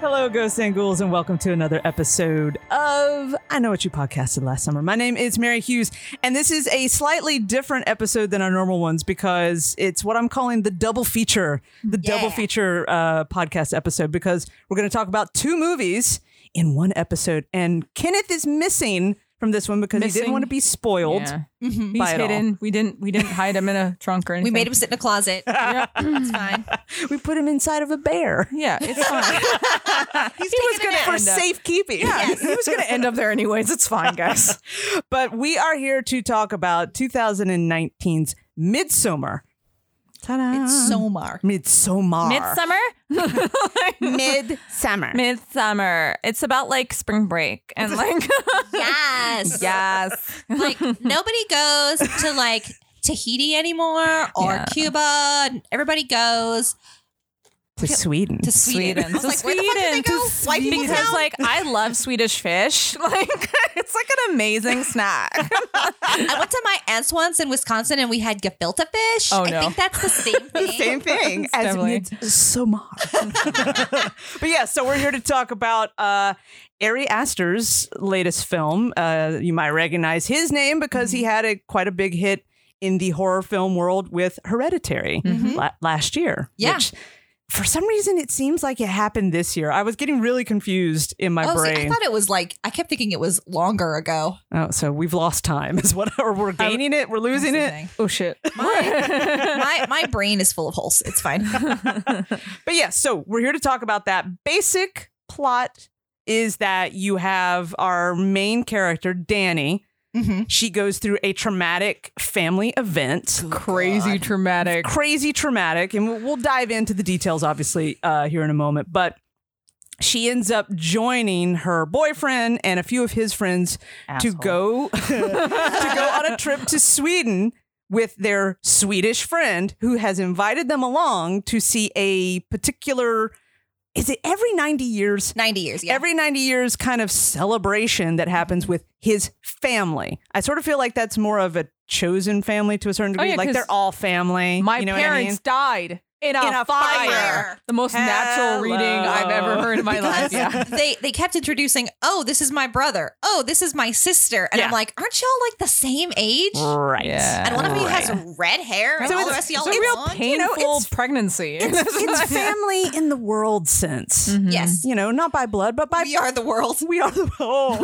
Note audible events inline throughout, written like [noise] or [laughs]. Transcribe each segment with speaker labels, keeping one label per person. Speaker 1: Hello, ghosts and ghouls, and welcome to another episode of I Know What You Podcasted Last Summer. My name is Mary Hughes, and this is a slightly different episode than our normal ones because it's what I'm calling the double feature, the double
Speaker 2: Yeah.
Speaker 1: feature uh, podcast episode, because we're going to talk about two movies in one episode. And Kenneth is missing from this one because he didn't
Speaker 3: Missing.
Speaker 1: want to be spoiled.
Speaker 3: Yeah.
Speaker 1: Buy
Speaker 2: Mm-hmm.
Speaker 3: He's
Speaker 1: it all.
Speaker 3: hidden. We didn't. We didn't hide him in a trunk or
Speaker 2: [laughs] We
Speaker 3: anything.
Speaker 2: made him sit in a
Speaker 3: [laughs]
Speaker 2: closet. It's fine.
Speaker 1: We put him inside of a bear.
Speaker 3: Yeah,
Speaker 2: [laughs]
Speaker 3: it's fine.
Speaker 2: He's
Speaker 1: He was
Speaker 2: taking
Speaker 1: going
Speaker 2: a
Speaker 1: to for
Speaker 2: nap.
Speaker 1: safekeeping.
Speaker 3: yeah, he was gonna end up there anyways. It's fine, guys.
Speaker 1: But we are here to talk about 2019's Midsummer. Ta-da.
Speaker 3: Uh-huh.
Speaker 2: Somar.
Speaker 1: Midsummer.
Speaker 3: [laughs] Midsummer.
Speaker 1: Midsummer.
Speaker 3: Midsummer. It's about like spring break and like
Speaker 2: [laughs] Yes.
Speaker 3: [laughs] yes.
Speaker 2: Like nobody goes to like Tahiti anymore or
Speaker 3: Yeah.
Speaker 2: Cuba. Everybody goes
Speaker 1: to Sweden.
Speaker 2: to Sweden. I was
Speaker 3: To
Speaker 2: like, where the fuck did they
Speaker 3: Sweden.
Speaker 2: go?
Speaker 3: To
Speaker 2: White people
Speaker 3: Because
Speaker 2: town?
Speaker 3: like I love Swedish fish. [laughs] Like it's like an amazing snack.
Speaker 2: I went to my aunt's once in Wisconsin and we had gefilte fish.
Speaker 3: Oh,
Speaker 2: I
Speaker 3: no.
Speaker 2: think that's the
Speaker 3: [laughs]
Speaker 2: same thing.
Speaker 1: Same thing
Speaker 3: It's
Speaker 1: as
Speaker 3: definitely-
Speaker 1: Midsummer. but yeah, so we're here to talk about uh, Ari Aster's latest film. Uh, you might recognize his name because he had a quite a big hit in the horror film world with Hereditary la- last year.
Speaker 2: Yeah.
Speaker 1: Which for some reason, it seems like it happened this year. I was getting really confused in my
Speaker 2: Oh, see,
Speaker 1: brain.
Speaker 2: I thought it was like I kept thinking it was longer
Speaker 3: [laughs]
Speaker 2: ago.
Speaker 1: Oh, so we've lost time, is what, or we're gaining it, we're losing
Speaker 2: the
Speaker 1: it.
Speaker 2: thing.
Speaker 3: [laughs] oh shit.
Speaker 2: my my brain is full of holes. It's
Speaker 3: [laughs]
Speaker 2: fine.
Speaker 1: But yeah, so we're here to talk about that. Basic plot is that you have our main character, Danny.
Speaker 2: Mhm.
Speaker 1: She goes through a traumatic family event,
Speaker 3: Crazy traumatic.
Speaker 1: crazy traumatic, and we'll- we'll dive into the details, obviously, uh, here in a moment. But she ends up joining her boyfriend and a few of his friends to go [laughs] to go on a trip to Sweden with their Swedish friend who has invited them along to see a particular is it every 90 years
Speaker 2: Ninety years. Yeah.
Speaker 1: every 90 years kind of celebration that happens with his family. I sort of feel like that's more of a chosen family to a certain degree
Speaker 3: Oh, yeah,
Speaker 1: like
Speaker 3: 'cause
Speaker 1: they're all family.
Speaker 3: My
Speaker 1: you know what I
Speaker 3: parents
Speaker 1: mean?
Speaker 3: died in a,
Speaker 1: In a
Speaker 3: fire.
Speaker 2: fire.
Speaker 3: The most natural reading I've ever
Speaker 1: Hello.
Speaker 3: heard in my life.
Speaker 1: [laughs]
Speaker 3: Yeah.
Speaker 2: they they kept introducing, oh, this is my brother. Oh, this is my sister. And
Speaker 1: Yeah.
Speaker 2: I'm like, aren't y'all like the same age?
Speaker 1: Right.
Speaker 3: Yeah.
Speaker 2: And one of you has red hair, and
Speaker 1: So
Speaker 2: all the
Speaker 1: it's-
Speaker 2: rest of y'all
Speaker 1: it's
Speaker 2: are
Speaker 1: a real
Speaker 2: blonde.
Speaker 1: You know,
Speaker 3: Painful
Speaker 1: it's-
Speaker 3: [laughs] pregnancy.
Speaker 1: [laughs] It's family in the world sense.
Speaker 3: Mm-hmm.
Speaker 2: Yes,
Speaker 1: You know, not by blood, but by
Speaker 2: we are the world.
Speaker 1: we are the [laughs] whole.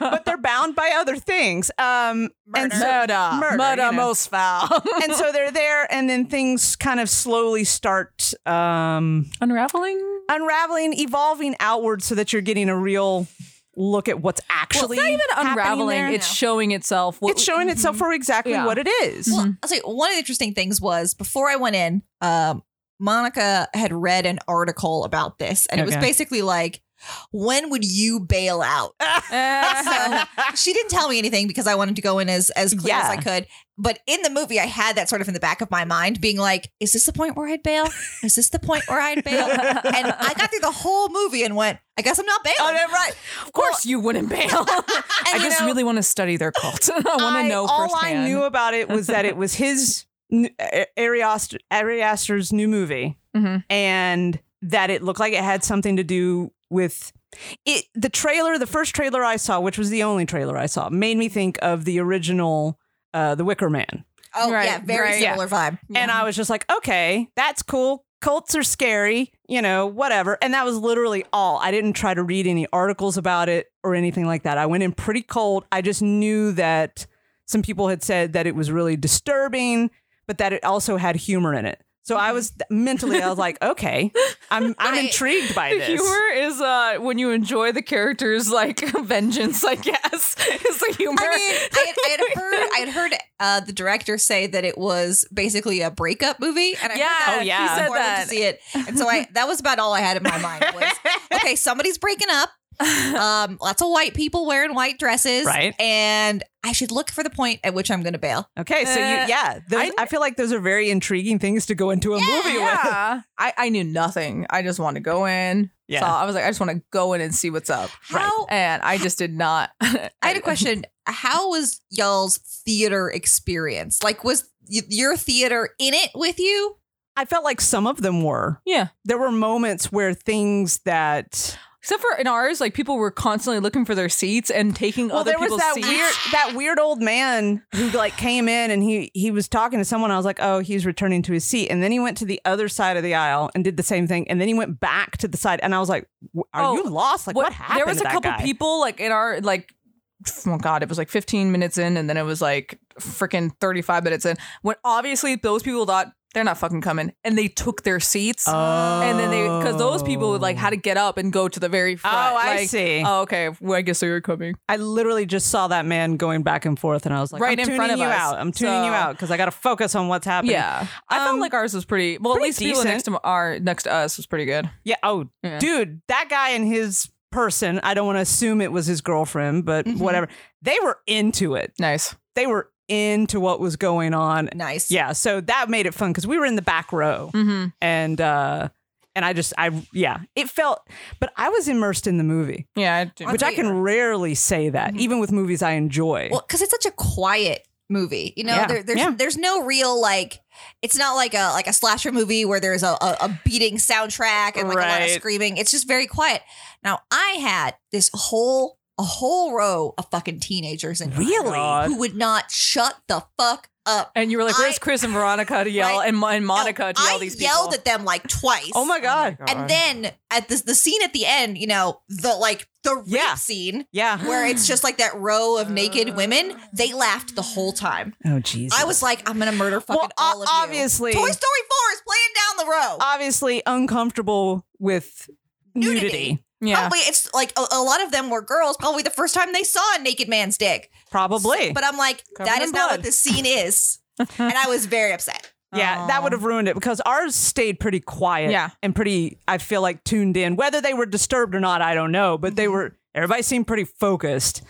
Speaker 1: but they're bound by other things. Um, And so,
Speaker 3: murder,
Speaker 1: Murder,
Speaker 3: murder,
Speaker 1: you know.
Speaker 3: most [laughs] foul.
Speaker 1: and so they're there, and then things kind of slowly start um,
Speaker 3: Unraveling.
Speaker 1: unraveling, evolving outward, so that you're getting a real look at what's actually
Speaker 3: it's not even
Speaker 1: happening
Speaker 3: unraveling.
Speaker 1: there.
Speaker 3: It's showing itself. What,
Speaker 1: it's
Speaker 3: [laughs]
Speaker 1: showing itself for exactly
Speaker 3: Yeah.
Speaker 1: what it is.
Speaker 2: Well, I'll tell you, one of the interesting things was before I went in, um, Monica had read an article about this, and it was
Speaker 1: Okay.
Speaker 2: basically like, when would you bail out?
Speaker 3: Uh,
Speaker 2: she didn't tell me anything because I wanted to go in as as clear as
Speaker 1: Yeah.
Speaker 2: I could. But in the movie, I had that sort of in the back of my mind, being like, "Is this the point where I'd bail? Is this the point where I'd bail?" and I got through the whole movie and went, "I guess I'm not bailing."
Speaker 1: Oh, no, right.
Speaker 3: of course, you wouldn't [laughs] bail. I
Speaker 2: you
Speaker 3: just
Speaker 2: know,
Speaker 3: really want to study their cult. [laughs] I want to know
Speaker 1: all
Speaker 3: firsthand.
Speaker 1: I knew about it was that it [laughs] was his n- A- Ari Aster, Ari Aster's new movie,
Speaker 3: Mhm.
Speaker 1: and that it looked like it had something to do with it. The trailer, the first trailer I saw, which was the only trailer I saw, made me think of the original. Uh, the Wicker Man.
Speaker 2: Oh
Speaker 3: Right,
Speaker 2: yeah, very
Speaker 3: right,
Speaker 1: yeah.
Speaker 2: similar vibe.
Speaker 1: And I was just like, okay, that's cool. Cults are scary, you know, whatever. And that was literally all. I didn't try to read any articles about it or anything like that. I went in pretty cold. I just knew that some people had said that it was really disturbing, but that it also had humor in it. So
Speaker 3: Mm-hmm.
Speaker 1: I was mentally, I was
Speaker 3: [laughs]
Speaker 1: like, okay, I'm I'm
Speaker 2: I-
Speaker 1: intrigued by
Speaker 3: The
Speaker 1: this.
Speaker 3: humor is uh, when you enjoy the characters like [laughs] vengeance. I guess [laughs] is the humor.
Speaker 2: I mean, I had, I had heard I had heard uh, the director say that it was basically a breakup movie, and I
Speaker 3: Yeah,
Speaker 2: heard that
Speaker 3: oh, yeah.
Speaker 2: before
Speaker 3: he said
Speaker 2: I went
Speaker 3: that.
Speaker 2: to see it, and so I that was about all I had in my mind was okay, somebody's breaking up. Um, lots of white people wearing white dresses,
Speaker 1: Right.
Speaker 2: And I should look for the point at which I'm going to bail.
Speaker 1: Okay, so you,
Speaker 3: Uh,
Speaker 1: yeah, those, I, feel like those are very intriguing things to go into a movie [laughs] with.
Speaker 3: yeah. [laughs] I, I knew nothing. I just want to go in.
Speaker 1: Yeah.
Speaker 3: So I was like, I just want to go in and see what's up.
Speaker 2: How
Speaker 3: And I just did not. [laughs] I
Speaker 2: I had a question: How was y'all's theater experience? Like, was y- your theater in it with you?
Speaker 1: I felt like some of them were.
Speaker 3: Yeah.
Speaker 1: There were moments where things that
Speaker 3: Except for in ours, like people were constantly looking for their seats and taking
Speaker 1: Well,
Speaker 3: other
Speaker 1: there was
Speaker 3: people's
Speaker 1: that
Speaker 3: seats.
Speaker 1: weird that weird old man who like came in and he he was talking to someone. I was like, oh, he's returning to his seat, and then he went to the other side of the aisle and did the same thing, and then he went back to the side, and I was like, w- are
Speaker 3: Oh,
Speaker 1: you lost? Like what, happened?
Speaker 3: There was
Speaker 1: to
Speaker 3: a
Speaker 1: that
Speaker 3: couple
Speaker 1: guy?
Speaker 3: people like in our like. Oh god, it was like 15 minutes in, and then it was like freaking 35 minutes in. When obviously those people thought they're not fucking coming, and they took their seats, and then they because those people like had to get up and go to the very front.
Speaker 1: Oh, I
Speaker 3: like,
Speaker 1: see.
Speaker 3: Oh, okay. Well, I guess they were coming.
Speaker 1: I literally just saw that man going back and forth, and I was like, I'm
Speaker 3: Right in
Speaker 1: tuning
Speaker 3: front of
Speaker 1: you
Speaker 3: us.
Speaker 1: out. I'm tuning
Speaker 3: So-
Speaker 1: you out because I got to focus on what's happening.
Speaker 3: Yeah, I felt
Speaker 1: Um,
Speaker 3: like ours was pretty. Well, at
Speaker 1: pretty
Speaker 3: least the people
Speaker 1: decent.
Speaker 3: next to our next to us was pretty good.
Speaker 1: Yeah. Oh,
Speaker 3: Yeah.
Speaker 1: dude, that guy and his person. I don't want to assume it was his girlfriend, but whatever. They were into it.
Speaker 3: Nice.
Speaker 1: They were into what was going on.
Speaker 2: Nice.
Speaker 1: Yeah. So that made it fun because we were in the back row, and uh, and I just I yeah, it felt. But I was immersed in the movie,
Speaker 3: Yeah, I do.
Speaker 2: That's
Speaker 1: which I can rarely say that, even with movies I enjoy.
Speaker 2: Well, because it's such a quiet movie, you know.
Speaker 1: Yeah.
Speaker 2: There, there's
Speaker 1: Yeah.
Speaker 2: there's no real like. It's not like a like a slasher movie where there's a, a, a beating soundtrack and like a lot of
Speaker 1: Right.
Speaker 2: screaming. It's just very quiet. Now I had this whole a whole row of fucking teenagers and
Speaker 1: Really? Oh God.
Speaker 2: who would not shut the fuck up.
Speaker 3: and you were like,
Speaker 2: I-
Speaker 3: "Where's Chris and Veronica to yell
Speaker 2: Right.
Speaker 3: and, Mo- and Monica to
Speaker 2: I
Speaker 3: yell these people?"
Speaker 2: yelled at them like twice.
Speaker 1: oh my god.
Speaker 2: And then at this the scene at the end, you know, the like the rape
Speaker 1: Yeah.
Speaker 2: scene
Speaker 1: yeah.
Speaker 2: where it's just like that row of naked women, they laughed
Speaker 1: [gasps]
Speaker 2: the whole time.
Speaker 1: Oh Jesus.
Speaker 2: I was like, I'm gonna murder fucking
Speaker 1: Well, o-
Speaker 2: all of you.
Speaker 1: obviously- Uh,
Speaker 2: Toy Story 4 is playing down the row.
Speaker 1: obviously uncomfortable with nudity.
Speaker 2: Nudity.
Speaker 3: yeah,
Speaker 2: Probably it's like a, a lot of them were girls. Probably the first time they saw a naked man's dick.
Speaker 1: Probably.
Speaker 2: But I'm like,
Speaker 1: Covered
Speaker 2: that
Speaker 1: in
Speaker 2: is not what
Speaker 1: blood.
Speaker 2: this scene
Speaker 1: [laughs]
Speaker 2: is. and I was very upset.
Speaker 1: yeah, that would have ruined it because ours stayed pretty quiet
Speaker 3: Yeah.
Speaker 1: and pretty, I feel like, tuned in. Whether they were disturbed or not, I don't know, but
Speaker 3: Mm-hmm.
Speaker 1: they were, everybody seemed pretty focused.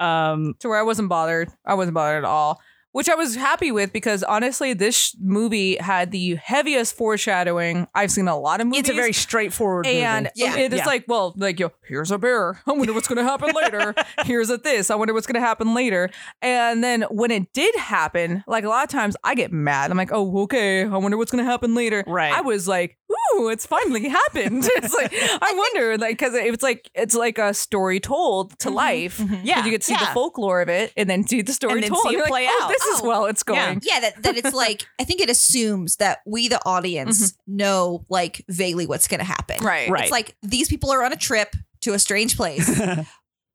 Speaker 1: Um,
Speaker 3: to where I wasn't bothered. I wasn't bothered at all, which I was happy with because honestly, this sh- movie had the heaviest foreshadowing I've seen in a lot of movies.
Speaker 1: it's a very straightforward
Speaker 3: and
Speaker 1: movie.
Speaker 3: [laughs]
Speaker 2: Yeah.
Speaker 3: it's
Speaker 1: Yeah.
Speaker 3: like, well, like yo, here's a bear. I wonder what's going to happen later. Here's a this. I wonder what's going to happen later. And then when it did happen, like a lot of times I get mad. I'm like, oh, okay. I wonder what's going to happen later.
Speaker 1: Right.
Speaker 3: I was like, ooh, it's finally [laughs] happened. it's like I wonder, like, because it's like it's like a story told to life.
Speaker 1: Yeah,
Speaker 3: you get to see the
Speaker 1: yeah.
Speaker 3: folklore of it and then see the story
Speaker 1: And then
Speaker 3: told.
Speaker 1: see it
Speaker 3: You're like,
Speaker 1: play
Speaker 3: oh,
Speaker 1: out.
Speaker 3: This is
Speaker 2: Oh.
Speaker 3: well, it's
Speaker 1: Yeah.
Speaker 3: going.
Speaker 2: Yeah, that, that it's like I think it assumes that we the audience know like vaguely what's gonna happen.
Speaker 3: Right.
Speaker 1: Mm-hmm. Right.
Speaker 2: It's like these people are on a trip to a strange place.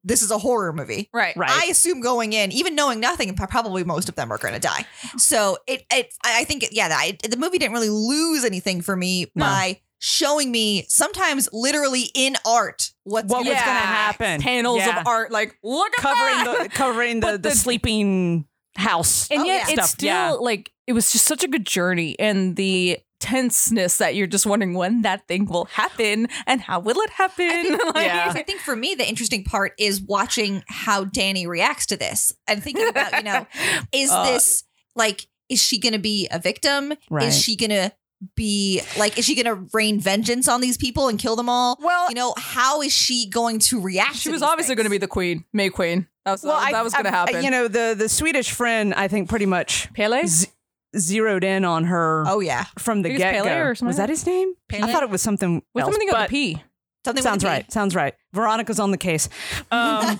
Speaker 2: this is a horror movie.
Speaker 3: Right.
Speaker 1: Right.
Speaker 2: I assume going in, even knowing nothing, pro- probably most of them are going to die. So it, it, I I think, it, yeah, that I, the movie didn't really lose anything for me
Speaker 1: No.
Speaker 2: by showing me sometimes literally in art what's
Speaker 1: What was
Speaker 2: gonna
Speaker 1: going to
Speaker 3: Yeah.
Speaker 1: happen?
Speaker 3: Panels
Speaker 1: Yeah.
Speaker 3: of art, like look at that!
Speaker 1: Covering the, covering the,
Speaker 3: But
Speaker 1: the,
Speaker 3: the-
Speaker 1: sleeping house.
Speaker 3: and
Speaker 2: Oh,
Speaker 3: yet
Speaker 2: yeah.
Speaker 3: it's
Speaker 1: Stuff,
Speaker 3: still
Speaker 1: yeah.
Speaker 3: like it was just such a good journey and the tenseness that you're just wondering when that thing will happen and how will it happen
Speaker 2: I think,
Speaker 3: [laughs] Like-
Speaker 1: Yeah.
Speaker 2: I think for me, the interesting part is watching how Danny reacts to this and thinking about, you know, is
Speaker 3: Uh,
Speaker 2: this like, is she going to be a victim?
Speaker 1: Right.
Speaker 2: Is she going to be like, is she going to rain vengeance on these people and kill them all?
Speaker 1: Well-
Speaker 2: you know, how is she going to react?
Speaker 3: she was obviously going to be the queen may queen that was, that, was going to
Speaker 1: I-
Speaker 3: happen Eh.
Speaker 1: You know, the, the Swedish friend, I think, pretty much
Speaker 3: pele
Speaker 1: z- zeroed in on her.
Speaker 2: Oh yeah,
Speaker 1: from the
Speaker 3: I think it's
Speaker 1: get
Speaker 3: Pele or
Speaker 1: go.
Speaker 3: something
Speaker 1: Was
Speaker 3: like
Speaker 1: that his name?
Speaker 2: Pele?
Speaker 1: I thought it was something
Speaker 3: with
Speaker 1: else.
Speaker 3: something of
Speaker 1: but
Speaker 3: the p
Speaker 2: something with
Speaker 1: sounds
Speaker 2: a P.
Speaker 1: right. Sounds right. Veronica's on the case.
Speaker 2: [laughs]
Speaker 1: Um,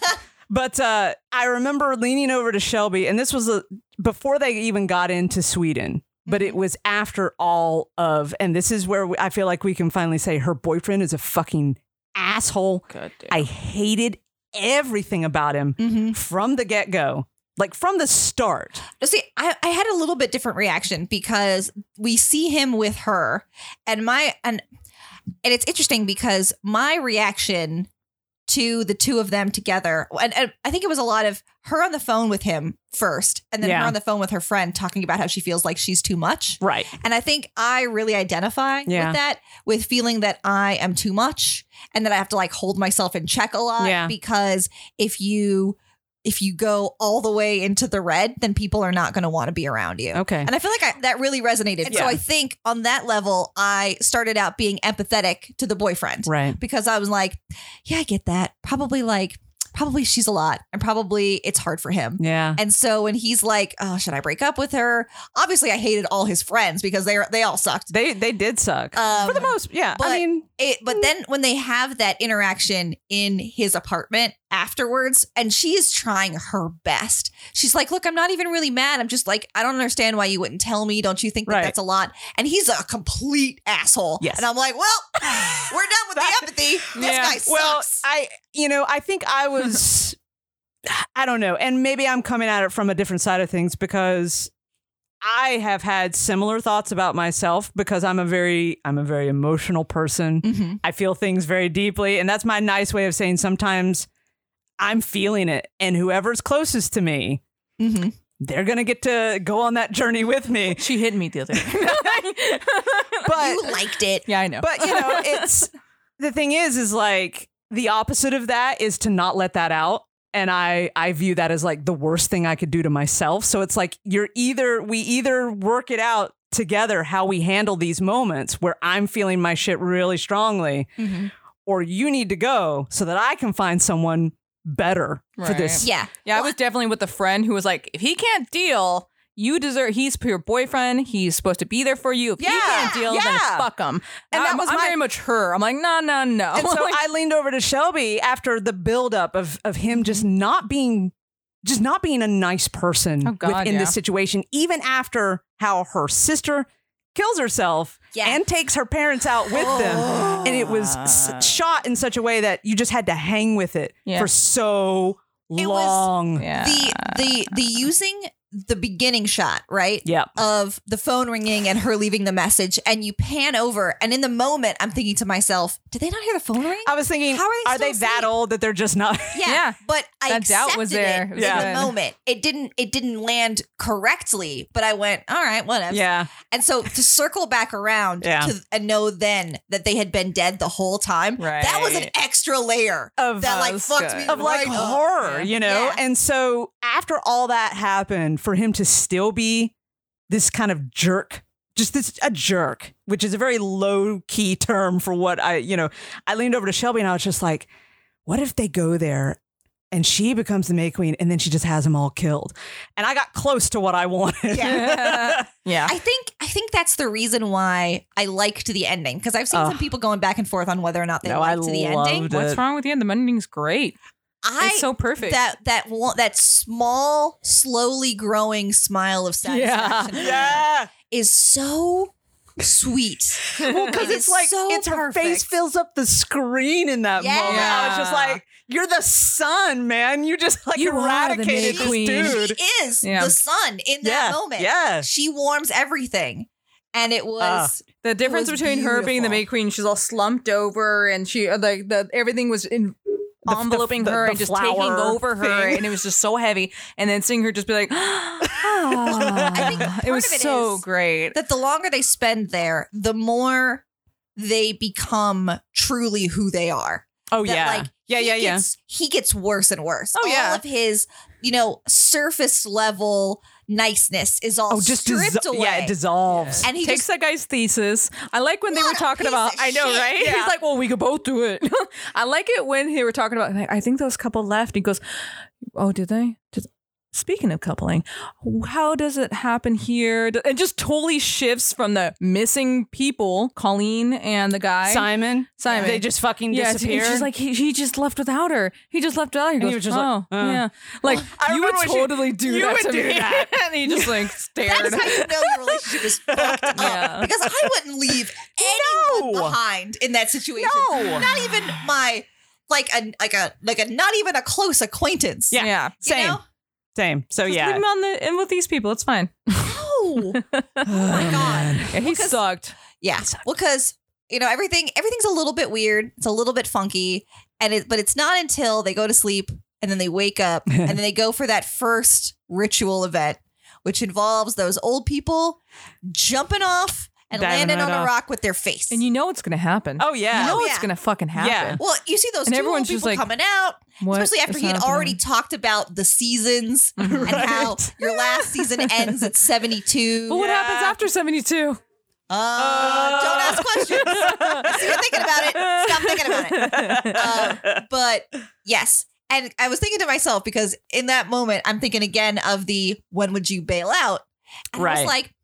Speaker 1: but uh, I remember leaning over to Shelby, and this was a, before they even got into Sweden. But
Speaker 2: Mm-hmm.
Speaker 1: it was after all of, and this is where we, I feel like we can finally say her boyfriend is a fucking asshole.
Speaker 3: God damn.
Speaker 1: I hated everything about him
Speaker 2: Mm-hmm.
Speaker 1: from the get go, like from the start.
Speaker 2: No, See, I, I had a little bit different reaction because we see him with her, and my and and it's interesting because my reaction to the two of them together, and, and I think it was a lot of her on the phone with him first, and then
Speaker 1: Yeah.
Speaker 2: her on the phone with her friend talking about how she feels like she's too much.
Speaker 1: Right.
Speaker 2: And I think I really identify
Speaker 1: Yeah.
Speaker 2: with that, with feeling that I am too much and that I have to like hold myself in check a lot
Speaker 1: Yeah.
Speaker 2: because if you if you go all the way into the red, then people are not going to want to be around you.
Speaker 1: Okay.
Speaker 2: And I feel like I, that really resonated. And So
Speaker 1: Yeah.
Speaker 2: I think on that level, I started out being empathetic to the boyfriend
Speaker 1: Right.
Speaker 2: because I was like, yeah, I get that. Probably like probably she's a lot and probably it's hard for him.
Speaker 1: Yeah.
Speaker 2: And so when he's like, "Oh, should I break up with her?" Obviously, I hated all his friends because they are they all sucked.
Speaker 1: They they did suck.
Speaker 2: Um,
Speaker 1: For the most, yeah.
Speaker 2: but-
Speaker 1: I mean,
Speaker 2: It, but then when they have that interaction in his apartment afterwards, and she is trying her best. She's like, "Look, I'm not even really mad. I'm just like, I don't understand why you wouldn't tell me. Don't you think that
Speaker 1: Right.
Speaker 2: that's a lot?" And he's a complete asshole.
Speaker 1: Yes.
Speaker 2: And I'm like, "Well, we're done with the empathy. This guy sucks."
Speaker 1: Well, I you know, I think I was [sighs] I don't know. And maybe I'm coming at it from a different side of things because I have had similar thoughts about myself because I'm a very I'm a very emotional person.
Speaker 2: Mhm.
Speaker 1: I feel things very deeply and that's my nice way of saying sometimes I'm feeling it and whoever's closest to me,
Speaker 2: Mhm.
Speaker 1: they're going to get to go on that journey with me.
Speaker 3: She hit me the other day. [laughs]
Speaker 1: But
Speaker 2: you liked it.
Speaker 3: yeah, I know.
Speaker 1: but you know it's the thing is is like the opposite of that is to not let that out and i i view that as like the worst thing i could do to myself so it's like you're either we either work it out together how we handle these moments where i'm feeling my shit really strongly or you need to go so that i can find someone better for this
Speaker 2: Yeah.
Speaker 3: Yeah, I was definitely with the friend who was like, if he can't deal, you deserve. He's your boyfriend. He's supposed to be there for you. If he
Speaker 1: Yeah,
Speaker 3: can't deal, then
Speaker 1: yeah.
Speaker 3: fuck him.
Speaker 1: And
Speaker 2: Um,
Speaker 1: that
Speaker 3: I'm-
Speaker 1: was
Speaker 3: I'm
Speaker 1: my-
Speaker 3: very much her. I'm like, no, no, no.
Speaker 1: And so
Speaker 3: [laughs] Like,
Speaker 1: I leaned over to Shelby after the buildup of of him just not being just not being a nice person
Speaker 3: Oh, God,
Speaker 1: within
Speaker 3: yeah.
Speaker 1: this situation, even after how her sister kills herself
Speaker 2: Yeah.
Speaker 1: and takes her parents out with
Speaker 2: [gasps]
Speaker 1: them. And it was s- shot in such a way that you just had to hang with it
Speaker 3: Yeah.
Speaker 1: for so
Speaker 2: It was-
Speaker 1: long.
Speaker 3: yeah.
Speaker 2: The the the using the beginning shot, right?
Speaker 1: Yep.
Speaker 2: Of the phone ringing and her leaving the message, and you pan over, and in the moment, I'm thinking to myself, "Did they not hear the phone ring?"
Speaker 1: I was thinking,
Speaker 2: How are they
Speaker 1: are they
Speaker 2: still
Speaker 1: that
Speaker 2: asleep?
Speaker 1: old that they're just not? [laughs]
Speaker 2: yeah,
Speaker 3: Oh, yeah.
Speaker 2: but I
Speaker 3: That doubt was
Speaker 2: accepted
Speaker 3: there.
Speaker 2: it
Speaker 3: It
Speaker 2: in
Speaker 3: was
Speaker 2: the
Speaker 1: good.
Speaker 2: moment. It didn't. It didn't land correctly, but I went, "All right, whatever."
Speaker 1: yeah.
Speaker 2: And so to circle back around
Speaker 1: Yeah.
Speaker 2: to, and know then that they had been dead the whole time, that was an
Speaker 3: Right.
Speaker 2: extra layer
Speaker 1: Of
Speaker 2: that
Speaker 3: that
Speaker 2: like
Speaker 3: was
Speaker 2: fucked
Speaker 3: good.
Speaker 2: me
Speaker 1: of like
Speaker 2: right up.
Speaker 1: horror,
Speaker 3: Yeah.
Speaker 1: you know?
Speaker 2: Yeah.
Speaker 1: And so after all that happened, for him to still be this kind of jerk, just this a jerk, which is a very low key term for what I, you know, I leaned over to Shelby and I was just like, what if they go there and she becomes the May Queen and then she just has them all killed? And I got close to what I wanted.
Speaker 3: Yeah. yeah.
Speaker 2: [laughs] I think I think that's the reason why I liked the ending because I've seen
Speaker 1: Ugh.
Speaker 2: some people going back and forth on whether or not they
Speaker 1: No, I
Speaker 2: liked the
Speaker 1: loved
Speaker 2: ending.
Speaker 1: it.
Speaker 3: What's wrong with you? The ending's great.
Speaker 2: I
Speaker 3: it's so perfect.
Speaker 2: that that one, that small, slowly growing smile of satisfaction
Speaker 1: [laughs] [laughs] yeah.
Speaker 2: is so sweet.
Speaker 1: Well, because
Speaker 2: It
Speaker 1: it's
Speaker 2: is
Speaker 1: like
Speaker 2: so
Speaker 1: it's her face
Speaker 2: perfect.
Speaker 1: fills up the screen in that
Speaker 2: Yeah.
Speaker 1: moment. I was just
Speaker 3: Yeah.
Speaker 1: like, "You're the sun, man. You just like
Speaker 3: You are the
Speaker 1: eradicated
Speaker 3: May
Speaker 1: this
Speaker 3: Queen."
Speaker 1: dude."
Speaker 2: She is
Speaker 3: Yeah.
Speaker 2: the sun in
Speaker 1: yeah,
Speaker 2: that moment.
Speaker 1: yeah.
Speaker 2: She warms everything. And it was
Speaker 3: The difference
Speaker 2: was
Speaker 3: between her being
Speaker 2: beautiful.
Speaker 3: the May Queen, she's all slumped over, and she uh, like the everything was in.
Speaker 1: The- the-
Speaker 3: enveloping
Speaker 1: the-
Speaker 3: her
Speaker 1: the
Speaker 3: and just
Speaker 1: flower
Speaker 3: taking over her,
Speaker 1: thing.
Speaker 3: and it was just so heavy. And then seeing her
Speaker 2: [laughs]
Speaker 3: just be like, [gasps] "Ah."
Speaker 2: I think part
Speaker 3: it was
Speaker 2: of it
Speaker 3: so
Speaker 2: is
Speaker 3: great.
Speaker 2: that the longer they spend there, the more they become truly who they are.
Speaker 1: Oh
Speaker 2: that,
Speaker 1: yeah,
Speaker 2: like,
Speaker 1: yeah,
Speaker 2: he
Speaker 1: yeah, yeah.
Speaker 2: Gets, he gets worse and worse.
Speaker 1: Oh,
Speaker 2: all
Speaker 1: yeah.
Speaker 2: of his, you know, surface level niceness is all
Speaker 1: Oh, just
Speaker 2: stripped
Speaker 1: disso-
Speaker 2: away.
Speaker 1: yeah, it dissolves.
Speaker 2: and he
Speaker 3: takes
Speaker 2: just
Speaker 3: that guy's thesis. I like when they
Speaker 2: What
Speaker 3: were
Speaker 2: a
Speaker 3: talking
Speaker 2: piece
Speaker 3: about.
Speaker 2: of
Speaker 3: I know,
Speaker 2: shit.
Speaker 3: right? [laughs]
Speaker 2: Yeah.
Speaker 3: He's like, "Well, we could both do it." [laughs] I like it when they were talking about. Like, I think those couple left. He goes, "Oh, did they?" Did- Speaking of coupling, how does it happen here? D- It just totally shifts from the missing people, Colleen and the guy
Speaker 1: Simon,
Speaker 3: Simon.
Speaker 1: they just fucking
Speaker 3: Yeah, it's-
Speaker 1: disappear.
Speaker 3: it's just like he, he just left without her. He just left without her. He
Speaker 1: he
Speaker 3: goes,
Speaker 1: was just like,
Speaker 3: "Oh,
Speaker 1: uh.
Speaker 3: yeah." Like
Speaker 1: I
Speaker 3: you would
Speaker 1: remember when she-
Speaker 3: totally do
Speaker 1: you
Speaker 3: that
Speaker 1: would
Speaker 3: to
Speaker 1: do
Speaker 3: me.
Speaker 1: that.
Speaker 3: [laughs] and he
Speaker 1: [laughs]
Speaker 3: just like stared.
Speaker 2: that's how you know your relationship is fucked up.
Speaker 3: Yeah.
Speaker 2: Because I wouldn't leave
Speaker 1: [laughs]
Speaker 2: anyone
Speaker 1: No.
Speaker 2: behind in that situation.
Speaker 1: No.
Speaker 2: Not even my like a like a like a not even a close acquaintance.
Speaker 1: Yeah.
Speaker 3: [laughs] yeah.
Speaker 2: You
Speaker 1: same,
Speaker 2: know?
Speaker 1: same. So
Speaker 3: Just leave
Speaker 1: Oh, yeah,
Speaker 3: him on the in with these people. It's fine.
Speaker 2: No. oh my
Speaker 1: [laughs]
Speaker 2: god.
Speaker 3: Yeah, he sucked.
Speaker 2: Yeah. Well, because you know everything everything's a little bit weird. It's a little bit funky, and it but it's not until they go to sleep and then they wake
Speaker 3: [laughs]
Speaker 2: up and then they go for that first ritual event, which involves those old people jumping off and
Speaker 1: Diving
Speaker 2: landing
Speaker 1: right
Speaker 2: on a
Speaker 1: off.
Speaker 2: rock with their face.
Speaker 3: And you know it's gonna happen.
Speaker 1: [sighs] oh yeah. [laughs]
Speaker 3: you know
Speaker 2: Oh,
Speaker 3: it's
Speaker 2: yeah.
Speaker 3: gonna fucking happen.
Speaker 2: well, you see those
Speaker 3: And
Speaker 2: two
Speaker 3: everyone's
Speaker 2: old
Speaker 3: just
Speaker 2: people
Speaker 3: like,
Speaker 2: coming out,
Speaker 3: What
Speaker 2: especially after
Speaker 3: is
Speaker 2: he had already
Speaker 3: happening?
Speaker 2: talked about the seasons
Speaker 3: [laughs]
Speaker 2: and how your last season ends at seventy two.
Speaker 3: But what happens
Speaker 1: Yeah.
Speaker 3: after seventy two?
Speaker 2: Uh, don't ask questions.
Speaker 3: [laughs] [laughs]
Speaker 2: I see you're thinking about it. Stop thinking about it. Uh, but yes, And I was thinking to myself because in that moment, I'm thinking again of the when would you bail out? And I
Speaker 1: Right.
Speaker 2: was like,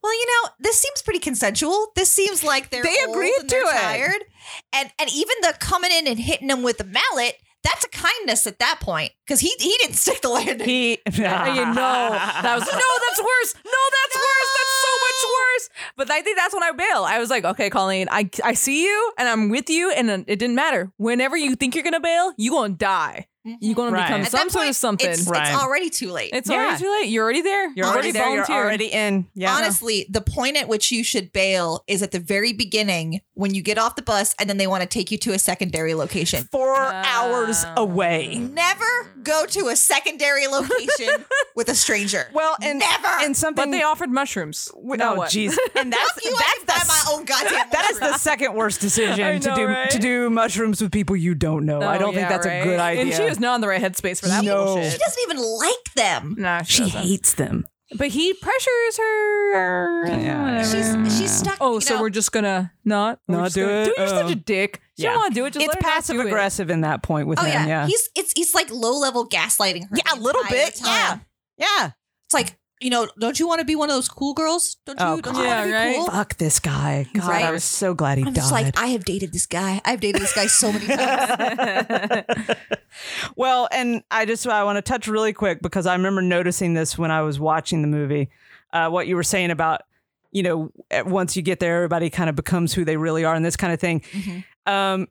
Speaker 2: well, you know, this seems pretty consensual. This seems like they're
Speaker 3: They
Speaker 2: old
Speaker 3: agreed
Speaker 2: and they're
Speaker 3: to it.
Speaker 2: tired, and and even the coming in and hitting them with a mallet. That's a kindness at that point because he he didn't [laughs] stick the landing.
Speaker 1: He,
Speaker 2: Uh,
Speaker 1: [laughs]
Speaker 3: And you know that was no, that's worse. No, that's worse. That's so much worse. But I think that's when I bail. I was like, okay, Colleen, I I see you, and I'm with you, and then it didn't matter. Whenever you think you're gonna bail, you gonna die. You're gonna
Speaker 1: Right.
Speaker 3: become
Speaker 1: At
Speaker 2: At
Speaker 3: some
Speaker 2: that
Speaker 3: sort
Speaker 2: point,
Speaker 3: of something.
Speaker 2: It's,
Speaker 1: Right.
Speaker 2: it's already too late.
Speaker 3: It's
Speaker 1: Yeah.
Speaker 3: already too late. You're already there. You're
Speaker 1: You're already
Speaker 3: already,
Speaker 1: there. You're
Speaker 3: volunteered.
Speaker 1: already in. Yeah.
Speaker 2: Honestly, the point at which you should bail is at the very beginning when you get off the bus and then they want to take you to a secondary location.
Speaker 1: Four hours
Speaker 2: Oh.
Speaker 1: away.
Speaker 2: Never go to a
Speaker 1: [laughs]
Speaker 2: secondary location with a stranger.
Speaker 1: Well, and
Speaker 2: never.
Speaker 1: and something.
Speaker 3: But they offered mushrooms.
Speaker 1: oh,
Speaker 3: Now what? [laughs]
Speaker 1: jeez. [laughs] And
Speaker 2: Fuck
Speaker 1: that's
Speaker 2: you, I
Speaker 1: that's
Speaker 2: can
Speaker 1: the
Speaker 2: find my own goddamn.
Speaker 1: that is the second worst decision
Speaker 3: I
Speaker 1: to
Speaker 3: know,
Speaker 1: do
Speaker 3: right?
Speaker 1: to do mushrooms with people you don't know. I
Speaker 3: Oh,
Speaker 1: don't
Speaker 3: yeah,
Speaker 1: think that's
Speaker 3: right?
Speaker 1: a good idea.
Speaker 3: And she was not in the right headspace for that
Speaker 1: No.
Speaker 3: bullshit.
Speaker 2: she doesn't even like them.
Speaker 3: Nah,
Speaker 1: she
Speaker 3: doesn't.
Speaker 1: hates them.
Speaker 3: But he pressures her.
Speaker 1: Yeah.
Speaker 2: She's she's stuck.
Speaker 3: Oh,
Speaker 2: you
Speaker 3: so
Speaker 2: know.
Speaker 3: we're just gonna not we're
Speaker 1: Not
Speaker 3: just
Speaker 1: do
Speaker 3: gonna-
Speaker 1: it?
Speaker 3: Dude, you're
Speaker 1: Oh.
Speaker 3: such a dick. You
Speaker 1: Yeah.
Speaker 3: don't want to do it. Just
Speaker 1: it's
Speaker 3: let her not do
Speaker 1: passive
Speaker 3: it.
Speaker 1: aggressive in that point with
Speaker 2: Oh
Speaker 1: him.
Speaker 2: yeah.
Speaker 1: Yeah.
Speaker 2: he's it's he's like low level gaslighting her.
Speaker 1: Yeah, a
Speaker 2: the
Speaker 1: little
Speaker 2: entire
Speaker 1: bit, yeah.
Speaker 2: time.
Speaker 1: yeah.
Speaker 2: it's like you know, don't you want to be one of those cool girls? Don't you?
Speaker 1: Oh,
Speaker 2: don't
Speaker 1: God.
Speaker 2: you want to
Speaker 3: Yeah, right.
Speaker 2: be cool?
Speaker 1: Fuck this guy. God, I
Speaker 2: Right.
Speaker 1: was so glad he
Speaker 2: I'm
Speaker 1: died.
Speaker 2: just like I have dated this guy. I've dated this guy so
Speaker 1: [laughs]
Speaker 2: many times.
Speaker 1: well, and I just I want to touch really quick because I remember noticing this when I was watching the movie. Uh, what you were saying about you know at- once you get there, everybody kind of becomes who they really are and this kind of thing.
Speaker 2: Mhm.
Speaker 1: Um,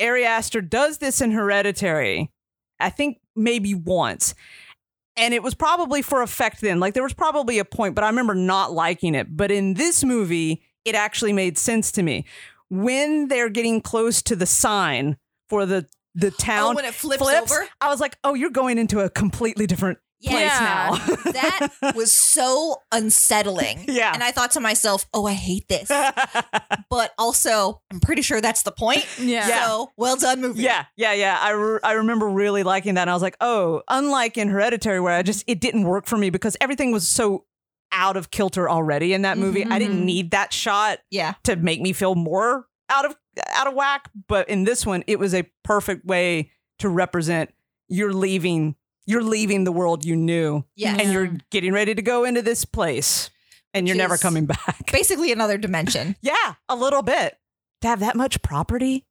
Speaker 1: Ari Aster does this in Hereditary. I think maybe once. And it was probably for effect then. Like there was probably a point, but I remember not liking it. But in this movie, it actually made sense to me. When they're getting close to the sign for the the town
Speaker 2: Oh, when it flips,
Speaker 1: flips,
Speaker 2: over,
Speaker 1: I was like, "Oh, you're going into a completely different [laughs] place
Speaker 3: Yeah.
Speaker 1: now."
Speaker 2: that
Speaker 1: [laughs]
Speaker 2: was so unsettling.
Speaker 1: Yeah.
Speaker 2: and I thought to myself, "Oh, I hate
Speaker 1: [laughs]
Speaker 2: this," but also I'm pretty sure that's the point.
Speaker 3: yeah.
Speaker 2: So well done, movie.
Speaker 1: Yeah, yeah, yeah. I, re- I remember really liking that. And I was like, oh, unlike in Hereditary, where I just, it didn't work for me because everything was so out of kilter already in that movie. I
Speaker 2: Mm-hmm.
Speaker 3: Mhm.
Speaker 1: didn't need that shot
Speaker 2: yeah.
Speaker 1: to make me feel more out of out of whack. But in this one, it was a perfect way to represent you're leaving you're leaving the world you knew
Speaker 2: Yeah.
Speaker 1: and you're getting ready to go into this place and you're
Speaker 2: Which
Speaker 1: never
Speaker 2: is-
Speaker 1: coming [laughs] back.
Speaker 2: Basically, another dimension.
Speaker 1: Yeah, a little bit. To have that much property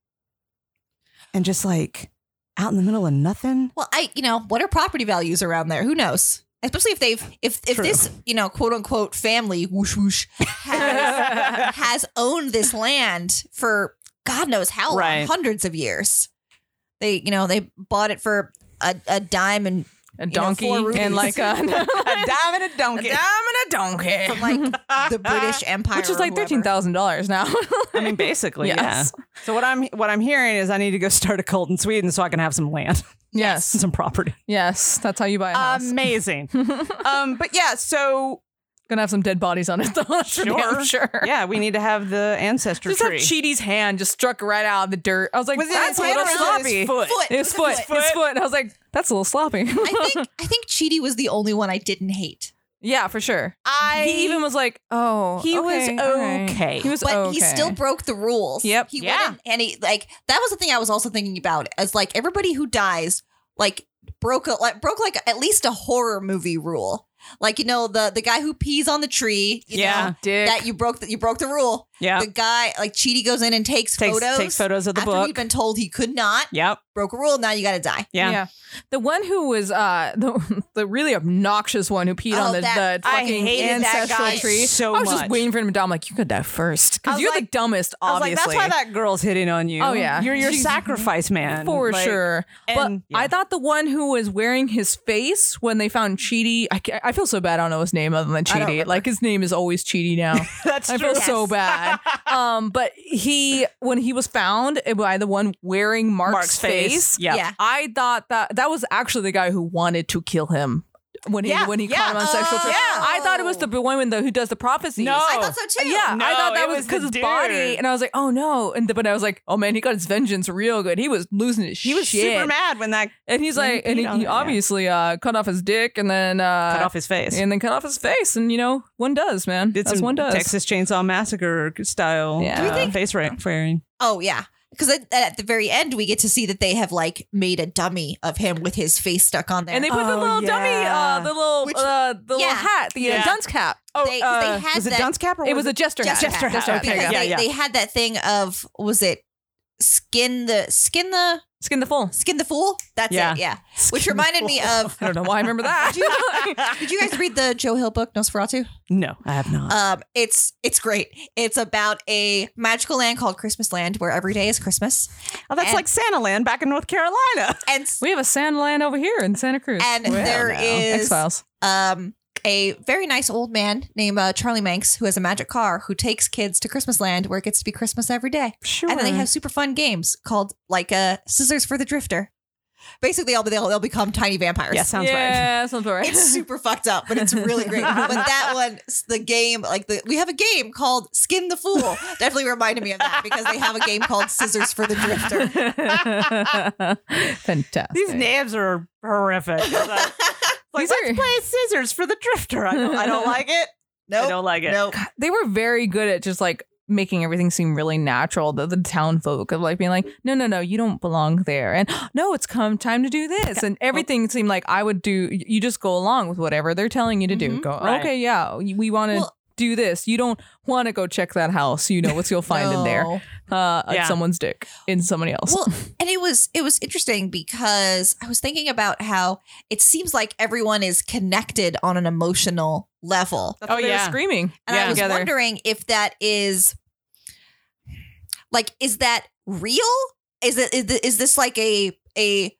Speaker 1: and just like out in the middle of
Speaker 2: [laughs]
Speaker 1: nothing.
Speaker 2: [laughs] Well, I you know what are property values around there? Who knows? Especially if they've if if
Speaker 1: True.
Speaker 2: this you know quote unquote family whoosh whoosh
Speaker 1: [laughs]
Speaker 2: has, has owned this land for God knows how long,
Speaker 1: Right.
Speaker 2: hundreds of years. They you know they bought it for a, a dime and
Speaker 3: a donkey
Speaker 2: four rupees.
Speaker 3: and
Speaker 1: [laughs]
Speaker 3: like a, [laughs]
Speaker 1: a dime and a donkey.
Speaker 3: and a donkey,
Speaker 2: from like the British Empire,
Speaker 3: which is
Speaker 2: or
Speaker 3: like
Speaker 2: whoever.
Speaker 3: thirteen thousand dollars now. [laughs]
Speaker 1: I mean, basically,
Speaker 3: Yes.
Speaker 1: yeah. So what I'm what I'm hearing is I need to go start a cult in Sweden so I can have some land, [laughs]
Speaker 3: yes,
Speaker 1: some property.
Speaker 3: yes, that's how you buy a house.
Speaker 1: Amazing. um, but yeah, so
Speaker 3: Gonna have some dead bodies on it though. [laughs] That's for damn
Speaker 1: Sure.
Speaker 3: sure.
Speaker 1: yeah, we need to have the ancestor
Speaker 3: [laughs] Just have
Speaker 1: tree.
Speaker 3: Cheaty's hand just struck right out of the dirt. I was like,
Speaker 1: Was it
Speaker 3: that's
Speaker 1: his
Speaker 3: a
Speaker 1: hand or
Speaker 3: little
Speaker 1: was it
Speaker 3: sloppy.
Speaker 1: his foot?
Speaker 2: Foot.
Speaker 3: His
Speaker 2: It was
Speaker 3: foot.
Speaker 2: his
Speaker 1: foot.
Speaker 3: His foot. And I was like, that's a little sloppy. [laughs]
Speaker 2: I think I think Chidi was the only one I didn't hate,
Speaker 3: yeah, for sure.
Speaker 1: I
Speaker 3: he even was like, oh,
Speaker 1: He was
Speaker 3: okay, all right.
Speaker 1: Oh, okay.
Speaker 3: He was
Speaker 2: but
Speaker 3: okay.
Speaker 2: he still broke the rules.
Speaker 3: Yep.
Speaker 2: he
Speaker 1: Yeah.
Speaker 2: went in and he like that was the thing I was also thinking about as like everybody who dies like broke a, like broke like at least a horror movie rule. Like you know the the guy who pees on the tree. You
Speaker 1: Yeah.
Speaker 2: know,
Speaker 3: dick.
Speaker 2: that you broke the, you broke the rule.
Speaker 1: yeah
Speaker 2: The guy like Chidi goes in and takes,
Speaker 1: takes
Speaker 2: photos.
Speaker 1: takes photos of the
Speaker 2: after
Speaker 1: book.
Speaker 2: he'd been told he could not
Speaker 1: yep.
Speaker 2: broke a rule. Now you got to die.
Speaker 1: Yeah.
Speaker 3: The one who was uh [laughs] the, the really obnoxious one who peed
Speaker 2: Oh,
Speaker 3: on the,
Speaker 2: that-
Speaker 3: the
Speaker 1: I
Speaker 3: fucking
Speaker 1: hated that
Speaker 3: ancestral
Speaker 1: guy
Speaker 3: tree.
Speaker 1: so
Speaker 3: I was
Speaker 1: much.
Speaker 3: just waiting for him to die. I'm like, you could die first.
Speaker 1: I
Speaker 3: Because
Speaker 1: was
Speaker 3: you're the
Speaker 1: like-
Speaker 3: dumbest,
Speaker 1: I was
Speaker 3: obviously.
Speaker 1: like, that's why that girl's hitting on you.
Speaker 3: Oh, yeah.
Speaker 1: you're your
Speaker 3: She's-
Speaker 1: sacrifice man
Speaker 3: for
Speaker 1: Like,
Speaker 3: sure.
Speaker 1: and-
Speaker 3: but I
Speaker 1: yeah.
Speaker 3: thought the one who was wearing his face when they found Cheaty, I, ca- I feel so bad. I don't know his name other than
Speaker 1: don't
Speaker 3: Cheaty.
Speaker 1: remember.
Speaker 3: Like his name is always
Speaker 1: [laughs]
Speaker 3: Cheaty now.
Speaker 1: That's
Speaker 3: I
Speaker 1: true.
Speaker 3: feel
Speaker 1: [laughs]
Speaker 3: so bad. Um, but he when he was found by the one wearing Mark's,
Speaker 1: Mark's face. Yeah.
Speaker 2: Yeah.
Speaker 3: I thought that that was actually the guy who wanted to kill him when he
Speaker 1: Yeah,
Speaker 3: when he
Speaker 1: yeah.
Speaker 3: caught him on sexual. tra-
Speaker 1: Oh.
Speaker 3: I thought it was the woman the, who does the prophecy.
Speaker 1: No.
Speaker 2: I thought so too.
Speaker 3: Yeah,
Speaker 1: No,
Speaker 3: I thought that
Speaker 1: it
Speaker 3: was
Speaker 1: was
Speaker 3: because
Speaker 1: the
Speaker 3: his body,
Speaker 1: dude.
Speaker 3: and I was like, "Oh no!" And the, but I was like, "Oh man, he got his vengeance real good. He was losing his
Speaker 1: He was
Speaker 3: shit."
Speaker 1: super mad when that
Speaker 3: And he's
Speaker 1: When he
Speaker 3: like, and
Speaker 1: peed
Speaker 3: he,
Speaker 1: on
Speaker 3: he
Speaker 1: it, yeah.
Speaker 3: obviously uh, cut off his dick, and then uh,
Speaker 1: cut off his face.
Speaker 3: and then cut off his face, and you know, one does, man.
Speaker 1: Did
Speaker 3: That's
Speaker 1: some
Speaker 3: one does.
Speaker 1: Texas Chainsaw Massacre style
Speaker 3: Yeah. Do we
Speaker 1: uh,
Speaker 3: think-
Speaker 1: face ra- fairing.
Speaker 2: Oh yeah. because at, at the very end we get to see that they have like made a dummy of him with his face stuck on there.
Speaker 3: And they put the
Speaker 1: Oh,
Speaker 3: little dummy,
Speaker 1: yeah.
Speaker 3: uh, the little
Speaker 2: Which-
Speaker 3: uh, the little
Speaker 2: yeah.
Speaker 3: hat, the
Speaker 1: Yeah.
Speaker 3: uh, dunce cap.
Speaker 1: Oh,
Speaker 2: They- they
Speaker 1: uh,
Speaker 2: had
Speaker 1: was it
Speaker 2: that-
Speaker 1: dunce cap or
Speaker 3: It was a jester hat.
Speaker 2: Jester
Speaker 1: hat. Jester hat, okay,
Speaker 2: because
Speaker 1: yeah,
Speaker 2: they,
Speaker 1: yeah.
Speaker 2: they had that thing of was it skin the skin the
Speaker 3: [laughs] Skin the fool.
Speaker 2: skin the fool? That's
Speaker 1: Yeah.
Speaker 2: it. Yeah, which reminded [laughs] me of.
Speaker 3: I don't know why I
Speaker 1: [laughs]
Speaker 3: remember that.
Speaker 2: Did you guys read the Joe Hill book Nosferatu?
Speaker 1: no, I have not.
Speaker 2: Um, it's it's great. It's about a magical land called Christmas Land where every day is Christmas.
Speaker 1: oh, that's
Speaker 2: and-
Speaker 1: like Santa Land back in North Carolina.
Speaker 2: And
Speaker 3: [laughs] we have a sand land over here in Santa Cruz.
Speaker 2: And
Speaker 3: Well,
Speaker 2: there
Speaker 3: now.
Speaker 2: is-
Speaker 3: X-Files.
Speaker 2: um, a very nice old man named uh, Charlie Manx who has a magic car who takes kids to Christmas Land where it gets to be Christmas every day.
Speaker 1: Sure.
Speaker 2: And then they have super fun games called like uh, Scissors for the Drifter. Basically, they'll, they'll, they'll become tiny vampires.
Speaker 1: yeah, sounds right.
Speaker 3: yeah, sounds about right.
Speaker 2: It's super fucked up, but it's really
Speaker 1: [laughs]
Speaker 2: great. but that one, s- the game, like the we have a game called Skin the Fool. Definitely reminded me of that because they have a game called Scissors for the
Speaker 1: [laughs]
Speaker 2: Drifter.
Speaker 3: [laughs] Fantastic.
Speaker 1: These names are horrific. It's like,
Speaker 3: These
Speaker 1: let's
Speaker 3: are-
Speaker 1: play scissors for the drifter. I don't, I don't like it. I
Speaker 2: Nope.
Speaker 1: don't like it.
Speaker 2: Nope.
Speaker 3: they were very good at just like making everything seem really natural. The, the town folk of like being like, no, no, no, you don't belong there, and [gasps] no, it's come time to do this, and everything seemed like I would do. You just go along with whatever they're telling you to do.
Speaker 2: Mhm.
Speaker 3: Go,
Speaker 1: Mm-hmm. Right.
Speaker 3: okay, yeah, we want to.
Speaker 2: Well-
Speaker 3: do this. You don't want to go check that house. You know what you'll find
Speaker 1: [laughs]
Speaker 3: in there.
Speaker 2: No.
Speaker 3: Uh,
Speaker 1: Yeah.
Speaker 3: at someone's dick in somebody else.
Speaker 1: [laughs]
Speaker 2: Well, and it was it was interesting because I was thinking about how it seems like everyone is connected on an emotional level.
Speaker 3: That's what
Speaker 1: Oh,
Speaker 3: they were
Speaker 1: yeah.
Speaker 3: screaming.
Speaker 2: And I was wondering if that is like is that real? Is it is th- is this like a a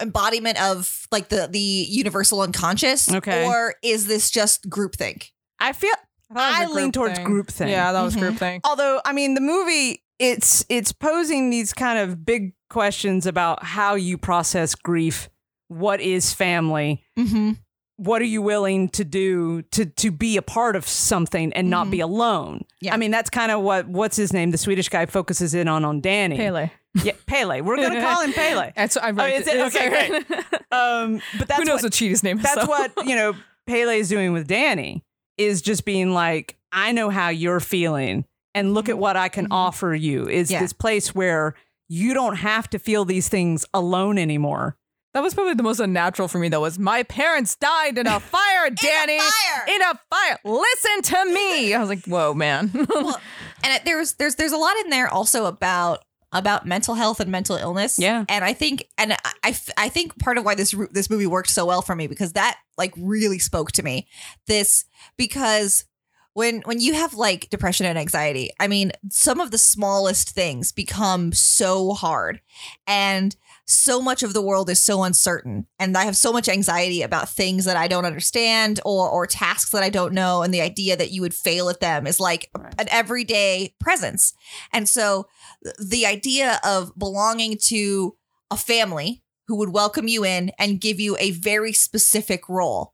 Speaker 2: embodiment of like the the universal unconscious
Speaker 1: Okay.
Speaker 2: or is this just groupthink?
Speaker 1: I feel I, lean towards group thing.
Speaker 3: Yeah, that was
Speaker 2: Mhm.
Speaker 3: group thing.
Speaker 1: although i mean the movie it's it's posing these kind of big questions about how you process grief what is family
Speaker 2: Mm-hmm.
Speaker 1: what are you willing to do to to be a part of something and not
Speaker 2: Mhm.
Speaker 3: Mm-hmm.
Speaker 1: be alone
Speaker 2: Yeah.
Speaker 1: i mean that's kind of what what's his name the swedish guy focuses in on on danny
Speaker 3: Pele.
Speaker 1: yeah pele we're gonna call him
Speaker 3: [laughs]
Speaker 1: pele
Speaker 3: That's what I
Speaker 1: oh
Speaker 3: wrote.
Speaker 1: is it
Speaker 3: [laughs]
Speaker 1: okay great. um but that's
Speaker 3: Who
Speaker 1: what-
Speaker 3: knows what, Cheetah's name is?
Speaker 1: that's
Speaker 3: so.
Speaker 1: what you know Pele's doing with Danny is just being like, I know how you're feeling, and look at what I can
Speaker 2: Mhm.
Speaker 1: offer you. Is
Speaker 2: Yeah.
Speaker 1: this place where you don't have to feel these things alone anymore?
Speaker 3: That was probably the most unnatural for me though was my parents died [laughs] in a fire, Danny.
Speaker 2: fire!
Speaker 3: In a fire. Listen to me. I was like, whoa, man. [laughs]
Speaker 2: well, [laughs] and it- there's there's there's a lot in there also about about mental health and mental illness.
Speaker 1: Yeah.
Speaker 2: and I think and I- I, f- I think part of why this ru- this movie worked so well for me because that like really spoke to me. This because when when you have like depression and anxiety, I mean, some of the smallest things become so hard, and so much of the world is so uncertain and i have so much anxiety about things that i don't understand or or tasks that i don't know and the idea that you would fail at them is like an everyday presence and so th- the idea of belonging to a family who would welcome you in and give you a very specific role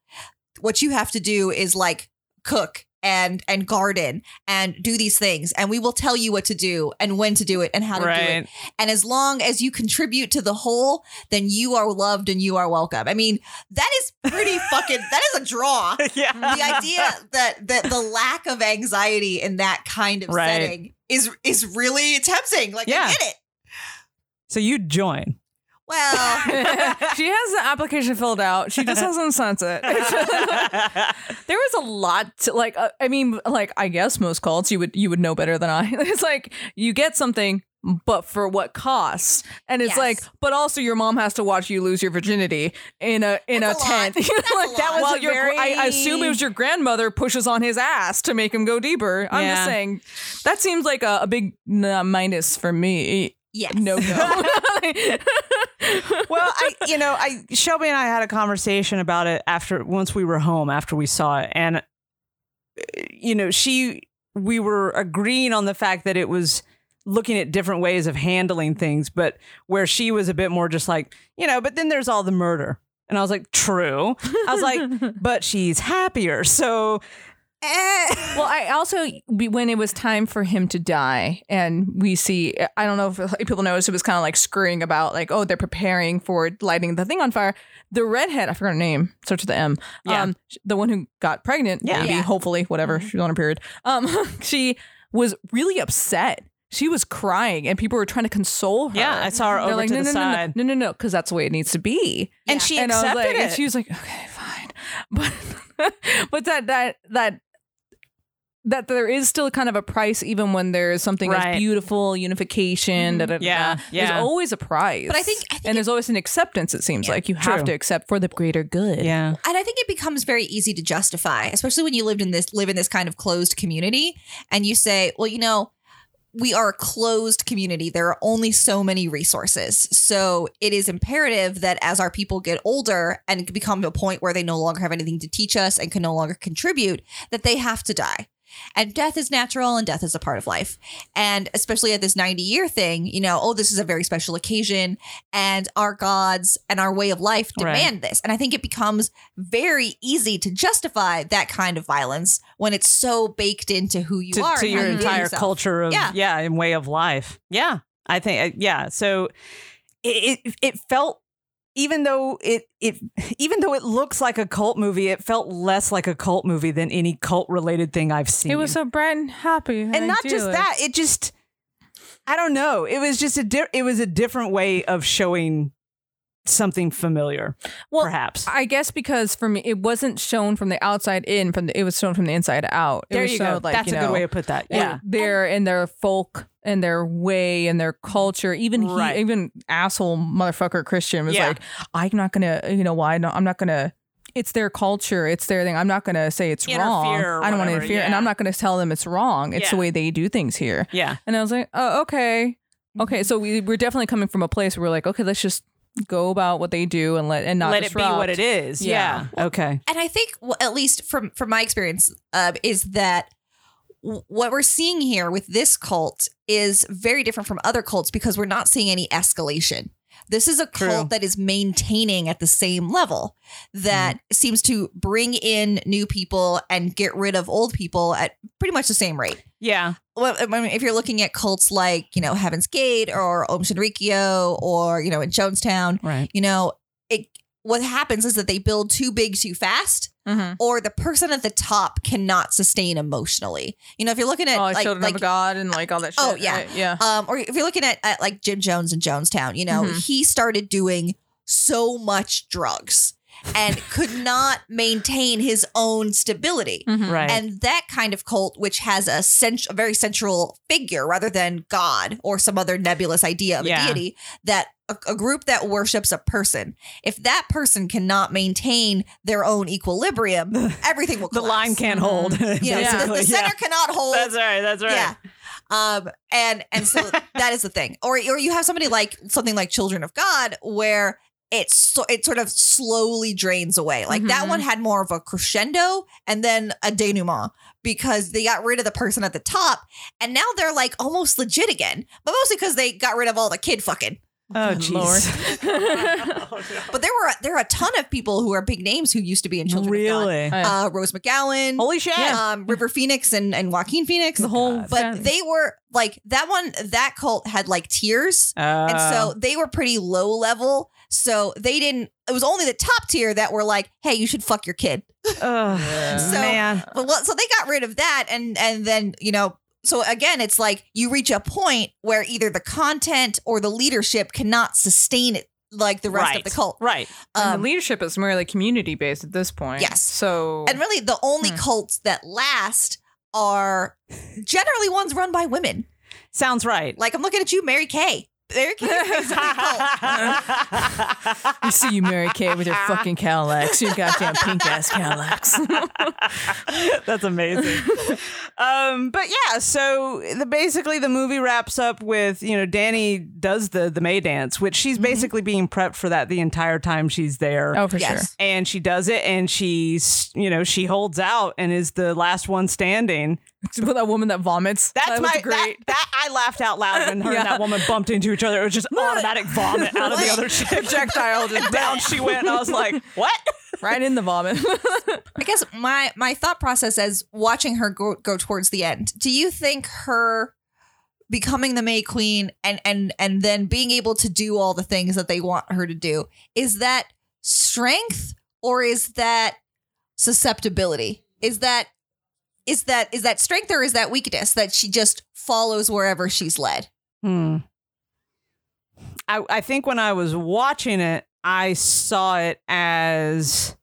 Speaker 2: what you have to do is like cook and and garden and do these things and we will tell you what to do and when to do it and how to do it and as long as you contribute to the whole, then you are loved and you are welcome. I mean, that is pretty fucking that is a draw. [laughs]
Speaker 1: yeah.
Speaker 2: The idea that that the lack of anxiety in that kind of
Speaker 1: Right.
Speaker 2: setting is is really tempting. Like
Speaker 1: Yeah.
Speaker 2: I get it.
Speaker 1: [laughs] So you
Speaker 2: [laughs]
Speaker 1: join. [laughs]
Speaker 2: Well,
Speaker 3: [laughs] she has the application filled out. She just hasn't sent it. [laughs] there was a lot to like uh, I mean like I guess most cults you would you would know better than I. [laughs] It's like you get something but for what cost? And it's
Speaker 2: Yes.
Speaker 3: like but also your mom has to watch you lose your virginity in a in
Speaker 2: That's a
Speaker 3: a,
Speaker 2: lot.
Speaker 3: tent. [laughs]
Speaker 2: That's a lot. That was
Speaker 3: While
Speaker 1: a
Speaker 3: your gr- I, I
Speaker 1: very-
Speaker 3: assume it was your grandmother pushes on his ass to make him go deeper. I'm
Speaker 1: Yeah.
Speaker 3: just saying that seems like a, a big nah, minus for me.
Speaker 2: yes.
Speaker 3: No [laughs] go.
Speaker 1: well, I, you know, I Shelby and I had a conversation about it after once we were home after we saw it, and uh, you know, she we were agreeing on the fact that it was looking at different ways of handling things, but where she was a bit more just like, you know, but then there's all the murder. And I was like, true. I was
Speaker 3: [laughs]
Speaker 1: like, but she's happier. So
Speaker 2: [laughs] Eh.
Speaker 3: Well, I also we- when it was time for him to die, and we see I don't know if people noticed it was kind of like scurrying about, like oh they're preparing for lighting the thing on fire. The redhead, I forgot her name, starts with the M.
Speaker 1: Yeah.
Speaker 3: Um, sh- the one who got pregnant,
Speaker 1: Yeah. Mm-hmm.
Speaker 3: maybe
Speaker 2: Yeah.
Speaker 3: [laughs] hopefully whatever she was on her period. Um, she was really upset. She was crying, and people were trying to console her.
Speaker 1: Yeah, I saw her
Speaker 3: They're
Speaker 1: over
Speaker 3: like,
Speaker 1: to
Speaker 3: no,
Speaker 1: the
Speaker 3: no, no,
Speaker 1: side.
Speaker 3: No, no, no, because that's the way it needs to be.
Speaker 4: And she
Speaker 3: and
Speaker 4: accepted
Speaker 3: I was like,
Speaker 4: it.
Speaker 3: and she was like, okay, fine, [laughs] but but that that that that there is still kind of a price, even when there's something
Speaker 1: Right. Mm-hmm.
Speaker 3: that's beautiful, unification. Da, da, da,
Speaker 1: Yeah,
Speaker 3: da.
Speaker 1: yeah.
Speaker 3: There's always a price,
Speaker 2: But I think- I think
Speaker 3: and there's always an acceptance. It seems like you have
Speaker 4: True.
Speaker 3: to accept for the greater good.
Speaker 4: yeah.
Speaker 2: and I think it becomes very easy to justify, especially when you lived in this live in this kind of closed community, and you say, well, you know, we are a closed community. There are only so many resources, so it is imperative that as our people get older and become to a point where they no longer have anything to teach us and can no longer contribute, that they have to die. And death is natural and death is a part of life. And especially at this 90 year thing, you know, oh, this is a very special occasion and our gods and our way of life
Speaker 1: Right.
Speaker 2: demand this. And I think it becomes very easy to justify that kind of violence when it's so baked into who you
Speaker 1: to,
Speaker 2: are.
Speaker 1: to
Speaker 2: and how
Speaker 1: your
Speaker 2: you view
Speaker 1: entire
Speaker 2: yourself.
Speaker 1: culture of yeah.
Speaker 2: Yeah.
Speaker 1: and way of life. Yeah, I think uh, yeah. So it, it it felt even though it it [sighs] even though it looks like a cult movie, it felt less like a cult movie than any cult related thing I've seen.
Speaker 3: It was so bright and happy,
Speaker 1: and not just that, it just I don't know. It was just a di- it was a different way of showing something familiar,
Speaker 3: Well,
Speaker 1: perhaps.
Speaker 3: I guess because for me, it wasn't shown from the outside in. From the, it was shown from the inside out. It
Speaker 1: there
Speaker 3: was
Speaker 1: you
Speaker 3: shown,
Speaker 1: go.
Speaker 3: Like,
Speaker 1: That's
Speaker 3: you
Speaker 1: a good
Speaker 3: know,
Speaker 1: way to put that. Yeah.
Speaker 3: yeah, their in their folk and their way and their culture. Even
Speaker 1: Right.
Speaker 3: he, even asshole motherfucker Christian was
Speaker 1: Yeah.
Speaker 3: like, I'm not gonna, you know, why? No, I'm not gonna. It's their culture. It's their thing. I'm not gonna say it's wrong.
Speaker 1: Interfere or
Speaker 3: I don't want to
Speaker 1: whatever,
Speaker 3: interfere, and
Speaker 1: yeah.
Speaker 3: I'm not gonna tell them it's wrong. It's the
Speaker 1: Yeah.
Speaker 3: way they do things here.
Speaker 1: Yeah.
Speaker 3: And I was like, oh, okay,
Speaker 1: Mm-hmm.
Speaker 3: okay. So we we're definitely coming from a place where we're like, okay, let's just go about what they do and let and not
Speaker 1: Let it be what
Speaker 3: disrupt.
Speaker 1: it is. Yeah.
Speaker 3: Yeah.
Speaker 1: Okay.
Speaker 2: and I think, well, at least from from my experience, uh, is that w- what we're seeing here with this cult is very different from other cults because we're not seeing any escalation. This is a
Speaker 1: True.
Speaker 2: cult that is maintaining at the same level that
Speaker 1: Mm-hmm.
Speaker 2: seems to bring in new people and get rid of old people at pretty much the same rate.
Speaker 1: Yeah.
Speaker 2: Well, I mean, if you're looking at cults like, you know, Heaven's Gate or Om Shinrikyo or, you know, in Jonestown,
Speaker 1: Right.
Speaker 2: you know, it what happens is that they build too big too fast
Speaker 3: Mhm.
Speaker 2: or the person at the top cannot sustain emotionally. You know, if you're looking at
Speaker 3: Oh, like,
Speaker 2: like,
Speaker 3: Children
Speaker 2: like
Speaker 3: of God and like all that shit.
Speaker 2: Oh, yeah.
Speaker 3: right? yeah.
Speaker 2: um or if you're looking at, at like Jim Jones in Jonestown, you know,
Speaker 3: Mhm.
Speaker 2: he started doing so much drugs and could not maintain his own stability.
Speaker 1: Right.
Speaker 2: And that kind of cult, which has a, cent- a very central figure rather than God or some other nebulous idea of
Speaker 1: Yeah.
Speaker 2: a deity, that a, a group that worships a person, if that person cannot maintain their
Speaker 1: [laughs]
Speaker 2: own equilibrium, everything will
Speaker 1: the
Speaker 2: collapse.
Speaker 1: line can't hold. [laughs]
Speaker 2: You know,
Speaker 1: basically.
Speaker 2: Mm-hmm. the, the center cannot hold.
Speaker 1: That's right. That's right.
Speaker 2: Yeah. Um, and and so that is the thing. Or or you have somebody like something like Children of God where it's so, it sort of slowly drains away. Like that
Speaker 3: Mhm.
Speaker 2: one had more of a crescendo and then a denouement because they got rid of the person at the top and now they're like almost legit again. But mostly because they got rid of all the kid fucking.
Speaker 1: Oh,
Speaker 3: Good
Speaker 1: [laughs] jeez.
Speaker 3: Mm-hmm. [laughs]
Speaker 2: But there were there are a ton of people who are big names who used to be in Children of
Speaker 1: really?
Speaker 3: Uh,
Speaker 2: God. Uh, Rose McGowan,
Speaker 1: Holy shit.
Speaker 2: um, River Phoenix, and and Joaquin Phoenix.
Speaker 3: the whole
Speaker 2: but
Speaker 3: family.
Speaker 2: they were like that one that cult had like tiers and
Speaker 3: Uh.
Speaker 2: so they were pretty low level so they didn't it was only the top tier that were like hey you should fuck your kid
Speaker 1: Ugh,
Speaker 3: Yeah.
Speaker 2: So-
Speaker 1: Oh, man.
Speaker 3: Uh.
Speaker 2: well well, so they got rid of that and and then you know so again it's like you reach a point where either the content or the leadership cannot sustain it like the rest
Speaker 1: Right.
Speaker 2: of the cult
Speaker 1: Right.
Speaker 3: And
Speaker 2: Um,
Speaker 3: the leadership is merely community based at this point.
Speaker 2: Yes.
Speaker 3: So
Speaker 2: and [laughs] really the only
Speaker 3: Hmm.
Speaker 2: cults that last are generally ones run by women
Speaker 1: Sounds
Speaker 2: [laughs]
Speaker 1: right.
Speaker 2: like i'm looking at you mary kay mary kay is basically a [laughs] cult
Speaker 3: you see you Mary Kay with your fucking Cadillacs, your goddamn pink ass Cadillacs.
Speaker 1: [laughs]
Speaker 3: [laughs]
Speaker 1: That's
Speaker 2: [laughs]
Speaker 1: amazing. um, but yeah, so the, basically the movie wraps up with you know Danny does the the May dance, which
Speaker 2: Mm-hmm.
Speaker 1: she's basically being prepped for that the entire time she's there.
Speaker 3: oh, for
Speaker 2: Yes.
Speaker 1: and she does it and she's you know she holds out and is the last one standing
Speaker 3: sure. With that woman that vomits.
Speaker 1: that's
Speaker 3: that was
Speaker 1: my
Speaker 3: great.
Speaker 1: That, that i laughed out loud when her and that woman bumped into each other it was just automatic vomit out of the other chick projectile just [laughs] down she went and i was [laughs] like what
Speaker 3: right in the vomit. [laughs]
Speaker 2: I guess my my thought process as watching her go, go towards the end. Do you think her becoming the May Queen and and and then being able to do all the things that they want her to do is that strength or is that susceptibility? Is that is that is that strength or is that weakness that she just follows wherever she's led?
Speaker 1: Hmm. I, I think when I was watching it, I saw it as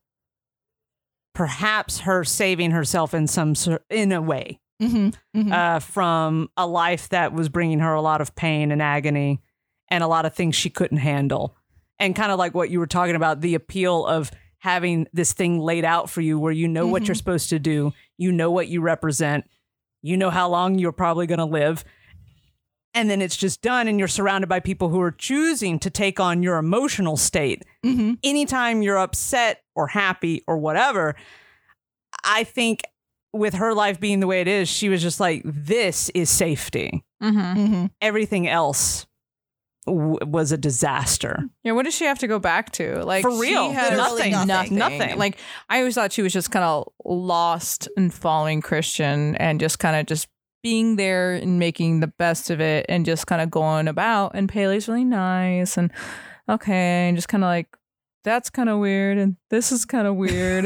Speaker 1: perhaps her saving herself in some sort, in a way
Speaker 2: Mm-hmm.
Speaker 1: uh, from a life that was bringing her a lot of pain and agony and a lot of things she couldn't handle. And kind of like what you were talking about, the appeal of having this thing laid out for you where you know what you're supposed to do, you know what you represent, you know how long you're probably going to live. And then it's just done, and you're surrounded by people who are choosing to take on your emotional state
Speaker 2: Mm-hmm.
Speaker 1: anytime you're upset or happy or whatever, I think with her life being the way it is, she was just like, this is safety.
Speaker 3: Mm-hmm.
Speaker 2: Mm-hmm.
Speaker 1: Everything else w- was a disaster.
Speaker 3: Yeah, what does she have to go back to? Like
Speaker 1: For
Speaker 3: she
Speaker 1: real.
Speaker 3: has
Speaker 2: Literally
Speaker 3: nothing,
Speaker 2: nothing.
Speaker 3: nothing,
Speaker 1: Nothing.
Speaker 3: Like I always thought she was just kind of lost and following Christian and just kind of just being there and making the best of it and just kind of going about. And Paley's really nice and okay, and just kind of like that's kind of weird and this is kind of weird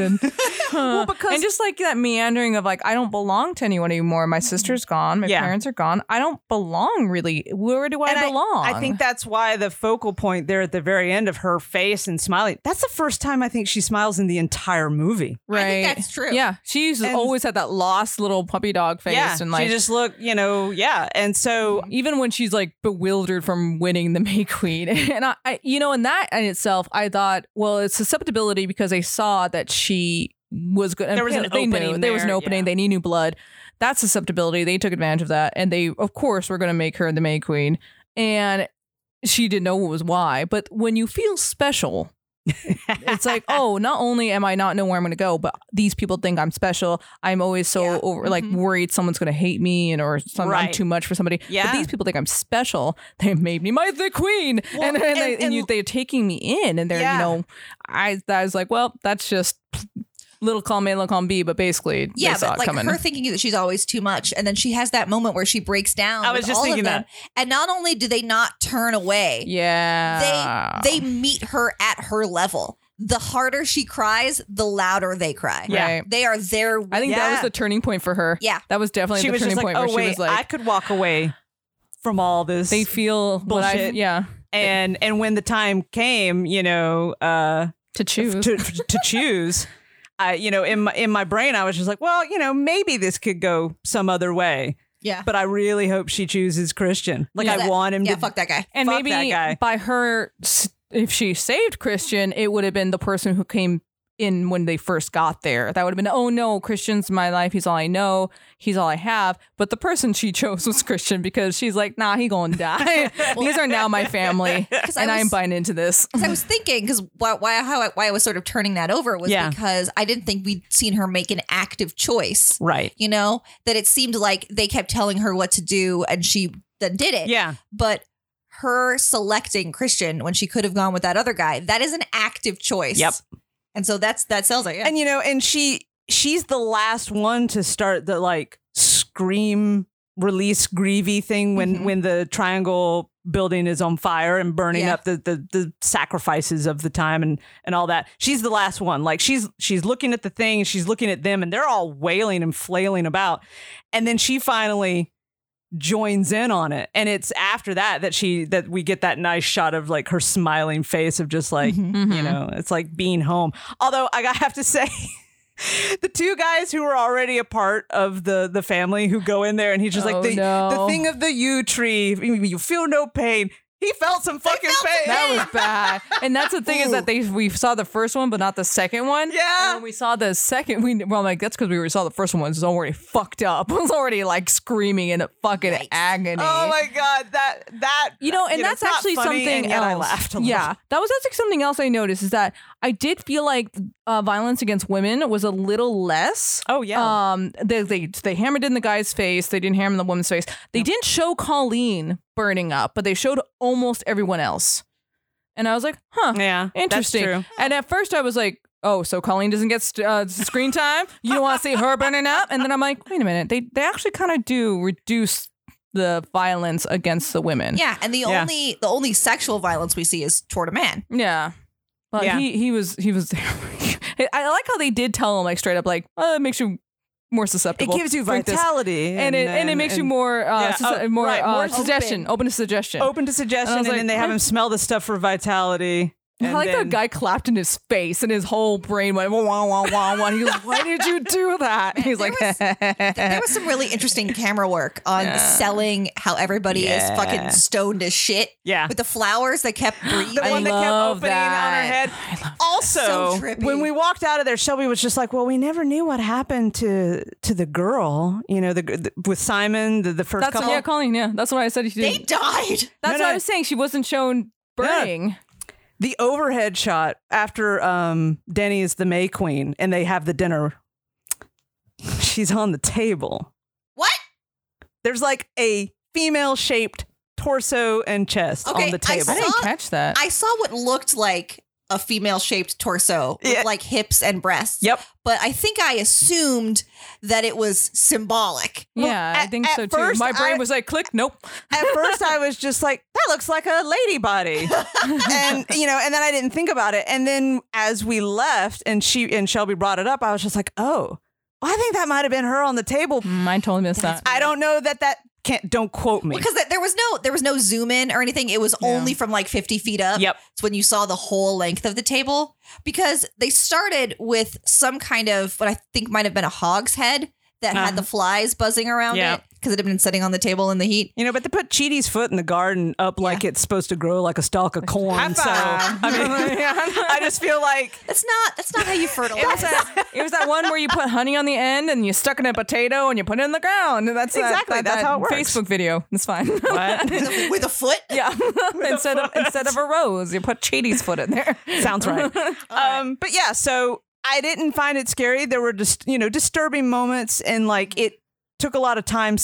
Speaker 1: [laughs]
Speaker 3: and. huh.
Speaker 1: because-
Speaker 3: and just like that meandering of like I don't belong to anyone anymore. My sister's gone. My
Speaker 1: Yeah.
Speaker 3: parents are gone. I don't belong really. Where do I
Speaker 1: And
Speaker 3: belong?
Speaker 1: I think that's why the focal point there at the very end of her face and smiling, that's the first time I think she smiles in the entire movie.
Speaker 3: right.
Speaker 2: I think that's true.
Speaker 3: Yeah, she's
Speaker 1: And-
Speaker 3: always had that lost little puppy dog face,
Speaker 1: yeah.
Speaker 3: and like
Speaker 1: she just looked, you know, yeah. And so
Speaker 3: even when she's like bewildered from winning the [laughs] May Queen, and I, I, you know, and that in itself, I thought, well, it's susceptibility because they saw that she was good.
Speaker 1: There was an
Speaker 3: they knew.
Speaker 1: opening
Speaker 3: There was an
Speaker 1: there,
Speaker 3: opening.
Speaker 1: yeah.
Speaker 3: They need new blood. That's susceptibility. They took advantage of that, and they, of course, were going to make her the May Queen, and she didn't know what was why. But when you feel special.
Speaker 1: [laughs]
Speaker 3: it's like, oh, not only am I not know where I'm going to go, but these people think I'm special. I'm always so
Speaker 2: Yeah.
Speaker 3: over, like
Speaker 2: Mhm.
Speaker 3: worried someone's going to hate me and or some, I'm
Speaker 1: Mm-hmm. Right.
Speaker 3: too much for somebody.
Speaker 1: Yeah.
Speaker 3: But these people think I'm special. They made me my the queen, [laughs]
Speaker 1: Well,
Speaker 3: and, and, they,
Speaker 1: and-
Speaker 3: and you,
Speaker 1: and-
Speaker 3: they're taking me in, and they're
Speaker 1: Yeah.
Speaker 3: you know, I I was like, well, that's just little column A, little column B, but basically,
Speaker 2: Yeah,
Speaker 3: they saw
Speaker 2: but
Speaker 3: it
Speaker 2: like
Speaker 3: coming.
Speaker 2: her thinking that she's always too much, and then she has that moment where she breaks down.
Speaker 1: I was
Speaker 2: with
Speaker 1: just
Speaker 2: all
Speaker 1: thinking
Speaker 2: of them. And not only do they not turn away,
Speaker 3: yeah,
Speaker 2: they they meet her at her level. The harder she cries, the louder they cry.
Speaker 1: Yeah.
Speaker 3: Right.
Speaker 2: They are there.
Speaker 3: I think that was
Speaker 1: Yeah.
Speaker 3: the turning point for her.
Speaker 2: Yeah.
Speaker 3: that was definitely
Speaker 1: she
Speaker 3: the
Speaker 1: was
Speaker 3: turning
Speaker 1: just like,
Speaker 3: point
Speaker 1: oh,
Speaker 3: where she
Speaker 1: wait,
Speaker 3: was like,
Speaker 1: I could walk away from all this.
Speaker 3: they feel what I
Speaker 1: Bullshit.
Speaker 3: yeah
Speaker 1: and and when the time came, you know, uh,
Speaker 3: to choose.
Speaker 1: to to choose, I you know in my, in my brain I was just like, well, you know, maybe this could go some other way,
Speaker 2: yeah.
Speaker 1: but I really hope she chooses Christian. Like
Speaker 2: Yeah.
Speaker 1: I want him
Speaker 2: yeah,
Speaker 1: to.
Speaker 2: fuck that
Speaker 3: [laughs]
Speaker 2: guy.
Speaker 3: and
Speaker 1: Fuck
Speaker 3: maybe
Speaker 1: that guy.
Speaker 3: by her s- if she saved christian it would have been the person who came in when they first got there that would have been oh no christian's my life he's all i know he's all i have but the person she [laughs] chose was christian because she's like nah he
Speaker 1: [laughs]
Speaker 3: gonna die these are now my family
Speaker 2: 'Cause I
Speaker 3: and i'm
Speaker 2: was-
Speaker 3: buying into this
Speaker 2: Because I was thinking, because why, why, how, I- why I was sort of turning that over was
Speaker 1: Yeah.
Speaker 2: because I didn't think we'd seen her make an active choice.
Speaker 1: Right.
Speaker 2: You know that it seemed like they kept telling her what to do, and she then did it.
Speaker 1: Yeah.
Speaker 2: But her selecting Christian when she could have gone with that other guy—that is an active choice.
Speaker 1: Yep.
Speaker 2: And so that's that sounds like yeah.
Speaker 1: And you know, and she she's the last one to start the like scream release grievy thing when
Speaker 2: Mhm.
Speaker 1: when the triangle building is on fire and burning
Speaker 2: Yeah.
Speaker 1: up the, the the sacrifices of the time and and all that she's the last one like she's she's looking at the thing she's looking at them and they're all wailing and flailing about and then she finally joins in on it and it's after that that she that we get that nice shot of like her smiling face of just like
Speaker 3: Mm-hmm.
Speaker 1: you know it's like being home although i have to [laughs] say the two guys who were already a part of the the family who go in there and he's just
Speaker 3: Oh,
Speaker 1: like the, the
Speaker 3: no.
Speaker 1: thing of the yew tree you feel no pain he felt some fucking pain
Speaker 3: that was bad and that's the thing is that they we saw the first one but not the second one
Speaker 1: Yeah.
Speaker 3: and when we saw the second we well I'm like that's because we already saw the first one it was already fucked up [laughs] it was already like screaming in fucking
Speaker 2: Yikes.
Speaker 3: agony
Speaker 1: oh my god that that
Speaker 3: you know, and
Speaker 1: it's
Speaker 3: that's
Speaker 1: not
Speaker 3: actually
Speaker 1: funny,
Speaker 3: something
Speaker 1: and yet
Speaker 3: else.
Speaker 1: i laughed a
Speaker 3: yeah,
Speaker 1: little.
Speaker 3: that was actually something else I noticed is that I did feel like uh, violence against women was a little less.
Speaker 1: oh yeah
Speaker 3: Um, they, they they hammered in the guy's face. They didn't hammer in the woman's face. They didn't show Colleen burning up, but they showed almost everyone else. And I was like, huh,
Speaker 1: yeah Mm, that's
Speaker 3: interesting.
Speaker 1: true.
Speaker 3: And at first, I was like, oh, so Colleen doesn't get st- uh, screen time. You don't want to see her burning up. And then I'm like, wait a minute, they they actually kind of do reduce the violence against the women.
Speaker 2: Yeah, and the
Speaker 1: Yeah.
Speaker 2: only the only sexual violence we see is toward a man.
Speaker 3: Yeah. But
Speaker 1: Yeah.
Speaker 3: [laughs] he he was he was there. I like how they did tell him like straight up like, oh, it makes you more susceptible.
Speaker 1: gives you
Speaker 3: Drink this.
Speaker 1: vitality,
Speaker 3: and, it and it makes you more uh,
Speaker 1: Yeah,
Speaker 3: sus-
Speaker 1: oh,
Speaker 3: more,
Speaker 1: right,
Speaker 3: uh,
Speaker 1: more open.
Speaker 3: suggestion, open to suggestion.
Speaker 1: open to suggestion,
Speaker 3: And
Speaker 1: and,
Speaker 3: I was
Speaker 1: then
Speaker 3: like,
Speaker 1: they have
Speaker 3: I'm-
Speaker 1: him smell the stuff for vitality.
Speaker 3: I
Speaker 1: and
Speaker 3: like
Speaker 1: then-
Speaker 3: that guy clapped in his face, and his whole brain went wah wah wah wah. wah. And he was, "Why did you do that?" And he's
Speaker 2: There
Speaker 3: like, [laughs]
Speaker 2: There was some really
Speaker 1: [laughs]
Speaker 2: interesting camera work on selling how everybody is fucking stoned as shit.
Speaker 1: Yeah.
Speaker 2: With the flowers that kept breathing.
Speaker 1: The one that kept
Speaker 3: love
Speaker 1: opening on her
Speaker 3: that.
Speaker 1: head.
Speaker 2: So
Speaker 1: Also,
Speaker 2: trippy.
Speaker 1: when we walked out of there, Shelby was just like, "Well, we never knew what happened to to the girl, you know, the, the with Simon, the, the first
Speaker 3: "That's
Speaker 1: couple."
Speaker 3: yeah, Colleen. Yeah, that's what I said." She
Speaker 2: they
Speaker 3: did.
Speaker 2: died.
Speaker 3: That's
Speaker 1: No,
Speaker 3: what
Speaker 1: no.
Speaker 3: I was saying. She wasn't shown burning.
Speaker 1: The overhead shot after um, Denny is the May Queen, and they have the dinner. She's on the table.
Speaker 2: What?
Speaker 1: There's like a female shaped torso and chest
Speaker 2: Okay,
Speaker 1: on the
Speaker 2: I
Speaker 1: table.
Speaker 2: saw- I didn't
Speaker 3: catch that.
Speaker 2: I saw what looked like a female shaped torso with
Speaker 1: Yeah.
Speaker 2: like hips and breasts.
Speaker 1: Yep.
Speaker 2: But I think I assumed that it was symbolic.
Speaker 3: yeah, I
Speaker 1: at-
Speaker 3: think
Speaker 1: at
Speaker 3: so too.
Speaker 1: first
Speaker 3: My brain
Speaker 1: I-
Speaker 3: was like, "Click, nope."
Speaker 1: At first, I was just like, that looks like a lady body. and, you know, and then I didn't think about it. And then as we left and she and Shelby brought it up, I was just like, oh, I think that might have been her on the table.
Speaker 3: I totally missed that.
Speaker 1: I don't know that that can't, don't quote me.
Speaker 2: Because there was no there was no zoom in or anything. It was only from like 50 feet up.
Speaker 1: Yep.
Speaker 2: It's when you saw the whole length of the table. Because they started with some kind of what I think might have been a hog's head that had the flies buzzing around
Speaker 1: Uh-huh. Yep.
Speaker 2: it because it had been sitting on the table in the heat.
Speaker 1: You know, but they put Chidi's foot in the garden up like it's supposed to grow like a stalk of corn. So I [laughs] mean, I just feel like
Speaker 2: That's not that's not
Speaker 1: [laughs]
Speaker 2: how you fertilize.
Speaker 3: it was that one where you put honey on the end and you stuck it in a potato and you put it in the ground. And that's that-
Speaker 1: Exactly,
Speaker 3: that-
Speaker 1: that's
Speaker 3: that
Speaker 1: how it works.
Speaker 3: Facebook video. It's
Speaker 1: [laughs]
Speaker 3: fine.
Speaker 1: what?
Speaker 2: [laughs] with, a, with a foot.
Speaker 3: [laughs] yeah. instead of instead of a rose, you put Chidi's foot in there. [laughs]
Speaker 1: sounds right. Um, but yeah, so I didn't find it scary. There were just you know disturbing moments, and like it took a lot of time,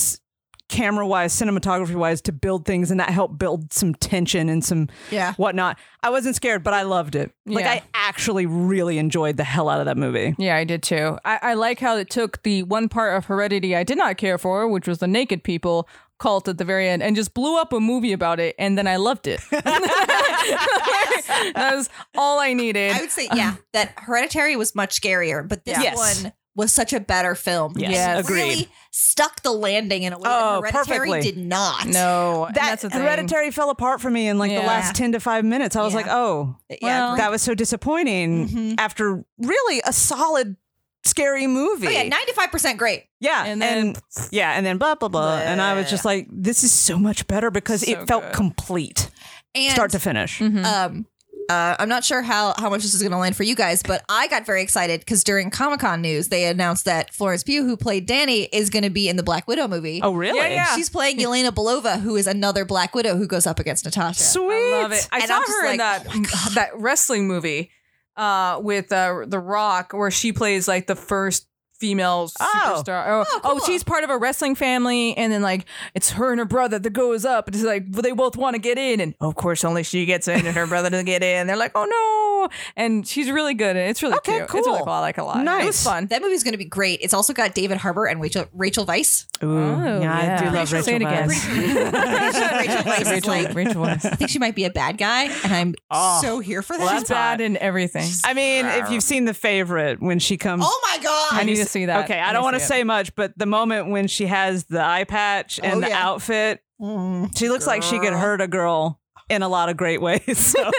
Speaker 1: camera wise, cinematography wise, to build things, and that helped build some tension and some
Speaker 2: Yeah.
Speaker 1: whatnot. I wasn't scared, but I loved it. Like
Speaker 3: Yeah.
Speaker 1: I actually really enjoyed the hell out of that movie.
Speaker 3: Yeah, I did too. I, I like how it took the one part of Heredity I did not care for, which was the naked people cult at the very end, and just blew up a movie about it, and then I
Speaker 1: [laughs]
Speaker 3: loved it. [laughs] that was all I needed.
Speaker 2: I would say,
Speaker 1: [laughs]
Speaker 2: yeah, that Hereditary was much scarier, but this
Speaker 1: Yes.
Speaker 2: one was such a better film.
Speaker 1: Yes,
Speaker 2: It
Speaker 1: agreed.
Speaker 2: Really stuck the landing in a way
Speaker 1: Oh,
Speaker 2: that Hereditary
Speaker 1: perfectly.
Speaker 2: did not.
Speaker 3: no, and
Speaker 1: That
Speaker 3: that's the thing.
Speaker 1: hereditary fell apart for me in like the
Speaker 3: Yeah.
Speaker 1: last 10 to 5 minutes. I was
Speaker 2: Yeah.
Speaker 1: like, oh,
Speaker 2: Yeah,
Speaker 3: Well,
Speaker 2: agreed.
Speaker 1: that was so disappointing after really a solid scary movie.
Speaker 2: oh, yeah, ninety-five percent great.
Speaker 1: Yeah, and
Speaker 3: And
Speaker 1: then
Speaker 3: then-
Speaker 1: yeah, and then blah blah blah, and I was just like, this is so much better because
Speaker 3: So
Speaker 1: it felt
Speaker 3: good. Mm-hmm.
Speaker 1: complete,
Speaker 2: And
Speaker 1: start to finish.
Speaker 2: um, uh, I'm not sure how how much this is going to land for you guys, but I got very excited because during Comic Con news, they announced that Florence Pugh, who played Danny, is going to be in the Black Widow movie.
Speaker 1: Oh really?
Speaker 3: yeah.
Speaker 2: She's playing Yelena Belova, who is another Black Widow who goes up against Natasha.
Speaker 1: Sweet.
Speaker 3: Love it. I
Speaker 2: And
Speaker 3: saw
Speaker 2: I'm just
Speaker 3: her in
Speaker 2: like, oh
Speaker 3: that that wrestling movie uh, with uh, The Rock, where she plays like the first female
Speaker 1: Oh.
Speaker 3: superstar. Oh, oh,
Speaker 2: cool.
Speaker 3: she's part of a wrestling family, and then like it's her and her brother that goes up, and it's like well, they both want to get in, and of course only she gets in, and her brother doesn't get in. They're like, oh no, and she's really good, and it's really
Speaker 1: Okay,
Speaker 3: cute. It's really
Speaker 1: cool.
Speaker 3: cool. I like it a lot. [laughs] It
Speaker 1: Nice.
Speaker 3: was fun.
Speaker 2: That movie's going to be great. It's also got David Harbour and Rachel Rachel Weisz.
Speaker 1: Ooh,
Speaker 3: Oh,
Speaker 1: yeah, I do
Speaker 3: yeah.
Speaker 1: love
Speaker 3: Say
Speaker 1: Rachel
Speaker 3: it again.
Speaker 2: [laughs] Rachel Weisz is
Speaker 3: Rachel, Oh.
Speaker 2: like,
Speaker 3: Rachel was.
Speaker 2: I think she might be a bad guy, and I'm so here for that.
Speaker 3: She's bad in everything.
Speaker 1: I mean, if you've seen the favorite when she comes.
Speaker 2: oh my god!
Speaker 3: I need to see that.
Speaker 1: Okay,
Speaker 3: need
Speaker 1: I don't want to
Speaker 3: see it.
Speaker 1: say much, but the moment when she has the eye patch and
Speaker 2: Oh,
Speaker 1: the
Speaker 2: yeah.
Speaker 1: outfit,
Speaker 3: Mm-hmm.
Speaker 1: she looks like she could hurt a girl in a lot of great ways. [laughs] So.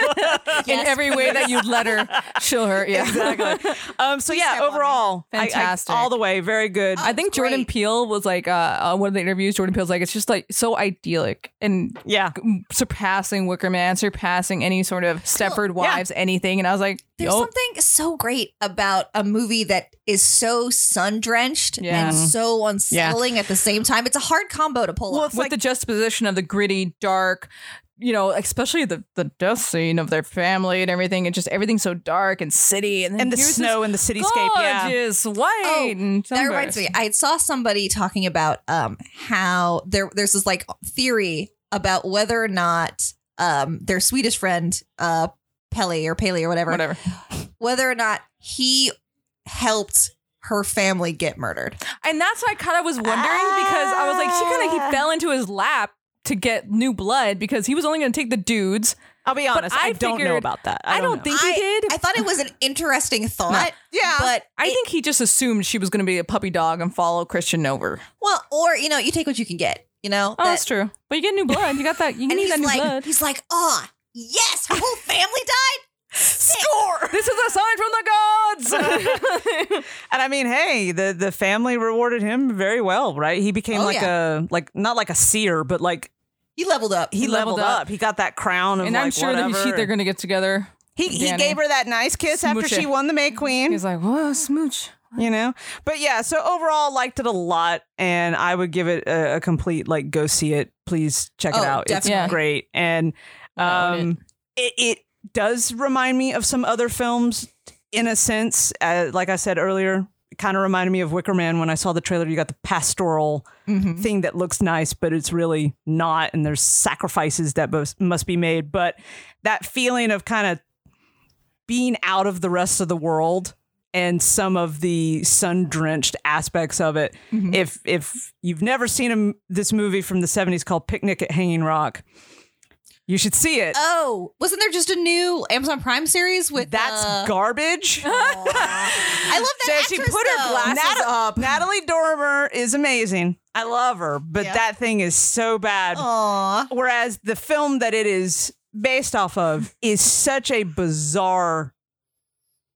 Speaker 3: in every way that you'd let her, she'll hurt. Yeah,
Speaker 1: exactly. Um, so
Speaker 2: step
Speaker 1: yeah,
Speaker 2: on me.
Speaker 1: overall, I- I-
Speaker 3: Fantastic.
Speaker 1: all the way, very good.
Speaker 3: I think
Speaker 2: It's
Speaker 3: Jordan
Speaker 2: great.
Speaker 3: Peele was like uh, uh, one of the interviews. Jordan Peele's like it's just like so idyllic and
Speaker 1: yeah,
Speaker 3: surpassing Wicker Man, surpassing any sort of Stepford
Speaker 1: yeah.
Speaker 3: Wives, anything. And I was like,
Speaker 2: There's
Speaker 3: yo,
Speaker 2: something so great about a movie that is so sun drenched
Speaker 3: Yeah.
Speaker 2: and so unsettling at the same time. It's a hard combo to pull off.
Speaker 3: with the juxtaposition of the gritty, dark. You know, especially the the death scene of their family and everything, and just everything so dark and city, and, then
Speaker 1: and the
Speaker 3: here's this
Speaker 1: snow and the cityscape. Yeah,
Speaker 3: gorgeous white. and
Speaker 2: that reminds me.
Speaker 3: sunburst.
Speaker 2: I saw somebody talking about um, how there there's this like theory about whether or not um, their Swedish friend uh, Pelle or Pele or whatever,
Speaker 3: Whatever.
Speaker 2: whether or not he helped her family get murdered.
Speaker 3: And that's what I kind of was wondering because I was like, she kind of he fell into his lap to get new blood because he was only going to take the dudes.
Speaker 1: I'll be honest. I,
Speaker 3: I
Speaker 1: don't know
Speaker 3: figured-
Speaker 1: about that.
Speaker 3: I don't,
Speaker 1: know.
Speaker 3: think
Speaker 2: I,
Speaker 3: he did.
Speaker 2: I thought it was
Speaker 3: [laughs]
Speaker 2: an interesting thought.
Speaker 5: Yeah.
Speaker 2: But
Speaker 3: I think he just assumed she was going to be a puppy dog and follow Christian over.
Speaker 2: well, or you know, you take what you can get. You know.
Speaker 3: Oh,
Speaker 2: That-
Speaker 3: that's true. But you get new blood. You got that. You
Speaker 2: and
Speaker 3: need
Speaker 2: he's
Speaker 3: that new
Speaker 2: like, [laughs]
Speaker 3: blood.
Speaker 2: he's like, ah, yes, her whole family died. Score.
Speaker 3: This is a sign from the gods. [laughs]
Speaker 1: And I mean, hey, the the family rewarded him very well, right? He became
Speaker 2: Oh,
Speaker 1: like a like not like a seer, but like
Speaker 2: He leveled up.
Speaker 1: he, leveled,
Speaker 3: leveled
Speaker 1: up.
Speaker 3: up.
Speaker 1: He got that crown of
Speaker 3: and
Speaker 1: like
Speaker 3: I'm sure
Speaker 1: whatever.
Speaker 3: that he, they're going to get together.
Speaker 1: he, he
Speaker 3: Danny.
Speaker 1: gave her that nice kiss after
Speaker 3: Smooch
Speaker 1: she
Speaker 3: it.
Speaker 1: won the May Queen.
Speaker 3: He's like, whoa, smooch.
Speaker 1: you know but yeah so overall liked it a lot and i would give it a, a complete like go see it please check
Speaker 2: Oh,
Speaker 1: it out
Speaker 2: definitely.
Speaker 1: it's great and
Speaker 3: I own
Speaker 1: um it. It, does remind me of some other films in a sense uh, like i said earlier it kind of reminded me of wicker man when i saw the trailer you got the pastoral
Speaker 3: mm-hmm.
Speaker 1: thing that looks nice but it's really not and there's sacrifices that bus- must be made but that feeling of kind of being out of the rest of the world and some of the sun-drenched aspects of it. If if you've never seen a m this movie from the 70s called Picnic at Hanging Rock, you should see it.
Speaker 2: Oh, wasn't there just a new Amazon Prime series with?
Speaker 1: That's
Speaker 2: [laughs] uh,
Speaker 1: garbage.
Speaker 2: I love that.
Speaker 1: So she
Speaker 2: actress,
Speaker 1: put her
Speaker 2: though.
Speaker 1: glasses up. Natalie Dormer is amazing. I love her, but
Speaker 2: Yeah. Oh.
Speaker 1: that thing is so bad.
Speaker 2: Aw.
Speaker 1: Whereas the film that it is based off of is such a bizarre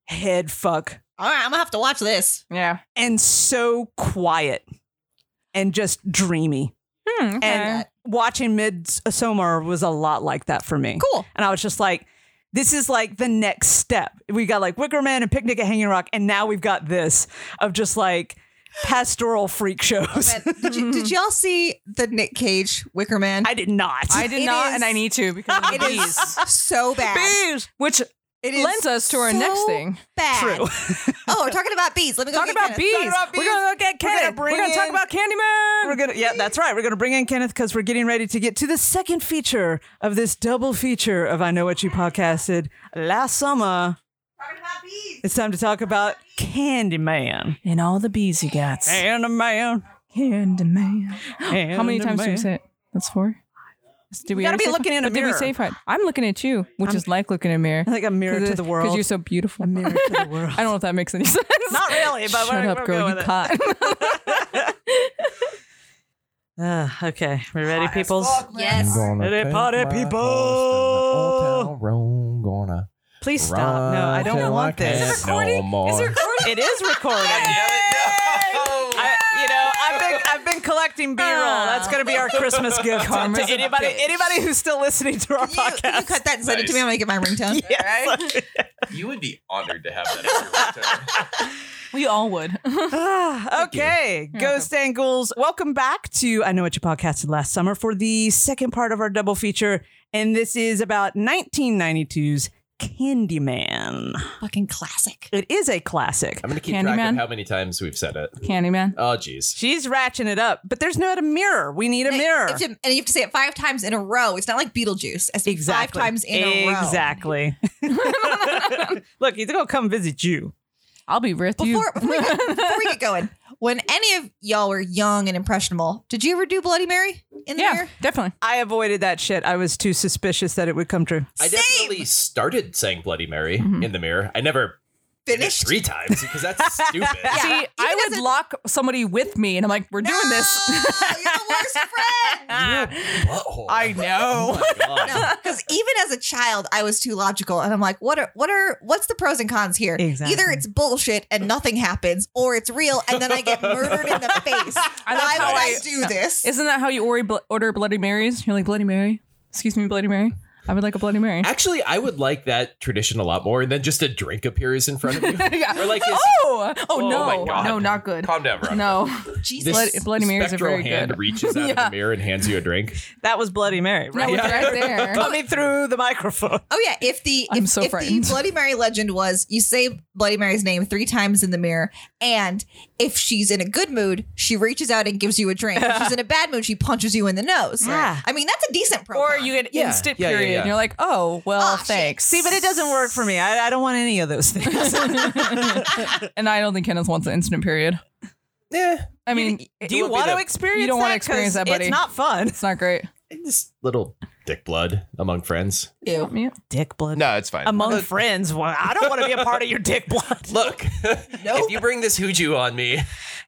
Speaker 1: head fuck
Speaker 2: All right, I'm gonna have to watch this.
Speaker 3: Yeah.
Speaker 1: and so quiet and just dreamy.
Speaker 3: Hmm, okay.
Speaker 1: And watching Mid Somar was a lot like that for me.
Speaker 2: Cool.
Speaker 1: And I was just like, this is like the next step. We got like Wicker Man and Picnic at Hanging Rock, and now we've got this of just like pastoral freak shows.
Speaker 2: Man, [laughs] did, you, did y'all see the Nick Cage Wicker Man?
Speaker 1: [laughs] I did not. [laughs]
Speaker 3: I did
Speaker 2: it
Speaker 3: not,
Speaker 2: is-
Speaker 3: and I need to because
Speaker 2: it is so bad.
Speaker 3: which
Speaker 2: It is
Speaker 3: lends us to our
Speaker 2: so
Speaker 3: next thing.
Speaker 2: Bad. oh, we're talking about bees. Let me go
Speaker 3: Talking
Speaker 2: get Kenneth.
Speaker 3: about bees.
Speaker 1: about
Speaker 3: We're gonna look at
Speaker 1: We're gonna
Speaker 3: Kenneth. We're
Speaker 1: bring
Speaker 3: gonna talk
Speaker 1: in-
Speaker 3: about Candyman.
Speaker 1: We're gonna, yeah, that's right. We're gonna bring in Kenneth because we're getting ready to get to the second feature of this double feature of I Know What You podcasted last summer. It's time to talk about Candyman.
Speaker 3: and all the bees you got.
Speaker 1: Candyman.
Speaker 3: Candyman.
Speaker 1: Candyman.
Speaker 3: How many times do
Speaker 1: [laughs]
Speaker 3: we say it? That's four. Did we
Speaker 1: gotta
Speaker 3: already
Speaker 1: be
Speaker 3: say
Speaker 1: looking
Speaker 3: five?
Speaker 1: in a
Speaker 3: But did we
Speaker 1: mirror.
Speaker 3: say five? I'm looking at you, which is like looking in a mirror.
Speaker 1: Like a mirror to the
Speaker 3: because [laughs]
Speaker 1: world.
Speaker 3: you're so beautiful.
Speaker 1: Mirror to the world.
Speaker 3: [laughs] I don't know if that makes any [laughs] sense.
Speaker 1: Not really, but
Speaker 3: Shut
Speaker 1: we're,
Speaker 3: up,
Speaker 1: we're
Speaker 3: girl.
Speaker 1: going
Speaker 3: You
Speaker 1: with it.
Speaker 3: caught. [laughs]
Speaker 1: Uh, okay, we ready, peoples?
Speaker 2: Yes.
Speaker 1: Ready,
Speaker 6: take
Speaker 1: party
Speaker 6: my horse down the old town road, gonna
Speaker 1: Please stop. No, I
Speaker 6: run
Speaker 1: don't
Speaker 6: till
Speaker 1: want
Speaker 6: I can't
Speaker 1: this.
Speaker 6: no more.
Speaker 7: [laughs]
Speaker 1: It is recording.
Speaker 7: Oh,
Speaker 1: I, you know, I've been I've been collecting B-roll. That's going to be our Christmas gift [laughs] to
Speaker 3: Karma's a
Speaker 1: anybody anybody who's still listening to our
Speaker 2: You,
Speaker 1: podcast. [laughs]
Speaker 2: you cut that and send it to me. I'm gonna get my ringtone.
Speaker 7: You would be honored to have that. As your return.
Speaker 3: we all would. [laughs]
Speaker 1: Ah, okay, Ghost and Ghouls, welcome back to I Know What You Podcasted Last Summer for the second part of our double feature, and this is about 1992's Candyman.
Speaker 2: Fucking classic.
Speaker 1: It is a classic.
Speaker 6: I'm gonna keep
Speaker 3: Candyman?
Speaker 6: track of how many times we've said it.
Speaker 3: Candyman.
Speaker 6: Oh, jeez.
Speaker 1: She's ratcheting it up, but there's not a mirror. We need a mirror.
Speaker 2: You have to- and you have to say it five times in a row. It's not like Beetlejuice. It's
Speaker 1: Exactly.
Speaker 2: five times in a row.
Speaker 1: Exactly. [laughs] Look, he's gonna come visit you.
Speaker 3: I'll be with you.
Speaker 2: Before, before, we
Speaker 1: [laughs]
Speaker 2: get, before we get going, when any of y'all were young and impressionable, did you ever do Bloody Mary in the
Speaker 3: yeah,
Speaker 2: mirror?
Speaker 3: definitely.
Speaker 1: I avoided that shit. I was too suspicious that it would come true.
Speaker 6: I definitely started saying Bloody Mary in the mirror. I never did it
Speaker 2: Finished. [laughs]
Speaker 6: three times because that's stupid.
Speaker 2: Yeah.
Speaker 3: See, I
Speaker 2: Even
Speaker 3: would
Speaker 2: as a-
Speaker 3: lock somebody with me, and I'm like, we're doing this.
Speaker 2: Oh, you're the
Speaker 1: [laughs]
Speaker 2: worst friend.
Speaker 6: Butthole.
Speaker 1: know. [laughs]
Speaker 6: Oh my God.
Speaker 2: Because even as a child, I was too logical, and I'm like, what are what are what's the pros and cons here?
Speaker 1: Exactly.
Speaker 2: Either it's bullshit and nothing happens, or it's real and then I get murdered in the
Speaker 1: [laughs]
Speaker 2: face.
Speaker 3: I love
Speaker 2: Why
Speaker 3: how
Speaker 2: would I,
Speaker 3: I-
Speaker 2: do
Speaker 3: [laughs]
Speaker 2: this?
Speaker 3: Isn't that how you order, bl- order Bloody Marys? You're like, Bloody Mary. Excuse me, Bloody Mary. I would like a Bloody Mary.
Speaker 6: Actually, I would like that tradition a lot more, and then just a drink appears in front of you.
Speaker 3: Yeah.
Speaker 6: Or like this,
Speaker 3: oh, oh, no,
Speaker 6: my God.
Speaker 3: no, not good.
Speaker 6: calm down, Veronica.
Speaker 3: No,
Speaker 6: This
Speaker 3: Bloody- Bloody Marys are
Speaker 6: spectral
Speaker 3: very
Speaker 6: hand
Speaker 3: good.
Speaker 6: reaches out
Speaker 3: Yeah.
Speaker 6: of the mirror and hands you a drink.
Speaker 1: That was Bloody Mary,
Speaker 3: no,
Speaker 1: right?
Speaker 3: it's right [laughs] there.
Speaker 1: Coming through the microphone.
Speaker 2: Oh yeah, if the
Speaker 3: I'm
Speaker 2: if,
Speaker 3: so
Speaker 2: if the
Speaker 3: frightened. [laughs]
Speaker 2: Bloody Mary legend was you say Bloody Mary's name three times in the mirror, and if she's in a good mood, she reaches out and gives you a drink. If she's in a bad mood, she punches you in the nose.
Speaker 1: Yeah.
Speaker 2: I mean that's a decent pro.
Speaker 3: Or
Speaker 2: con.
Speaker 3: you get
Speaker 6: Yeah,
Speaker 3: instant
Speaker 6: yeah, yeah,
Speaker 3: period.
Speaker 6: yeah.
Speaker 3: And you're like, oh, well,
Speaker 2: Ah, shit.
Speaker 3: thanks.
Speaker 1: See, but it doesn't work for me. I, I don't want any of those [laughs] things.
Speaker 3: and I don't think Kenneth wants an instant period.
Speaker 6: Yeah.
Speaker 3: I mean,
Speaker 1: Do you
Speaker 6: would be
Speaker 1: want to
Speaker 6: the-
Speaker 1: experience
Speaker 3: You don't
Speaker 1: that?
Speaker 3: wanna experience
Speaker 1: 'Cause
Speaker 3: that, buddy.
Speaker 1: It's not fun.
Speaker 3: it's not great.
Speaker 6: This little dick blood among friends.
Speaker 3: Ew. Yeah.
Speaker 1: Dick blood.
Speaker 8: No, it's fine.
Speaker 1: Among friends, well, I don't want to be a part of your dick blood. [laughs]
Speaker 6: Look, if you bring this hoodoo on me, [laughs] we're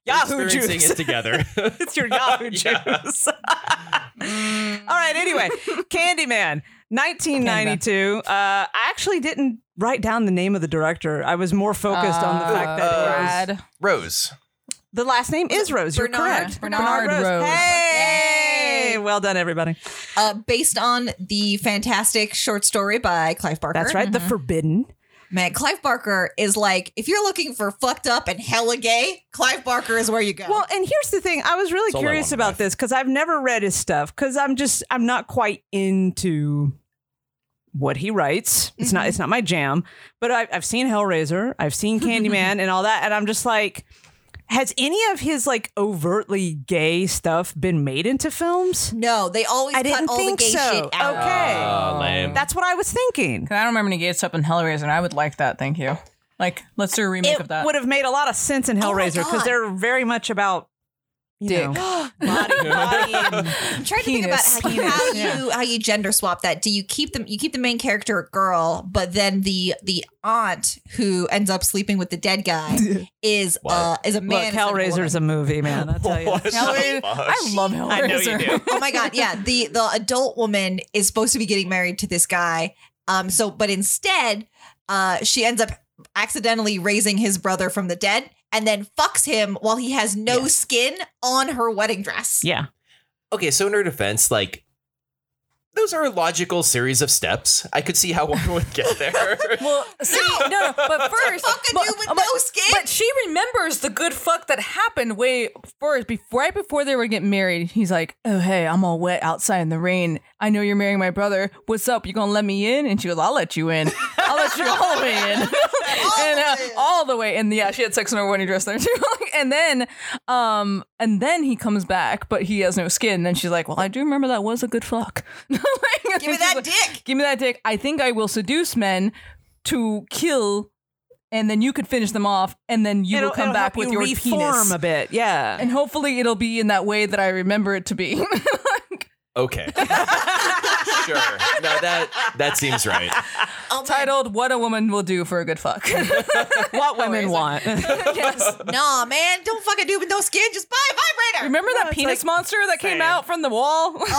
Speaker 1: Yahoo
Speaker 6: experiencing
Speaker 1: juice.
Speaker 6: it [laughs] together.
Speaker 1: it's your Yahoo juice. [laughs]
Speaker 6: Yeah.
Speaker 1: All right. Anyway, Candyman, 1992. Uh, I actually didn't write down the name of the director. I was more focused on the fact that
Speaker 3: Oh,
Speaker 1: it was-
Speaker 8: Rose.
Speaker 1: the last name is Rose. You're
Speaker 2: Bernard.
Speaker 1: correct.
Speaker 3: Bernard Rose.
Speaker 1: Hey, well done, everybody.
Speaker 2: Uh, based on the fantastic short story by Clive Barker.
Speaker 1: That's right. The
Speaker 3: Mm-hmm.
Speaker 1: Forbidden.
Speaker 2: Man, Clive Barker is like, if you're looking for fucked up and hella gay, Clive Barker is where you go.
Speaker 1: Well, and here's the thing. I was really
Speaker 6: all I
Speaker 1: curious
Speaker 6: wanted
Speaker 1: about
Speaker 6: to
Speaker 1: this because I've never read his stuff because I'm just I'm not quite into what he writes. It's not it's not my jam. But I've, I've seen Hellraiser, I've seen Candyman, and all that, and I'm just like, has any of his like overtly gay stuff been made into films?
Speaker 2: no, they always
Speaker 1: I
Speaker 2: cut
Speaker 1: didn't
Speaker 2: all
Speaker 1: think
Speaker 2: the gay
Speaker 1: so.
Speaker 2: shit out.
Speaker 1: Okay,
Speaker 6: Oh, lame.
Speaker 1: that's what I was thinking.
Speaker 3: I don't remember any gay stuff in Hellraiser, and I would like that. Thank you. Like, let's do a remake of
Speaker 1: It
Speaker 3: that.
Speaker 1: would have made a lot of sense in
Speaker 2: my
Speaker 1: Hellraiser because
Speaker 2: God.
Speaker 1: they're very much about you
Speaker 3: Dick.
Speaker 1: know, body, body and
Speaker 2: I'm trying to think about
Speaker 3: Penis.
Speaker 1: [laughs]
Speaker 2: how, you- how you how you gender swap that. Do you keep them? You keep the main character a girl, but then the the aunt who ends up sleeping with the
Speaker 1: [laughs]
Speaker 2: dead guy is uh, is a
Speaker 1: Look,
Speaker 2: man.
Speaker 1: Hellraiser's a movie, man. I tell you.
Speaker 6: [laughs] What the
Speaker 3: Hellraiser-
Speaker 6: fuck?
Speaker 3: I love Hellraiser.
Speaker 6: I know you do.
Speaker 2: oh my
Speaker 1: [laughs]
Speaker 2: god, yeah. The the adult woman is supposed to be getting married to this guy. Um. So, but instead, uh, she ends up accidentally raising his brother from the dead, and then fucks him while he has no skin on her wedding dress.
Speaker 1: Yeah.
Speaker 6: Okay, so in her defense, like those are a logical series of steps. I could see how one would get there.
Speaker 3: [laughs] Well, see, no, no, but first,
Speaker 2: Fuck a
Speaker 3: but-
Speaker 2: dude with
Speaker 3: but-
Speaker 2: no skin.
Speaker 3: But she remembers the good fuck that happened way first, before, right before they were getting married. He's like, "Oh hey, I'm all wet outside in the rain. I know you're marrying my brother. What's up? You gonna let me in?" And she goes, "I'll let you in. I'll let you all the
Speaker 2: [laughs]
Speaker 3: way in, [laughs] and uh, all the way." And yeah, she had sex in her wedding dress there [laughs] too. and then, um, and then he comes back, but he has no skin. And then she's like, "Well, I do remember that was a good fuck. [laughs] Like, and
Speaker 2: Give me
Speaker 3: she's
Speaker 2: that
Speaker 3: like,
Speaker 2: dick.
Speaker 3: Give me that dick. I think I will seduce men." To kill and then you could finish them off, and then you will come
Speaker 1: it'll help
Speaker 3: back with
Speaker 1: you
Speaker 3: your
Speaker 1: reform
Speaker 3: penis.
Speaker 1: a bit. Yeah. [laughs]
Speaker 3: And hopefully it'll be in that way that I remember it to be.
Speaker 6: [laughs]
Speaker 3: [laughs]
Speaker 6: okay. [laughs] sure. No, that that seems right.
Speaker 2: Oh my
Speaker 3: Titled What a Woman Will Do for a
Speaker 1: [laughs]
Speaker 3: Good Fuck.
Speaker 1: what women [laughs] want.
Speaker 3: yes.
Speaker 2: Nah, man, don't fuck a dude with no skin. Just buy a vibrator.
Speaker 3: Remember that penis monster that came out from the wall?
Speaker 2: Oh god,
Speaker 1: [laughs]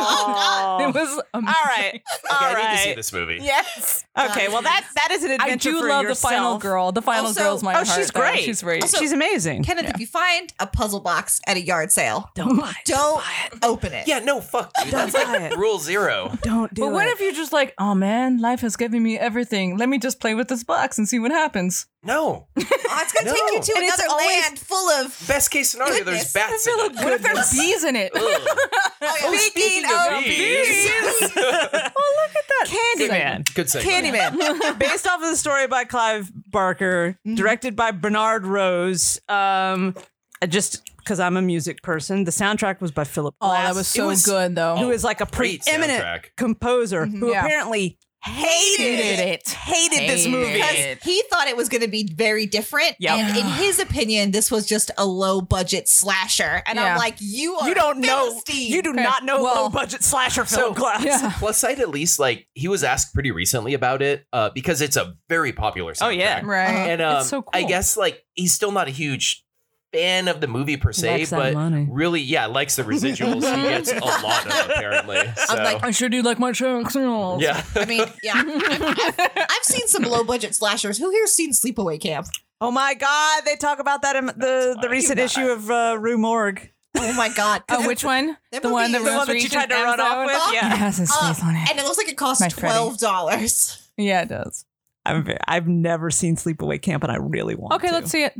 Speaker 2: oh god.
Speaker 3: [laughs] it was um,
Speaker 1: All right.
Speaker 6: Okay,
Speaker 1: All
Speaker 6: I need to see
Speaker 1: right.
Speaker 6: this movie.
Speaker 3: Yes.
Speaker 1: Okay. Well, that that is an
Speaker 3: I
Speaker 1: adventure.
Speaker 3: do
Speaker 1: for
Speaker 3: love the
Speaker 1: yourself.
Speaker 3: final girl. The final
Speaker 2: Also-
Speaker 3: girl's my
Speaker 1: Oh,
Speaker 3: heart.
Speaker 1: she's
Speaker 3: though.
Speaker 1: great.
Speaker 3: She's great.
Speaker 1: she's amazing.
Speaker 2: Kenneth,
Speaker 1: [laughs]
Speaker 2: if you find a puzzle box at a yard sale,
Speaker 1: Don't buy it.
Speaker 2: don't open it.
Speaker 6: Yeah, no, fuck, dude. That's
Speaker 1: buy
Speaker 6: like
Speaker 1: it.
Speaker 6: rule zero.
Speaker 1: Don't do
Speaker 3: but what
Speaker 1: it.
Speaker 3: if you're just like, oh man, life has given me everything. Let me just play with this box and see what happens.
Speaker 2: Oh,
Speaker 6: No.
Speaker 2: it's gonna
Speaker 6: No.
Speaker 2: take you to
Speaker 3: And it's
Speaker 2: another
Speaker 3: always-
Speaker 2: land full
Speaker 6: [laughs]
Speaker 2: of.
Speaker 6: Best case scenario,
Speaker 2: Goodness.
Speaker 6: there's bats in it.
Speaker 3: What if there's bees in it?
Speaker 6: Ugh.
Speaker 2: Oh, yeah.
Speaker 1: Speaking
Speaker 6: of
Speaker 1: of
Speaker 6: bees.
Speaker 1: bees. Candyman.
Speaker 6: Good segue.
Speaker 1: Candyman, [laughs] based off of the story by Clive Barker, directed by Bernard Rose. Um, I just because I'm a music person, the soundtrack was by Philip.
Speaker 3: Oh,
Speaker 1: Glass,
Speaker 3: that was so
Speaker 6: was-
Speaker 3: good though.
Speaker 1: Who is like a
Speaker 6: Oh, Great
Speaker 1: preeminent
Speaker 6: soundtrack.
Speaker 1: composer who
Speaker 3: Mm-hmm. Yeah.
Speaker 1: apparently hated it. Hated this movie.
Speaker 2: Because he thought it was going to be very different,
Speaker 1: Yep.
Speaker 2: and in his opinion, this was just a low budget slasher. And
Speaker 3: Yeah.
Speaker 2: I'm like, you are
Speaker 1: You don't know.
Speaker 2: Philistine.
Speaker 1: You do not know
Speaker 3: Well-
Speaker 1: low budget slasher film
Speaker 6: So-
Speaker 1: class.
Speaker 3: Yeah.
Speaker 6: Plus side, at least, like he was asked pretty recently about it uh, because it's a very popular soundtrack.
Speaker 1: Oh, yeah.
Speaker 3: Right.
Speaker 6: and um, I guess like he's still not a huge fan of the movie per se,
Speaker 1: Likes that
Speaker 6: but
Speaker 1: money.
Speaker 6: really, yeah, likes the residuals.
Speaker 1: [laughs]
Speaker 6: he gets a lot of apparently. So
Speaker 1: Oh.
Speaker 2: like-
Speaker 3: I sure do like my chunks. Yeah.
Speaker 6: yeah,
Speaker 2: I mean, yeah, I've, I've- I've seen some low budget slashers. Who here's seen Sleepaway Camp?
Speaker 1: Oh my God! They talk about that in the, the recent issue of uh, Rue Morgue.
Speaker 2: Oh my god,
Speaker 3: Oh, which one?
Speaker 2: That
Speaker 3: the one
Speaker 2: movie is-
Speaker 3: that runs
Speaker 2: The one
Speaker 3: for
Speaker 1: that you
Speaker 3: each
Speaker 1: tried to
Speaker 3: and
Speaker 1: run
Speaker 3: every
Speaker 1: off with?
Speaker 3: zone?
Speaker 1: Yeah.
Speaker 3: It [laughs] has his
Speaker 2: Uh,
Speaker 3: face on it.
Speaker 2: and it looks like it cost
Speaker 3: My Freddy.
Speaker 2: twelve dollars.
Speaker 3: Yeah, it does.
Speaker 1: I'm very, I've never seen Sleepaway Camp, and I really want.
Speaker 3: Okay,
Speaker 1: to.
Speaker 3: let's see it.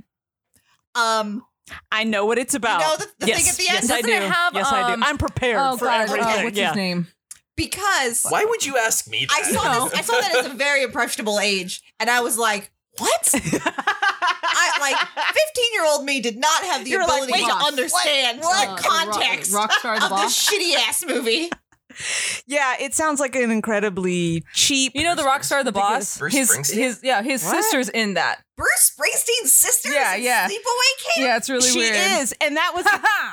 Speaker 2: Um,
Speaker 1: I know what it's about.
Speaker 2: know the- the thing
Speaker 1: yes,
Speaker 2: at the end?
Speaker 1: Yes, I do.
Speaker 3: Doesn't it have,
Speaker 1: yes, I
Speaker 3: um,
Speaker 1: do. I'm prepared
Speaker 3: Oh,
Speaker 1: for
Speaker 3: God.
Speaker 1: everything.
Speaker 3: Uh, what's
Speaker 1: yeah.
Speaker 3: his name?
Speaker 2: because
Speaker 6: [laughs] why would you ask me? That?
Speaker 2: I saw this, I
Speaker 6: [laughs]
Speaker 2: saw that at a very impressionable age, and I was like, "What?" I like fifteen-year-old me did not have the
Speaker 1: You're like,
Speaker 2: ability
Speaker 1: "Wait,
Speaker 2: to
Speaker 1: what?
Speaker 3: Oh,
Speaker 2: understand
Speaker 3: What?
Speaker 2: the context
Speaker 9: Rock- Rockstar's
Speaker 2: of
Speaker 9: Boss?
Speaker 2: this shitty ass movie.
Speaker 1: [laughs] yeah, it sounds like an incredibly cheap.
Speaker 3: You know the rock star, the boss.
Speaker 6: Bruce
Speaker 3: his
Speaker 6: Springsteen?
Speaker 3: his yeah, his sister's in that.
Speaker 2: Bruce Springsteen's sister
Speaker 3: Yeah,
Speaker 2: yeah, is
Speaker 3: yeah.
Speaker 2: yeah. sleepaway camp.
Speaker 3: Yeah, it's really
Speaker 1: she
Speaker 3: weird.
Speaker 1: is, and that
Speaker 3: [laughs]
Speaker 1: was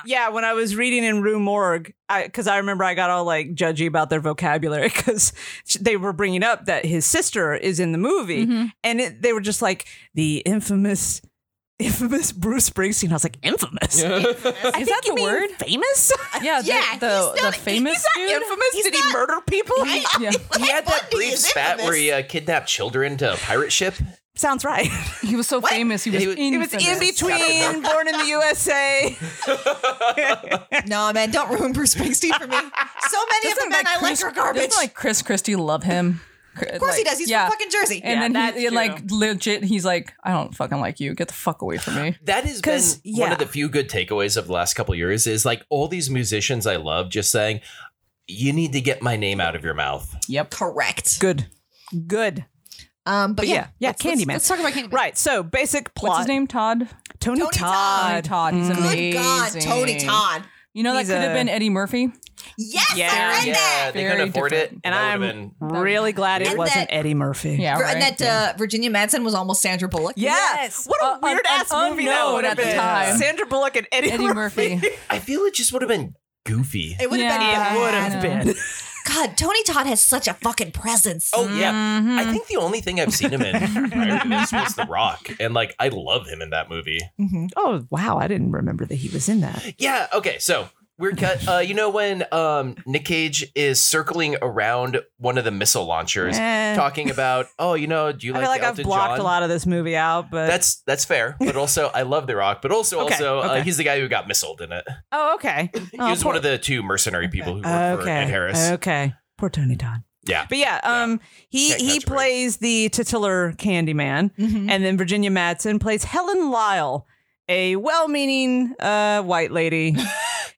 Speaker 1: yeah. When I was reading in Rue Morgue, because I, remember I got all like judgy about their vocabulary [laughs] because they were bringing up that his sister is in the movie,
Speaker 3: Mm-hmm.
Speaker 1: and it, they were just like the infamous, infamous Bruce Springsteen. I was like, infamous. I
Speaker 3: Is
Speaker 1: think
Speaker 3: that
Speaker 1: you
Speaker 3: the
Speaker 1: mean
Speaker 3: word? [laughs]
Speaker 1: Famous?
Speaker 3: Yeah, the,
Speaker 2: Yeah,
Speaker 3: the,
Speaker 2: he's not-
Speaker 3: the famous dude.
Speaker 1: infamous?
Speaker 2: He's
Speaker 1: Did he
Speaker 2: not-
Speaker 1: murder people?
Speaker 2: [laughs]
Speaker 3: Yeah.
Speaker 6: He had that
Speaker 2: Bundy
Speaker 6: brief
Speaker 2: is
Speaker 6: spat
Speaker 2: infamous.
Speaker 6: where he uh, kidnapped children to a pirate ship.
Speaker 1: [laughs] Sounds
Speaker 3: [laughs]
Speaker 1: right.
Speaker 3: He was so famous. He was,
Speaker 6: He was-
Speaker 1: It was in
Speaker 3: infamous.
Speaker 1: between Born in the USA.
Speaker 6: uh,
Speaker 2: No, man, don't ruin Bruce Springsteen for me. [laughs] So many of the men I like
Speaker 3: Chris-
Speaker 2: are garbage.
Speaker 3: Doesn't like Chris Christie love him? Of
Speaker 2: of course he does. He's from fucking Jersey.
Speaker 3: And
Speaker 1: Yeah,
Speaker 3: then
Speaker 1: that's
Speaker 3: he, and, like legit, he's like, I don't fucking like you. Get the fuck away from me.
Speaker 6: That has been
Speaker 1: 'Cause,
Speaker 6: one
Speaker 1: yeah.
Speaker 6: of the few good takeaways of the last couple years is like all these musicians I love just saying, you need to get my name out of your mouth.
Speaker 2: Correct.
Speaker 1: Good. Good.
Speaker 2: Um, but,
Speaker 1: But
Speaker 2: yeah,
Speaker 1: yeah, yeah,
Speaker 2: let's, let's-
Speaker 1: Candyman.
Speaker 2: Let's talk about Candyman.
Speaker 1: Right. So basic plot.
Speaker 3: What's his name? Todd.
Speaker 1: Tony,
Speaker 2: Tony
Speaker 3: Tony
Speaker 1: Todd.
Speaker 3: Todd. He's
Speaker 2: Good
Speaker 3: amazing.
Speaker 2: God, Tony Todd.
Speaker 3: You know that
Speaker 1: He's
Speaker 3: could have
Speaker 1: a-
Speaker 3: been Eddie Murphy.
Speaker 2: Yes,
Speaker 1: Yeah.
Speaker 2: I read that.
Speaker 6: they
Speaker 3: Very
Speaker 6: couldn't afford
Speaker 3: different.
Speaker 6: it.
Speaker 1: And
Speaker 6: that
Speaker 1: I'm
Speaker 6: would've been-
Speaker 1: really glad it
Speaker 2: And
Speaker 1: wasn't
Speaker 2: that-
Speaker 1: Eddie Murphy.
Speaker 3: Yeah, right.
Speaker 2: And that uh, Virginia Madsen was almost Sandra Bullock.
Speaker 1: Yeah.
Speaker 3: Yes.
Speaker 1: What a
Speaker 3: Uh,
Speaker 1: weird ass
Speaker 3: un-
Speaker 1: movie that
Speaker 3: unknown
Speaker 1: would
Speaker 3: at
Speaker 1: have
Speaker 3: the
Speaker 1: been.
Speaker 3: time.
Speaker 1: Sandra Bullock and Eddie,
Speaker 3: Eddie Murphy.
Speaker 6: I feel it just would have been goofy.
Speaker 2: It would have
Speaker 3: Yeah.
Speaker 2: been bad.
Speaker 3: It
Speaker 1: would have been.
Speaker 2: God, Tony Todd has such a fucking presence.
Speaker 6: Oh yeah,
Speaker 1: Mm-hmm.
Speaker 6: I think the only thing I've seen him in prior to this was The Rock, and like I love him in that movie.
Speaker 1: Oh wow, I didn't remember that he was in that.
Speaker 6: Yeah. Okay. So weird cut. Uh, you know when um, Nick Cage is circling around one of the missile launchers,
Speaker 1: Eh.
Speaker 6: talking about, oh, you know, do you
Speaker 1: I
Speaker 6: like,
Speaker 1: feel like I've
Speaker 6: Elton
Speaker 1: blocked
Speaker 6: John?
Speaker 1: a lot of this movie out, but
Speaker 6: That's that's fair, but also I love The Rock, but also
Speaker 1: Okay,
Speaker 6: also Uh,
Speaker 1: okay.
Speaker 6: he's the guy who got missiled in it.
Speaker 1: oh okay.
Speaker 6: he was one of the two mercenary people who worked for
Speaker 1: okay.
Speaker 6: Ed Harris.
Speaker 1: Okay. Poor Tony Todd.
Speaker 6: Yeah.
Speaker 1: But yeah, um, he
Speaker 6: Can't
Speaker 1: he
Speaker 6: catch a break.
Speaker 1: plays the titular Candyman,
Speaker 2: Mm-hmm.
Speaker 1: [laughs]
Speaker 3: Mm-hmm.
Speaker 1: and then Virginia Madsen plays Helen Lyle, a well-meaning uh, white
Speaker 6: [laughs]
Speaker 1: lady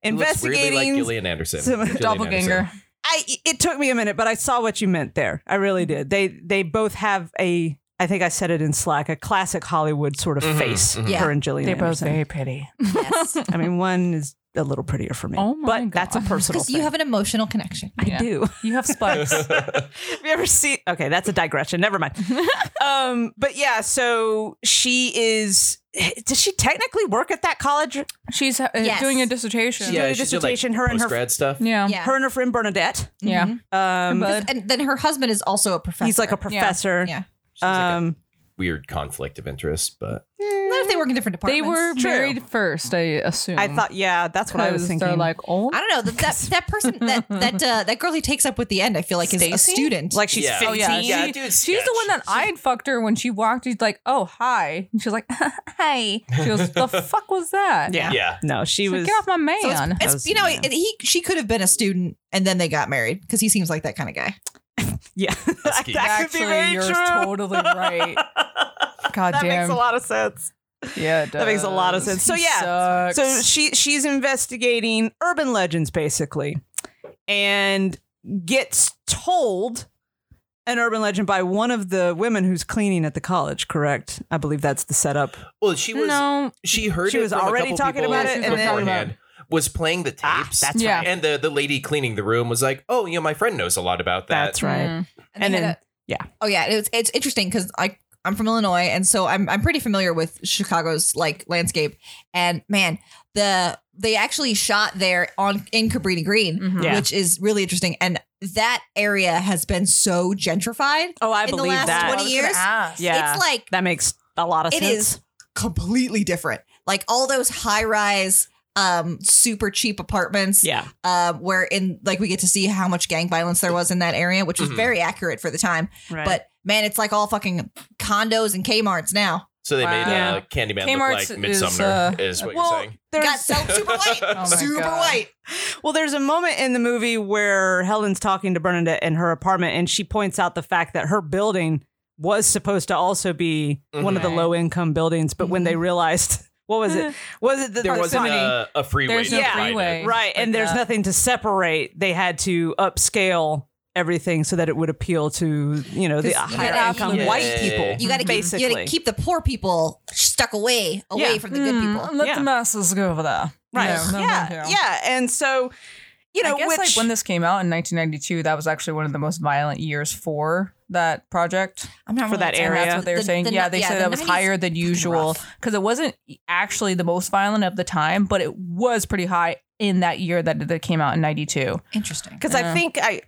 Speaker 6: He looks weirdly like
Speaker 1: investigating.
Speaker 6: Gillian Anderson.
Speaker 1: some-
Speaker 6: Gillian [laughs]
Speaker 3: Doppelganger.
Speaker 6: Anderson.
Speaker 1: I it took me a minute, but I saw what you meant there. I really
Speaker 3: Mm-hmm.
Speaker 1: did. They they both have a. I think I said it in Slack, a classic Hollywood sort of face.
Speaker 2: Yeah.
Speaker 1: Her and Gillian Anderson.
Speaker 3: pretty.
Speaker 2: Yes.
Speaker 1: I mean, one is a little prettier for me,
Speaker 3: Oh my
Speaker 1: but that's a
Speaker 3: God.
Speaker 1: personal.
Speaker 2: Because
Speaker 1: Thing.
Speaker 2: you have an emotional connection.
Speaker 1: I do.
Speaker 3: You have spikes.
Speaker 1: [laughs] Have you ever seen? Okay, that's a digression. Never
Speaker 3: [laughs]
Speaker 1: mind. um, but yeah, so she is. Does she technically work at that college?
Speaker 3: She's uh,
Speaker 2: Yes.
Speaker 3: doing a dissertation.
Speaker 6: Yeah,
Speaker 1: a
Speaker 6: she did, like,
Speaker 1: dissertation, her and her-
Speaker 6: post-grad stuff.
Speaker 3: Yeah.
Speaker 2: Yeah.
Speaker 1: Her and her friend Bernadette.
Speaker 3: Yeah.
Speaker 1: Um,
Speaker 3: Bud.
Speaker 2: And then her husband is also a professor.
Speaker 1: he's like a professor.
Speaker 2: Yeah.
Speaker 1: Um,
Speaker 6: Weird conflict of interest, but
Speaker 2: Not if they work in different
Speaker 3: They
Speaker 2: departments.
Speaker 3: were married first, I assume.
Speaker 1: I thought, yeah, that's what I was
Speaker 3: 'Cause
Speaker 1: thinking.
Speaker 3: They're like, oh,
Speaker 2: I don't know that that, that person that that uh, that girl he takes up with the end. I feel like is a
Speaker 3: Stacy?
Speaker 2: student.
Speaker 1: like she's
Speaker 6: Yeah.
Speaker 1: 15.
Speaker 6: Oh,
Speaker 3: yeah,
Speaker 6: Yeah,
Speaker 3: she-
Speaker 6: dude's
Speaker 3: she's the one
Speaker 6: sketch.
Speaker 3: that I'd fucked her when she walked. He's like, "Oh, hi," and she's like, [laughs] "Hi." She goes, "The fuck was that?"
Speaker 1: yeah.
Speaker 6: Yeah.
Speaker 1: No, she
Speaker 3: She's like,
Speaker 1: was.
Speaker 3: get off my man.
Speaker 2: So it's- [laughs] it's,
Speaker 1: Those-
Speaker 2: you know
Speaker 1: yeah.
Speaker 2: it- he she could have been a student and then they got married because he seems like that kind of guy.
Speaker 1: yeah. [laughs] that
Speaker 6: Husky.
Speaker 1: could be very
Speaker 3: you're
Speaker 1: true.
Speaker 3: totally right. God
Speaker 1: that
Speaker 3: damn.
Speaker 1: makes a lot of sense.
Speaker 3: yeah, it
Speaker 1: That makes a lot of
Speaker 3: does.
Speaker 1: sense. So
Speaker 3: He
Speaker 1: yeah, so
Speaker 3: sucks.
Speaker 1: she she's investigating urban legends basically, and gets told an urban legend by one of the women who's cleaning at the college. Correct? I believe that's the setup.
Speaker 6: Well, she was
Speaker 3: no,
Speaker 6: she heard
Speaker 1: She
Speaker 6: it
Speaker 1: was
Speaker 6: from a
Speaker 1: already
Speaker 6: couple
Speaker 1: talking
Speaker 6: people
Speaker 1: about
Speaker 3: it, and then-
Speaker 6: beforehand, was playing the tapes.
Speaker 1: Ah, that's
Speaker 3: Yeah. right.
Speaker 6: And the, the lady cleaning the room was like, "Oh, you know, my friend knows a lot about that."
Speaker 1: That's right.
Speaker 3: Mm.
Speaker 1: And
Speaker 2: they had
Speaker 1: then-
Speaker 2: a-
Speaker 1: yeah.
Speaker 2: Oh yeah, it's it's interesting because I I'm from Illinois and so I'm I'm pretty familiar with Chicago's like landscape and man the they actually shot there on in Cabrini Green
Speaker 3: Mhm.
Speaker 1: Yeah.
Speaker 2: which is really interesting and that area has been so gentrified
Speaker 1: Oh, I
Speaker 2: in the
Speaker 1: believe
Speaker 2: last
Speaker 1: that.
Speaker 2: 20 years
Speaker 1: yeah,
Speaker 2: it's like
Speaker 1: that makes a lot of
Speaker 2: It
Speaker 1: sense.
Speaker 2: is completely different like all those high rise um super cheap apartments
Speaker 1: Yeah,
Speaker 2: um, where in like we get to see how much gang violence there was in that area, which was
Speaker 1: Mm-hmm.
Speaker 6: Mhm.
Speaker 2: very accurate for the time.
Speaker 1: right.
Speaker 2: But man, it's like all fucking condos and Kmart's now.
Speaker 6: So they made
Speaker 3: Wow.
Speaker 6: uh, Candyman
Speaker 3: Kmart's
Speaker 6: look like
Speaker 3: is,
Speaker 6: Midsummer,
Speaker 3: uh,
Speaker 6: is, what you're
Speaker 1: well,
Speaker 6: saying.
Speaker 1: there's
Speaker 2: Got so super [laughs] white,
Speaker 6: Oh my
Speaker 2: super
Speaker 3: God.
Speaker 2: white.
Speaker 1: Well, there's a moment in the movie where Helen's talking to Bernadette in her apartment, and she points out the fact that her building was supposed to also be one of the
Speaker 3: Mhm.
Speaker 1: low income buildings, but when they
Speaker 3: Mm-hmm.
Speaker 1: realized, what was
Speaker 3: Hmm. [laughs]
Speaker 1: it? Was it that
Speaker 6: There
Speaker 1: the
Speaker 6: wasn't
Speaker 1: sun-
Speaker 6: Uh, a, a freeway.
Speaker 3: There's
Speaker 6: to
Speaker 3: no
Speaker 6: divide it.
Speaker 3: freeway.
Speaker 1: right? And
Speaker 3: Like
Speaker 1: there's
Speaker 3: that.
Speaker 1: nothing to separate. They had to upscale everything so that it would appeal to you know the
Speaker 2: 'Cause you
Speaker 1: higher
Speaker 2: gotta
Speaker 1: income
Speaker 6: affluent-
Speaker 1: white
Speaker 6: Yeah.
Speaker 1: people.
Speaker 2: You got to keep, you
Speaker 1: basically
Speaker 2: gotta keep the poor people stuck away, away
Speaker 1: Yeah.
Speaker 2: from the good
Speaker 3: Mm,
Speaker 2: people.
Speaker 3: Let
Speaker 1: Yeah.
Speaker 3: the masses go over there.
Speaker 1: right?
Speaker 3: No, no, no,
Speaker 1: yeah,
Speaker 3: no.
Speaker 1: yeah. And so you know,
Speaker 3: I guess
Speaker 1: which
Speaker 3: like when this came out in 1992, that was actually one of the most violent years for that project.
Speaker 2: I'm not
Speaker 1: For that
Speaker 2: sure.
Speaker 3: And
Speaker 1: area.
Speaker 3: that's what they were
Speaker 2: The-
Speaker 3: saying.
Speaker 2: the
Speaker 3: yeah,
Speaker 2: nu-
Speaker 3: they
Speaker 2: yeah,
Speaker 3: said
Speaker 2: the
Speaker 3: that was
Speaker 2: 90s
Speaker 3: higher than usual
Speaker 2: rough.
Speaker 3: because it wasn't actually the most violent of the time, but it was pretty high in that year that that came out in 92.
Speaker 2: Interesting.
Speaker 1: because I think I,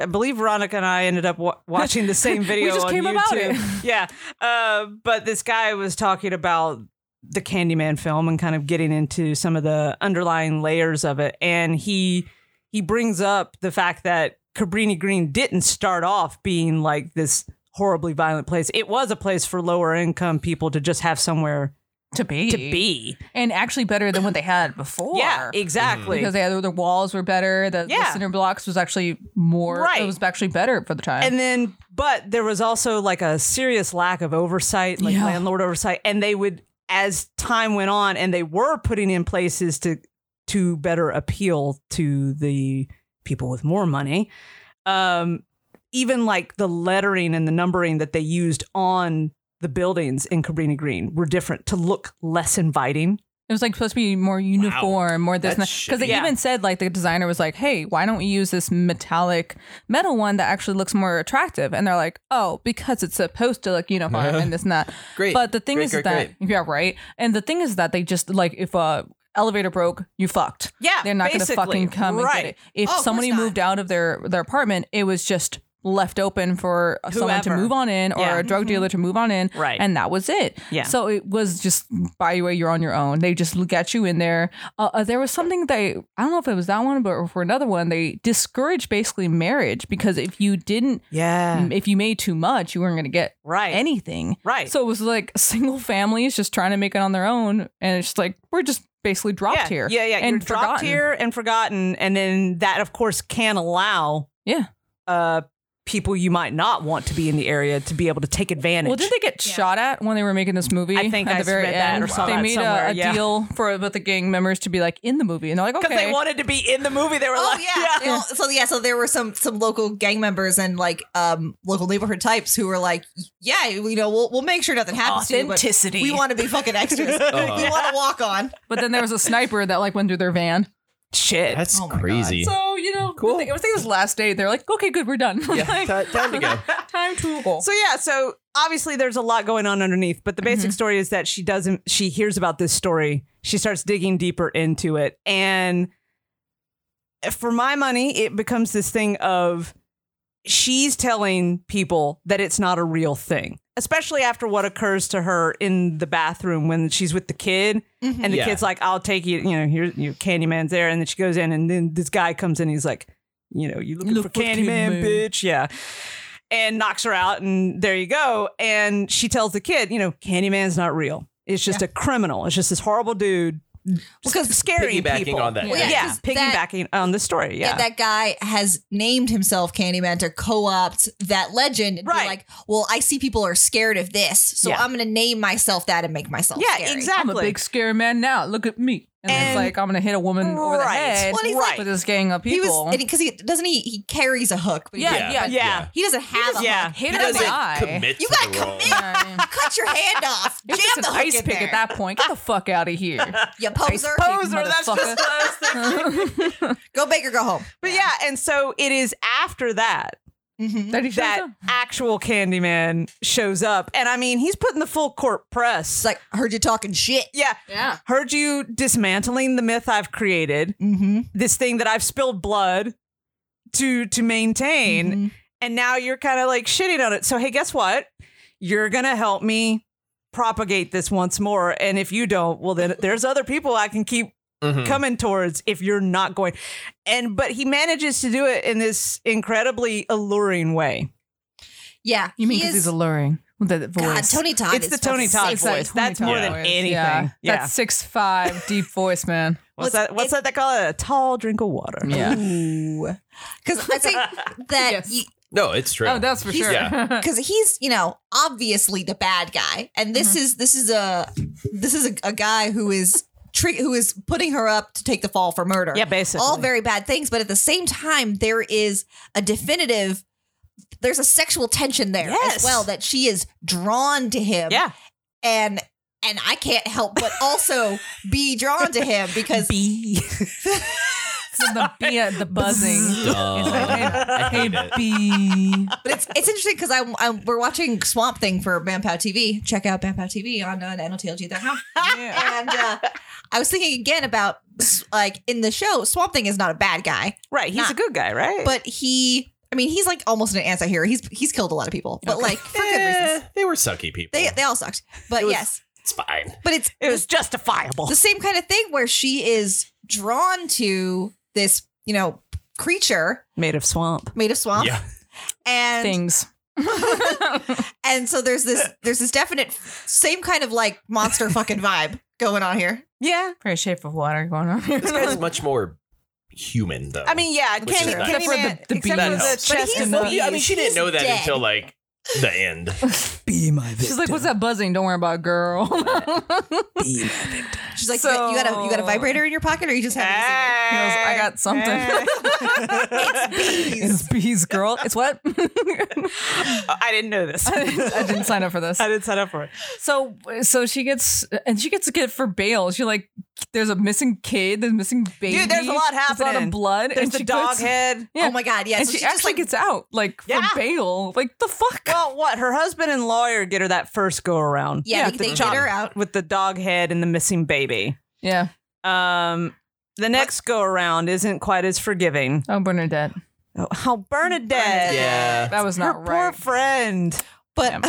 Speaker 1: I believe Veronica and I ended up wa- watching the
Speaker 3: [laughs]
Speaker 1: same video.
Speaker 3: just
Speaker 1: on
Speaker 3: came
Speaker 1: YouTube. [laughs]
Speaker 3: about
Speaker 1: Yeah, uh, but this guy was talking about the Candyman film and kind of getting into some of the underlying layers of it, and he he brings up the fact that Cabrini Green didn't start off being like this horribly violent place. It was a place for lower income people to just have somewhere
Speaker 3: To be.
Speaker 1: to be.
Speaker 3: And actually better than what they had before.
Speaker 1: Yeah, exactly.
Speaker 3: Because they had, the walls were better. The, the
Speaker 1: Yeah.
Speaker 3: cinder blocks was actually more.
Speaker 1: Right.
Speaker 3: It was actually better for the time.
Speaker 1: and then but there was also like a serious lack of oversight like
Speaker 3: Yeah.
Speaker 1: landlord oversight and they would as time went on and they were putting in places to to better appeal to the people with more money um even like the lettering and the numbering that they used on the buildings in Cabrini Green were different to look less inviting.
Speaker 3: It was like supposed to be more uniform, more this
Speaker 6: That's
Speaker 3: because they
Speaker 1: shitty. Yeah.
Speaker 3: even said like the designer was like, "Hey, why don't we use this metallic metal one that actually looks more attractive?" And they're like, "Oh, because it's supposed to look uniform and this and that."
Speaker 6: Great.
Speaker 3: But the thing
Speaker 6: Great,
Speaker 3: is
Speaker 6: great,
Speaker 3: that yeah, right. And the thing is that they just like if a elevator broke, you fucked.
Speaker 1: Yeah,
Speaker 3: they're not
Speaker 1: basically,
Speaker 3: gonna fucking come and
Speaker 1: right.
Speaker 3: get it. If
Speaker 2: Oh, of course
Speaker 3: somebody
Speaker 2: not.
Speaker 3: moved out of their their apartment, it was just left open for someone to
Speaker 1: Whoever.
Speaker 3: move on in or
Speaker 1: Yeah.
Speaker 3: a drug dealer to move on in
Speaker 1: Right.
Speaker 3: and that was it
Speaker 1: Yeah.
Speaker 3: so it was just by the way you're on your own they just got you in there uh, uh, there was something they i don't know if it was that one but for another one they discouraged basically marriage because if you didn't
Speaker 1: Yeah.
Speaker 3: if you made too much you weren't going to get
Speaker 1: Mm, Right.
Speaker 3: anything
Speaker 1: right.
Speaker 3: so it was like [laughs] single families just trying to make it on their own and it's just like we're just basically dropped
Speaker 1: yeah,
Speaker 3: here
Speaker 1: Yeah, yeah.
Speaker 3: and
Speaker 1: You're dropped
Speaker 3: forgotten.
Speaker 1: here and forgotten. And then that, of course, can allow
Speaker 3: yeah
Speaker 1: uh, people you might not want to be in the area to be able to take advantage.
Speaker 3: Well, did they get shot at when they were making this movie?
Speaker 1: I think
Speaker 3: at
Speaker 1: I
Speaker 3: the very
Speaker 1: read that
Speaker 3: end,
Speaker 1: or saw
Speaker 3: they
Speaker 1: that
Speaker 3: made a,
Speaker 1: somewhere,
Speaker 3: a
Speaker 1: yeah.
Speaker 3: deal for with the gang members to be like in the movie, and they're like,
Speaker 1: because
Speaker 3: okay,
Speaker 1: they wanted to be in the movie. They were
Speaker 2: Oh
Speaker 1: like,
Speaker 2: [laughs] yeah.
Speaker 1: [laughs]
Speaker 2: They all- so yeah, so there were some some local gang members and like um local neighborhood types who were like, yeah, you know, we'll we'll make sure nothing happens to you, but
Speaker 3: Authenticity.
Speaker 2: we want to be fucking
Speaker 3: [laughs]
Speaker 2: extras. We want to walk on.
Speaker 3: but then there was a sniper that like went through their van.
Speaker 1: shit.
Speaker 6: That's crazy.
Speaker 3: So you know, cool. I think it was last day. They're like, okay, good, we're done. [laughs]
Speaker 6: yeah,
Speaker 3: Like,
Speaker 6: ti- time to go.
Speaker 3: time to go.
Speaker 1: So yeah, so obviously there's a lot going on underneath, but the basic story is that she doesn't she hears about this story, she starts digging deeper into it and for my money, it becomes this thing of she's telling people that it's not a real thing. Especially after what occurs to her in the bathroom when she's with the kid and the
Speaker 6: Yeah.
Speaker 1: kid's like, I'll take you, you know, here your Candyman's there. And then she goes in and then this guy comes in, he's like, you know, you looking
Speaker 3: Look
Speaker 1: for
Speaker 3: for
Speaker 1: Candyman,
Speaker 3: Candyman.
Speaker 1: bitch. Yeah and knocks her out, and there you go. And she tells the kid, you know, Candyman's not real. It's just a criminal. It's just this horrible dude. Because scary
Speaker 6: Piggybacking
Speaker 1: people.
Speaker 6: on that.
Speaker 3: Well,
Speaker 1: yeah,
Speaker 2: yeah, 'cause that-
Speaker 1: piggybacking on the story. Yeah,
Speaker 2: Yeah. that guy has named himself Candyman to co-opt that legend and
Speaker 1: Right.
Speaker 2: be like, well, I see people are scared of this, so
Speaker 1: Yeah.
Speaker 2: I'm gonna name myself that and make myself
Speaker 1: yeah,
Speaker 2: scary.
Speaker 1: exactly.
Speaker 3: I'm a big scary man now. Look at me. And,
Speaker 1: And-
Speaker 3: it's like I'm gonna hit a woman over the
Speaker 1: Right.
Speaker 3: head
Speaker 1: Well, he's like-
Speaker 3: with this gang of
Speaker 2: He
Speaker 3: people.
Speaker 2: was because he doesn't he he carries a hook, but he
Speaker 3: yeah,
Speaker 2: doesn't-
Speaker 3: yeah,
Speaker 6: Yeah.
Speaker 1: yeah,
Speaker 2: he doesn't have a
Speaker 1: yeah.
Speaker 2: hook.
Speaker 3: Hit
Speaker 6: He
Speaker 3: her in the
Speaker 6: doesn't
Speaker 3: eye.
Speaker 6: commit
Speaker 2: You
Speaker 6: to
Speaker 2: gotta
Speaker 6: the role.
Speaker 2: commit. Cut your hand off. Jam
Speaker 3: It's just an
Speaker 2: the hook
Speaker 3: ice
Speaker 2: in
Speaker 3: pick
Speaker 2: there.
Speaker 3: at that point. Get the fuck out
Speaker 1: [laughs]
Speaker 3: of here.
Speaker 2: You poser.
Speaker 1: Poser, [laughs] that's just
Speaker 3: motherfucker.
Speaker 1: what I was thinking.
Speaker 2: Go big or go home.
Speaker 1: But yeah, and so it is after that
Speaker 2: Mm-hmm.
Speaker 3: That he shows
Speaker 1: that
Speaker 3: up.
Speaker 1: actual Candyman shows up, and I mean, he's putting the full court press.
Speaker 2: It's like I heard you talking shit.
Speaker 1: yeah,
Speaker 3: Yeah.
Speaker 1: heard you dismantling the myth I've created.
Speaker 2: Mm-hmm.
Speaker 1: this thing that I've spilled blood to to maintain
Speaker 2: Mm-hmm.
Speaker 1: and now you're kind of like shitting on it. So hey, guess what? You're going to help me propagate this once more and if you don't, well then there's other people I can keep
Speaker 6: Mhm.
Speaker 1: coming towards if you're not going. And but he manages to do it in this incredibly alluring way.
Speaker 2: Yeah,
Speaker 3: You mean
Speaker 2: he
Speaker 3: because he's
Speaker 2: is-
Speaker 3: alluring with that voice?
Speaker 2: God, Tony Todd.
Speaker 1: it's
Speaker 2: is
Speaker 1: the Tony
Speaker 2: fucking
Speaker 1: Todd
Speaker 2: sick.
Speaker 1: voice. That's more than anything. Yeah.
Speaker 3: That's six five deep voice, man.
Speaker 1: What's
Speaker 2: Well,
Speaker 1: that what's
Speaker 2: it-
Speaker 1: that they call it? A tall drink of water.
Speaker 3: Yeah.
Speaker 2: Ooh, because I think that
Speaker 3: Yes.
Speaker 2: because
Speaker 6: No, it's true.
Speaker 3: Oh, that's for
Speaker 2: He's-
Speaker 1: [laughs]
Speaker 2: [laughs]
Speaker 3: sure. [laughs] Yeah.
Speaker 2: he's you know obviously the bad guy, and this
Speaker 1: Mm-hmm.
Speaker 2: is this is a this is a, a guy who is. Tri- who is putting her up to take the fall for murder?
Speaker 1: Yeah, basically.
Speaker 2: all very bad things. But at the same time, there is a definitive. There's a sexual tension there as
Speaker 1: Yes.
Speaker 2: well that she is drawn to him.
Speaker 1: Yeah.
Speaker 2: and and I can't help but also be drawn to him because
Speaker 1: B.
Speaker 10: the bee,
Speaker 1: [laughs]
Speaker 10: the buzzing. It's like,
Speaker 6: [laughs] I
Speaker 10: hey,
Speaker 6: hate it.
Speaker 10: bee.
Speaker 2: But it's it's interesting because I, I we're watching Swamp Thing for BamPow TV. Check out BamPow TV on uh, nanotlg.com. And uh, I was thinking again about s- like in the show, Swamp Thing is not a bad guy,
Speaker 1: Right. He's
Speaker 2: Nah.
Speaker 1: a good guy, right?
Speaker 2: but he, I mean, he's like almost an anti-hero. He's he's killed a lot of people, but like for good reasons.
Speaker 6: Eh, they were sucky people.
Speaker 2: They they all sucked. But
Speaker 6: was-
Speaker 2: yes,
Speaker 6: it's fine.
Speaker 2: but it's
Speaker 1: it was justifiable.
Speaker 2: the same kind of thing where she is drawn to this, you know, creature
Speaker 1: Made of swamp.
Speaker 2: made of swamp
Speaker 6: Yeah.
Speaker 2: and
Speaker 3: Things.
Speaker 2: And so there's
Speaker 6: [laughs]
Speaker 2: this there's this definite same kind of like monster fucking vibe going on here.
Speaker 1: Yeah.
Speaker 10: Pretty shape of water going on here.
Speaker 6: This guy's much more human though.
Speaker 1: I mean, yeah.
Speaker 6: Which
Speaker 1: Kenny,
Speaker 6: is nice.
Speaker 1: Kenny
Speaker 6: Except
Speaker 10: for the-
Speaker 1: Man-
Speaker 10: the
Speaker 1: except
Speaker 6: bees.
Speaker 1: for the
Speaker 6: But
Speaker 1: chest
Speaker 2: he's
Speaker 1: and
Speaker 6: Well,
Speaker 1: the-
Speaker 6: yeah, I mean, she didn't know that
Speaker 2: dead.
Speaker 6: until like the end.
Speaker 1: Be my
Speaker 3: She's like, what's that buzzing? Don't worry about it, [laughs] girl.
Speaker 2: She's like,
Speaker 3: So-
Speaker 2: you got a you got a vibrator in your pocket, or you just have
Speaker 3: He goes, I
Speaker 1: [laughs]
Speaker 3: got something.
Speaker 2: bees.
Speaker 3: it's bees, girl. It's [laughs] what?
Speaker 1: I didn't know this.
Speaker 3: I didn't sign up for this.
Speaker 1: I didn't sign up for it.
Speaker 3: So, so she gets, and she gets to get for bail. She like, there's a missing kid, there's missing baby.
Speaker 1: there's a lot
Speaker 3: There's a lot
Speaker 1: happening.
Speaker 3: of blood.
Speaker 1: There's
Speaker 3: and
Speaker 1: the
Speaker 3: she
Speaker 1: dog
Speaker 3: goes-
Speaker 1: head.
Speaker 3: Yeah.
Speaker 2: Oh my god, yeah.
Speaker 3: and
Speaker 2: so
Speaker 3: she,
Speaker 2: she
Speaker 3: actually
Speaker 2: just like
Speaker 3: gets out like
Speaker 1: Yeah.
Speaker 3: for bail. Like the fuck.
Speaker 1: Well, what? Her husband and lawyer get her that first go around.
Speaker 2: yeah, they,
Speaker 1: the
Speaker 2: they
Speaker 1: chop-
Speaker 2: get her out.
Speaker 1: with the dog head and the missing baby.
Speaker 3: yeah.
Speaker 1: Um, the next go around isn't quite as forgiving.
Speaker 3: Oh, Bernadette.
Speaker 1: Oh, how Bernadette.
Speaker 6: Yeah.
Speaker 3: That was
Speaker 1: Her
Speaker 3: not
Speaker 1: poor
Speaker 3: right.
Speaker 1: friend.
Speaker 2: But [laughs]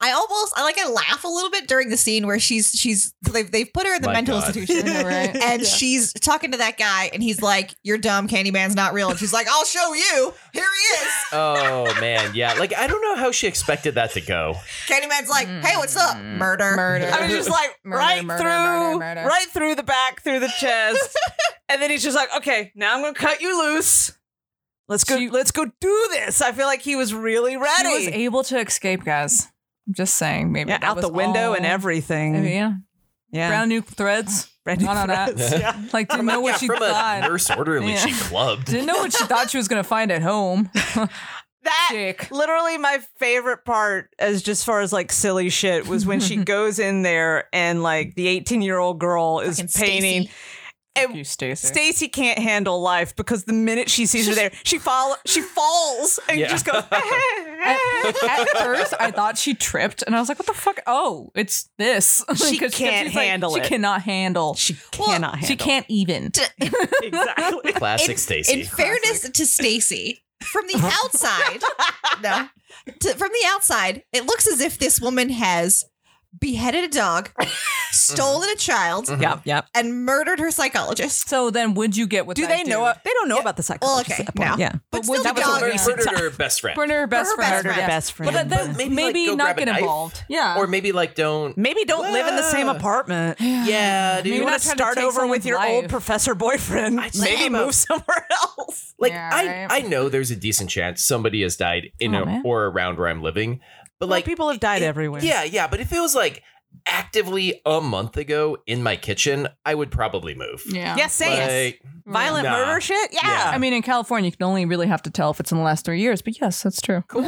Speaker 2: I almost I like I laugh a little bit during the scene where she's she's they've they've put her in the
Speaker 6: My
Speaker 2: mental
Speaker 6: God. [laughs]
Speaker 2: institution.
Speaker 3: I know, right?
Speaker 2: And she's talking to that guy, and he's like, "You're dumb. Candyman's not real." And she's like, "I'll show you. Here he is."
Speaker 6: Oh man, yeah. Like I don't know how she expected that to go.
Speaker 2: Candyman's like, "Hey, what's up? Murder.
Speaker 3: Mm. Murder.
Speaker 1: I mean, just like
Speaker 3: Murder,
Speaker 1: right
Speaker 3: murder,
Speaker 1: through,
Speaker 3: murder, murder.
Speaker 1: right through the back, through the
Speaker 3: [laughs]
Speaker 1: chest, and then he's just like, "Okay, now I'm gonna cut you loose. Let's go.
Speaker 3: She-
Speaker 1: let's go do this." I feel like he was really
Speaker 3: She was
Speaker 1: ready.
Speaker 3: able to escape, guys. I'm just saying. Maybe
Speaker 1: Yeah,
Speaker 3: that
Speaker 1: out
Speaker 3: was
Speaker 1: the window
Speaker 3: all-
Speaker 1: and everything.
Speaker 3: Yeah.
Speaker 1: Mm. Yeah, Ah,
Speaker 3: Brown new threads.
Speaker 1: Brand new
Speaker 3: Not on that.
Speaker 1: threads, [laughs] yeah.
Speaker 3: Like didn't know what [laughs]
Speaker 6: yeah,
Speaker 3: she
Speaker 6: from
Speaker 3: thought.
Speaker 6: a nurse orderly,
Speaker 3: Yeah.
Speaker 6: she
Speaker 3: [laughs]
Speaker 6: clubbed.
Speaker 3: Didn't know what she thought she was gonna find
Speaker 1: [laughs]
Speaker 3: at home.
Speaker 1: That
Speaker 3: Dick.
Speaker 1: literally my favorite part as just far as like silly shit was when
Speaker 3: [laughs]
Speaker 1: she goes in there and like the 18 year old girl is
Speaker 2: Fucking
Speaker 1: painting
Speaker 2: Stacy.
Speaker 3: you,
Speaker 1: and
Speaker 3: Stacy.
Speaker 1: Stacy can't handle life because the minute she
Speaker 3: [laughs]
Speaker 1: sees her there, she fall she falls and
Speaker 6: Yeah.
Speaker 1: just goes. [laughs]
Speaker 3: at, at first, I thought she tripped, and I was like, "What the fuck? Oh, it's this." [laughs]
Speaker 1: She
Speaker 3: 'Cause- 'cause
Speaker 1: can't
Speaker 3: she's like-
Speaker 1: handle it.
Speaker 3: She cannot handle.
Speaker 1: she
Speaker 2: Well,
Speaker 1: cannot handle.
Speaker 3: she can't even.
Speaker 1: exactly.
Speaker 6: Classic
Speaker 2: in,
Speaker 6: Stacy.
Speaker 2: in fairness to Stacy, from the outside, no, to, from the outside, it looks as if this woman has beheaded a dog, stolen a child,
Speaker 1: Yep, yep.
Speaker 2: and murdered her psychologist.
Speaker 3: So then, would you get with?
Speaker 1: Do
Speaker 3: that
Speaker 1: they know?
Speaker 3: dude?
Speaker 1: They don't know about the psychologist.
Speaker 2: okay,
Speaker 1: at that point.
Speaker 2: now.
Speaker 1: yeah.
Speaker 2: But, still, the
Speaker 3: that was a
Speaker 2: dog.
Speaker 6: Murdered-
Speaker 3: Yeah.
Speaker 6: murdered her best friend.
Speaker 3: Burner her best
Speaker 2: her best
Speaker 3: friend.
Speaker 2: friend.
Speaker 1: Her best friend.
Speaker 3: But that, that-
Speaker 6: Maybe,
Speaker 3: maybe,
Speaker 6: like, go
Speaker 3: not
Speaker 6: grab a
Speaker 3: get
Speaker 6: knife?
Speaker 3: involved. Yeah.
Speaker 6: Or maybe like don't
Speaker 1: Maybe don't live in the same apartment.
Speaker 6: Yeah, dude.
Speaker 1: You
Speaker 3: Maybe
Speaker 1: want
Speaker 3: not
Speaker 1: to
Speaker 3: trying to
Speaker 1: start
Speaker 3: take
Speaker 1: over with
Speaker 3: someone's
Speaker 1: your old
Speaker 3: life.
Speaker 1: professor boyfriend.
Speaker 6: just-
Speaker 1: Maybe
Speaker 6: Yeah,
Speaker 1: move somewhere [laughs] else.
Speaker 6: Like
Speaker 3: Yeah,
Speaker 6: I,
Speaker 3: right.
Speaker 6: I know there's a decent chance somebody has died in
Speaker 3: Oh,
Speaker 6: a-
Speaker 3: man.
Speaker 6: or around where I'm living, but like
Speaker 1: people have died
Speaker 6: it-
Speaker 1: everywhere.
Speaker 6: Yeah, yeah. But if it was like actively a month ago in my kitchen, I would probably move.
Speaker 3: Yeah.
Speaker 1: Yes, say yes.
Speaker 6: Like,
Speaker 1: Violent
Speaker 6: Nah.
Speaker 1: murder shit? Yeah.
Speaker 6: Yeah.
Speaker 3: I mean, in California, you can only really have to tell if it's in the last three years. But yes, that's true. Cool.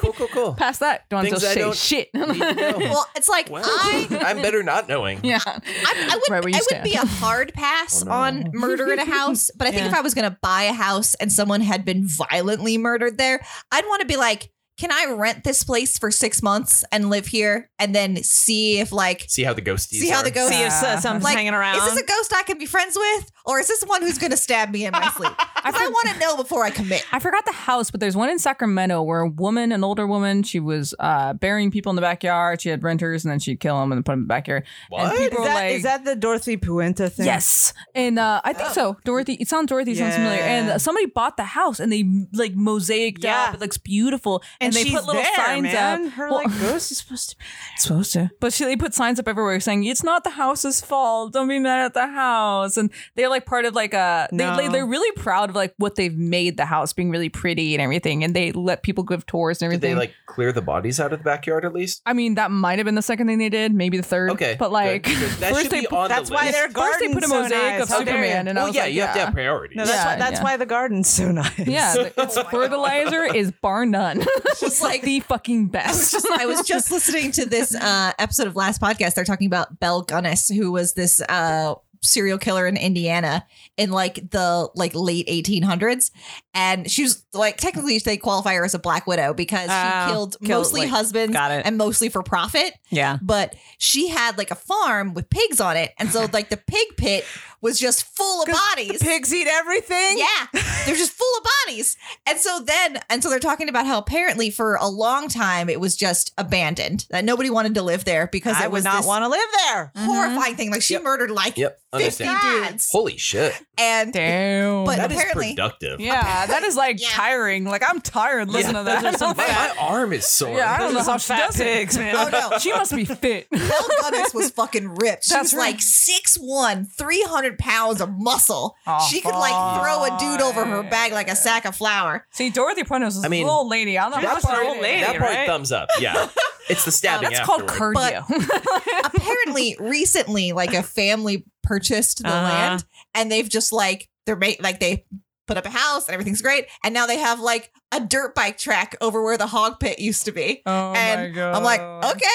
Speaker 6: cool, cool,
Speaker 3: [laughs]
Speaker 6: cool.
Speaker 3: Past that, don't
Speaker 6: Things
Speaker 3: have to
Speaker 6: I
Speaker 3: say
Speaker 6: don't
Speaker 3: shit. [laughs]
Speaker 6: Need to know.
Speaker 2: Well, it's like
Speaker 6: Well,
Speaker 2: I.
Speaker 6: I'm better not knowing.
Speaker 3: yeah.
Speaker 2: I, I would
Speaker 3: Right where you
Speaker 2: I would
Speaker 3: stand.
Speaker 2: be a hard pass
Speaker 6: Oh, no.
Speaker 2: on murder in a house, but I think if I was going to buy a house and someone had been violently murdered there, I'd want to be like, can I rent this place for six months and live here, and then see if like
Speaker 6: See how the ghosties.
Speaker 2: see how the
Speaker 6: are.
Speaker 2: ghost
Speaker 1: See if uh, something's
Speaker 2: Like,
Speaker 1: hanging around.
Speaker 2: is this a ghost I can be friends with, or is this one who's going to stab me in my [laughs] sleep? 'Cause I want to know before I commit.
Speaker 3: I forgot the house, but there's one in Sacramento where a woman, an older woman, she was uh, burying people in the backyard. She had renters, and then she'd kill them and put them in the backyard. And
Speaker 6: What?
Speaker 1: is,
Speaker 3: people were
Speaker 1: that,
Speaker 3: like,
Speaker 1: is that the Dorothy Puenta thing?
Speaker 3: Yes, and uh, I think so. Dorothy, it sounds Dorothy sounds familiar.
Speaker 1: Oh. Yeah.
Speaker 3: And somebody bought the house, and they like mosaiced
Speaker 1: Yeah.
Speaker 3: up. It looks beautiful,
Speaker 1: And,
Speaker 3: they
Speaker 1: she's
Speaker 3: put little
Speaker 1: there,
Speaker 3: signs
Speaker 1: man.
Speaker 3: up.
Speaker 1: Her
Speaker 3: Well,
Speaker 1: like ghost is supposed to be there.
Speaker 3: supposed to, but she, they put signs up everywhere saying it's not the house's fault. Don't be mad at the house. And they're like part of like a they,
Speaker 1: No.
Speaker 3: they they're really proud of like what they've made the house being really pretty and everything. And they let people give tours and
Speaker 6: Did
Speaker 3: everything.
Speaker 6: they like clear the bodies out of the backyard at least?
Speaker 3: I mean, that might have been the second thing they did, maybe the third.
Speaker 6: Okay,
Speaker 3: but like [laughs]
Speaker 6: good, good. That
Speaker 3: first
Speaker 6: should
Speaker 3: they
Speaker 6: be
Speaker 3: put-
Speaker 6: on the
Speaker 1: That's why
Speaker 6: list.
Speaker 1: they're
Speaker 3: first they put
Speaker 1: garden's
Speaker 3: a
Speaker 1: so
Speaker 3: mosaic
Speaker 1: nice.
Speaker 3: of
Speaker 1: How dare
Speaker 3: Superman, and I
Speaker 6: well,
Speaker 3: was
Speaker 6: yeah,
Speaker 3: like,
Speaker 6: you
Speaker 3: yeah,
Speaker 6: [laughs] have to have priorities.
Speaker 1: No, that's,
Speaker 3: Yeah,
Speaker 1: why, that's
Speaker 3: yeah.
Speaker 1: why the garden's so [laughs] nice.
Speaker 3: yeah, the- its fertilizer is bar none. [laughs]
Speaker 2: Just like
Speaker 3: the fucking
Speaker 2: I was
Speaker 3: best.
Speaker 2: just I was [laughs] just listening to this uh, episode of last podcast. They're talking about Belle Gunnis, who was this uh, serial killer in Indiana in like the like late 1800s, and she was like technically they qualify her as a black widow because
Speaker 11: Oh,
Speaker 2: she killed,
Speaker 11: killed,
Speaker 2: mostly
Speaker 11: like,
Speaker 2: husbands
Speaker 11: got it.
Speaker 2: and mostly for profit
Speaker 11: Yeah.
Speaker 2: but she had like a farm with pigs on it. And so like the pig pit was just full [laughs] of bodies.
Speaker 11: Pigs eat
Speaker 2: [laughs]
Speaker 11: everything.
Speaker 2: yeah, they're just full of bodies. And so then, and so they're talking about how apparently for a long time it was just abandoned, that nobody wanted to live there because
Speaker 11: I
Speaker 2: it was
Speaker 11: would not
Speaker 2: this
Speaker 11: want to live there.
Speaker 1: Mm.
Speaker 2: horrifying thing. Like she murdered like
Speaker 6: Yep,
Speaker 2: 50
Speaker 6: understand.
Speaker 2: dudes.
Speaker 6: Holy shit,
Speaker 2: And,
Speaker 3: Damn.
Speaker 2: but
Speaker 6: that is
Speaker 2: apparently,
Speaker 6: productive.
Speaker 3: yeah, that is like
Speaker 2: Yeah.
Speaker 3: tiring. Like I'm tired listening to that. [laughs]
Speaker 6: my, my arm is sore.
Speaker 3: yeah, I don't know
Speaker 11: Those are
Speaker 3: how she
Speaker 11: some fat
Speaker 3: does
Speaker 11: pigs,
Speaker 3: it.
Speaker 11: man.
Speaker 2: oh no,
Speaker 3: [laughs] She must be [laughs] fit.
Speaker 2: Mel Gunness was fucking ripped. She was
Speaker 3: That's right.
Speaker 2: like 6'1, 300 pounds of muscle.
Speaker 3: Oh,
Speaker 2: she could like throw a dude over her
Speaker 3: fine.
Speaker 2: back like a sack of flour.
Speaker 3: See, Dorothy Prentice was
Speaker 6: I
Speaker 3: a
Speaker 6: mean,
Speaker 3: little old lady. I don't know. how
Speaker 6: That
Speaker 3: she
Speaker 6: part,
Speaker 3: did it.
Speaker 6: that part
Speaker 11: right?
Speaker 6: thumbs up.
Speaker 3: [laughs]
Speaker 6: Yeah, it's the stabbing.
Speaker 3: That's called
Speaker 6: afterward.
Speaker 3: cardio.
Speaker 2: Apparently, recently, like a family purchased the
Speaker 11: Uh-huh.
Speaker 2: land and they've just like, they're made like they put up a house and everything's great. And now they have like a dirt bike track over where the hog pit used to be.
Speaker 3: [laughs] oh
Speaker 2: and I'm like,
Speaker 3: [laughs]
Speaker 2: okay,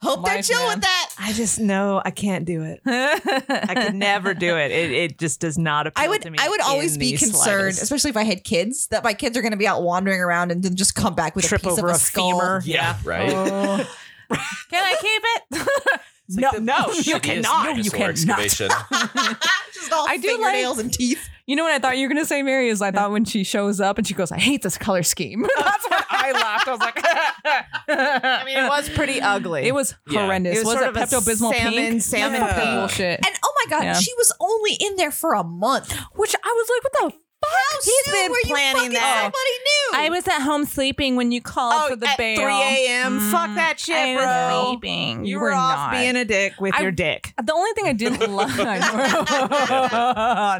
Speaker 2: hope they're
Speaker 3: Life,
Speaker 2: chill
Speaker 3: man.
Speaker 2: with that.
Speaker 11: I just know I can't do it. I could never do it. It, it just does not appeal
Speaker 2: I would
Speaker 11: to me.
Speaker 2: I would
Speaker 11: in
Speaker 2: always be
Speaker 11: the
Speaker 2: concerned,
Speaker 11: slightest.
Speaker 2: especially if I had kids, that my kids are going to be out wandering around and then just come back with
Speaker 11: Trip
Speaker 2: a piece
Speaker 11: over
Speaker 2: of
Speaker 11: a,
Speaker 2: a, skull.
Speaker 11: femur.
Speaker 6: Yeah, right.
Speaker 3: Oh. Can I keep it?
Speaker 6: It's
Speaker 3: [laughs] No,
Speaker 6: like
Speaker 3: [laughs]
Speaker 6: the
Speaker 3: no, you
Speaker 6: shittiest
Speaker 3: cannot. You
Speaker 6: dinosaur
Speaker 3: cannot. [laughs]
Speaker 6: excavation.
Speaker 2: [laughs]
Speaker 6: Oh,
Speaker 2: just all
Speaker 3: I do
Speaker 2: fingernails and teeth.
Speaker 3: you know what I thought you were gonna say, Mary? Is I thought when she shows up and she goes, "I hate this color scheme." [laughs] That's when I laughed. I was like,
Speaker 1: I mean, it was [laughs] pretty ugly.
Speaker 3: It was
Speaker 6: Yeah.
Speaker 3: horrendous.
Speaker 1: It was
Speaker 3: was
Speaker 1: sort of
Speaker 3: it
Speaker 1: a
Speaker 3: Pepto Bismol
Speaker 1: salmon-
Speaker 3: pink?
Speaker 1: salmon
Speaker 3: Fucking
Speaker 6: pink.
Speaker 3: bullshit.
Speaker 2: And oh my god,
Speaker 3: Yeah.
Speaker 2: she was only in there for a month.
Speaker 3: Which I was like, what the.
Speaker 2: How soon
Speaker 1: been
Speaker 2: were
Speaker 1: planning
Speaker 2: you fucking
Speaker 1: that.
Speaker 2: somebody
Speaker 3: I
Speaker 2: new?
Speaker 3: was at home sleeping when you called for the
Speaker 1: Oh, at
Speaker 3: bail.
Speaker 1: 3 a.m. Fuck that shit,
Speaker 3: I was
Speaker 1: bro.
Speaker 3: sleeping.
Speaker 1: you
Speaker 3: You
Speaker 1: were, off
Speaker 3: not.
Speaker 1: being a dick with
Speaker 3: I-
Speaker 1: your dick.
Speaker 3: The only thing I
Speaker 1: [laughs]
Speaker 3: didn't like.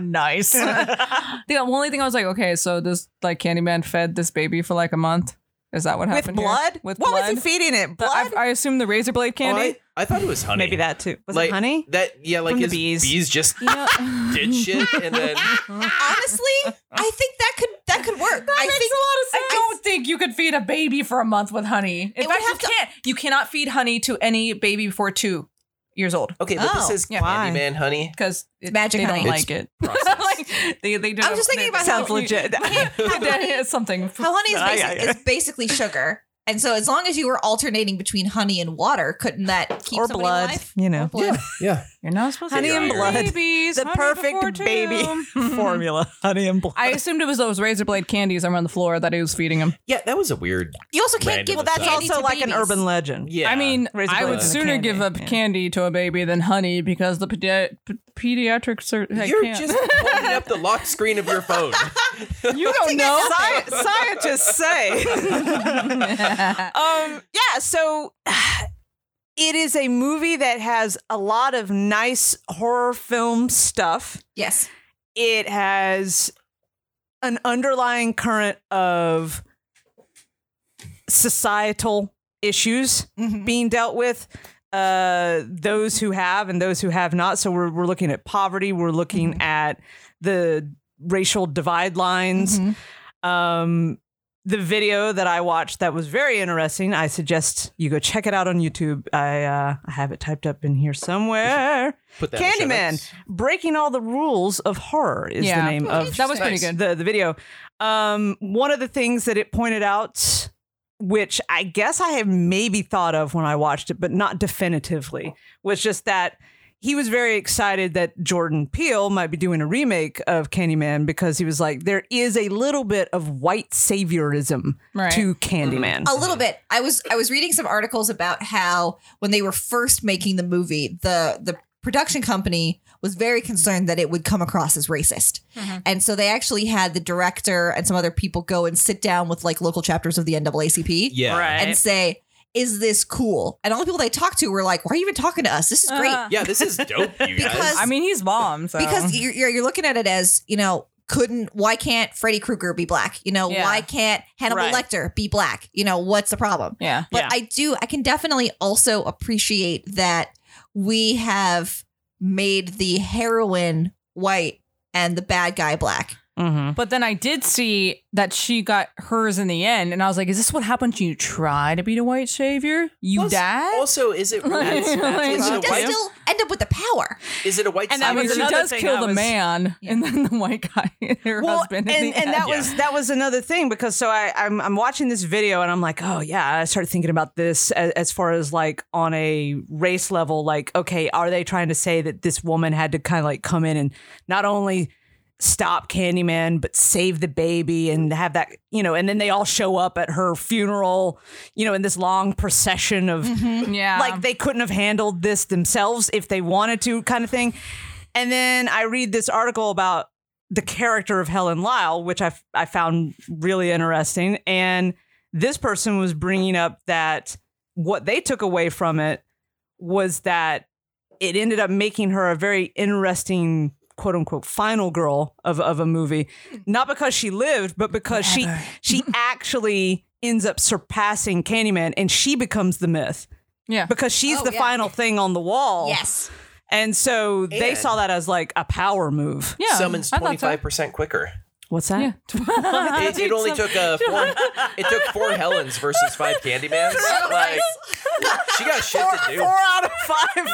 Speaker 3: nice. the only thing I was like, okay, so this like Candyman fed this baby for like a month. Is that what
Speaker 1: With
Speaker 3: happened? here?
Speaker 1: blood?
Speaker 3: With
Speaker 1: what
Speaker 3: blood.
Speaker 1: was he feeding it?
Speaker 3: The-
Speaker 1: Blood?
Speaker 3: I, I assume the razor blade
Speaker 6: Oh,
Speaker 3: candy.
Speaker 6: I, I thought it was honey.
Speaker 1: Maybe that too. Was
Speaker 6: like,
Speaker 1: it honey?
Speaker 6: That yeah, like
Speaker 1: From the
Speaker 6: his
Speaker 1: bees.
Speaker 6: just
Speaker 1: [laughs]
Speaker 3: You know-
Speaker 6: did shit,
Speaker 3: [laughs]
Speaker 6: and then
Speaker 2: Honestly, I think that could that could work. I think
Speaker 3: I don't think you could feed a baby for a month with honey. In
Speaker 2: would
Speaker 3: fact, you
Speaker 2: have to-
Speaker 3: can't. You cannot feed honey to any baby before two years old
Speaker 6: okay, but
Speaker 2: Oh,
Speaker 6: this is
Speaker 3: yeah.
Speaker 6: Candyman honey.
Speaker 3: because
Speaker 2: magic
Speaker 3: They
Speaker 2: honey.
Speaker 3: don't like
Speaker 6: It's
Speaker 3: it. [laughs]
Speaker 6: processed.
Speaker 3: like they, they don't.
Speaker 2: I was just thinking
Speaker 3: they-
Speaker 2: about
Speaker 1: Sounds
Speaker 2: how-
Speaker 1: legit. [laughs]
Speaker 3: it's something.
Speaker 2: How honey is,
Speaker 1: Ah,
Speaker 2: basic,
Speaker 1: yeah, yeah.
Speaker 2: is basically sugar. And so as long as you were alternating between honey and water, couldn't that keep
Speaker 1: Or
Speaker 2: somebody
Speaker 1: blood,
Speaker 2: alive?
Speaker 1: you know.
Speaker 2: Or blood.
Speaker 6: Yeah,
Speaker 3: You're not supposed
Speaker 6: Honey
Speaker 3: to
Speaker 6: and
Speaker 3: feed
Speaker 6: blood.
Speaker 3: Babies,
Speaker 1: the
Speaker 3: honey before
Speaker 1: perfect
Speaker 3: two.
Speaker 1: baby [laughs] formula. Honey and blood.
Speaker 3: [laughs] I assumed it was those razor blade candies around the floor that he was feeding him.
Speaker 6: yeah, that was a weird.
Speaker 2: You also can't
Speaker 6: Random
Speaker 2: give
Speaker 6: Well,
Speaker 2: that
Speaker 6: that's
Speaker 1: That's
Speaker 6: Candy
Speaker 1: also like an urban legend.
Speaker 6: Yeah,
Speaker 3: I mean,
Speaker 1: razor
Speaker 3: I
Speaker 1: blade
Speaker 3: would
Speaker 1: and a
Speaker 3: sooner
Speaker 1: candy,
Speaker 3: give up
Speaker 1: yeah.
Speaker 3: candy to a baby than honey because the pedi- p- pediatric sur- I
Speaker 6: you're
Speaker 3: can't.
Speaker 6: just holding up the lock screen of
Speaker 3: [laughs]
Speaker 6: your phone.
Speaker 3: you [laughs] don't know.
Speaker 1: Sci- scientists say. [laughs] um, yeah, so [sighs] it is a movie that has a lot of nice horror film stuff.
Speaker 2: Yes.
Speaker 1: It has an underlying current of societal issues
Speaker 2: Mhm.
Speaker 1: being dealt with uh those who have and those who have not so we're we're looking at poverty we're looking at the racial divide lines
Speaker 2: Mhm.
Speaker 1: um the video that I watched that was very interesting. I suggest you go check it out on YouTube. I uh, I have it typed up in here somewhere.
Speaker 6: Put that in the show
Speaker 1: Candyman,
Speaker 6: notes.
Speaker 1: breaking all the rules of horror is
Speaker 3: Yeah.
Speaker 1: the name of
Speaker 3: That was pretty good.
Speaker 1: the the video. Um, one of the things that it pointed out, which I guess I had maybe thought of when I watched it, but not definitively, was just that he was very excited that Jordan Peele might be doing a remake of Candyman because he was like, there is a little bit of white saviorism
Speaker 3: Right.
Speaker 1: to Candyman.
Speaker 2: A little bit. I was I was reading some articles about how when they were first making the movie, the the production company was very concerned that it would come across as racist. And so they actually had the director and some other people go and sit down with like local chapters of the NAACP
Speaker 6: Yeah,
Speaker 2: and say, is this cool? And all the people they talked to were like, why are you even talking to us? This is great.
Speaker 3: Uh,
Speaker 6: yeah, this is dope,
Speaker 3: [laughs]
Speaker 6: you
Speaker 2: Because-
Speaker 6: guys.
Speaker 3: I mean, he's mom. So.
Speaker 2: because you're, you're you're looking at it as you know couldn't why can't Freddy Krueger be black you know
Speaker 3: Yeah.
Speaker 2: why can't Hannibal
Speaker 1: Right.
Speaker 2: Lecter be black you know what's the problem
Speaker 3: yeah,
Speaker 2: but
Speaker 1: Yeah.
Speaker 2: I do I can definitely also appreciate that we have made the heroine white and the bad guy black
Speaker 1: Mm-hmm.
Speaker 3: But then I did see that she got hers in the end, and I was like, "Is this what happens when you try to be the white savior? You
Speaker 6: Also-
Speaker 3: die."
Speaker 6: Also,
Speaker 3: [laughs]
Speaker 6: is it really,
Speaker 3: That's- that's
Speaker 6: is,
Speaker 2: She
Speaker 6: it a
Speaker 2: does
Speaker 6: white,
Speaker 2: still end up with the power.
Speaker 6: is it a white
Speaker 3: And I mean,
Speaker 6: savior?
Speaker 3: she
Speaker 1: another
Speaker 3: does
Speaker 1: thing
Speaker 3: kill
Speaker 1: I
Speaker 3: the
Speaker 1: was-
Speaker 3: man, and then the white guy, [laughs] her
Speaker 1: Well,
Speaker 3: husband, in
Speaker 1: and,
Speaker 3: the
Speaker 1: and
Speaker 3: end.
Speaker 1: that was that was another thing because so I I'm, I'm watching this video and I'm like oh yeah I started thinking about this as, as far as like on a race level like okay are they trying to say that this woman had to kind of like come in and not only stop Candyman but save the baby and have that you know and then they all show up at her funeral you know in this long procession of
Speaker 3: yeah,
Speaker 1: like they couldn't have handled this themselves if they wanted to kind of thing and then i read this article about the character of helen lyle which i, f- I found really interesting and this person was bringing up that what they took away from it was that it ended up making her a very interesting quote unquote final girl of, of a movie not because she lived but because she she actually ends up surpassing candyman and she becomes the myth
Speaker 3: yeah.
Speaker 1: because she's
Speaker 2: Oh,
Speaker 1: the
Speaker 2: yeah.
Speaker 1: final thing on the wall.
Speaker 2: Yes.
Speaker 1: And so they
Speaker 6: And-
Speaker 1: saw that as like a power move.
Speaker 3: yeah,
Speaker 6: Summons
Speaker 3: I thought
Speaker 6: twenty
Speaker 3: so.
Speaker 6: five
Speaker 3: [laughs]
Speaker 6: percent quicker.
Speaker 1: What's that?
Speaker 3: Yeah.
Speaker 6: It, it only took
Speaker 3: [laughs]
Speaker 6: uh, four. It took four Helens versus five Candymans. Like she got shit to
Speaker 1: [laughs]
Speaker 6: do.
Speaker 1: out of five.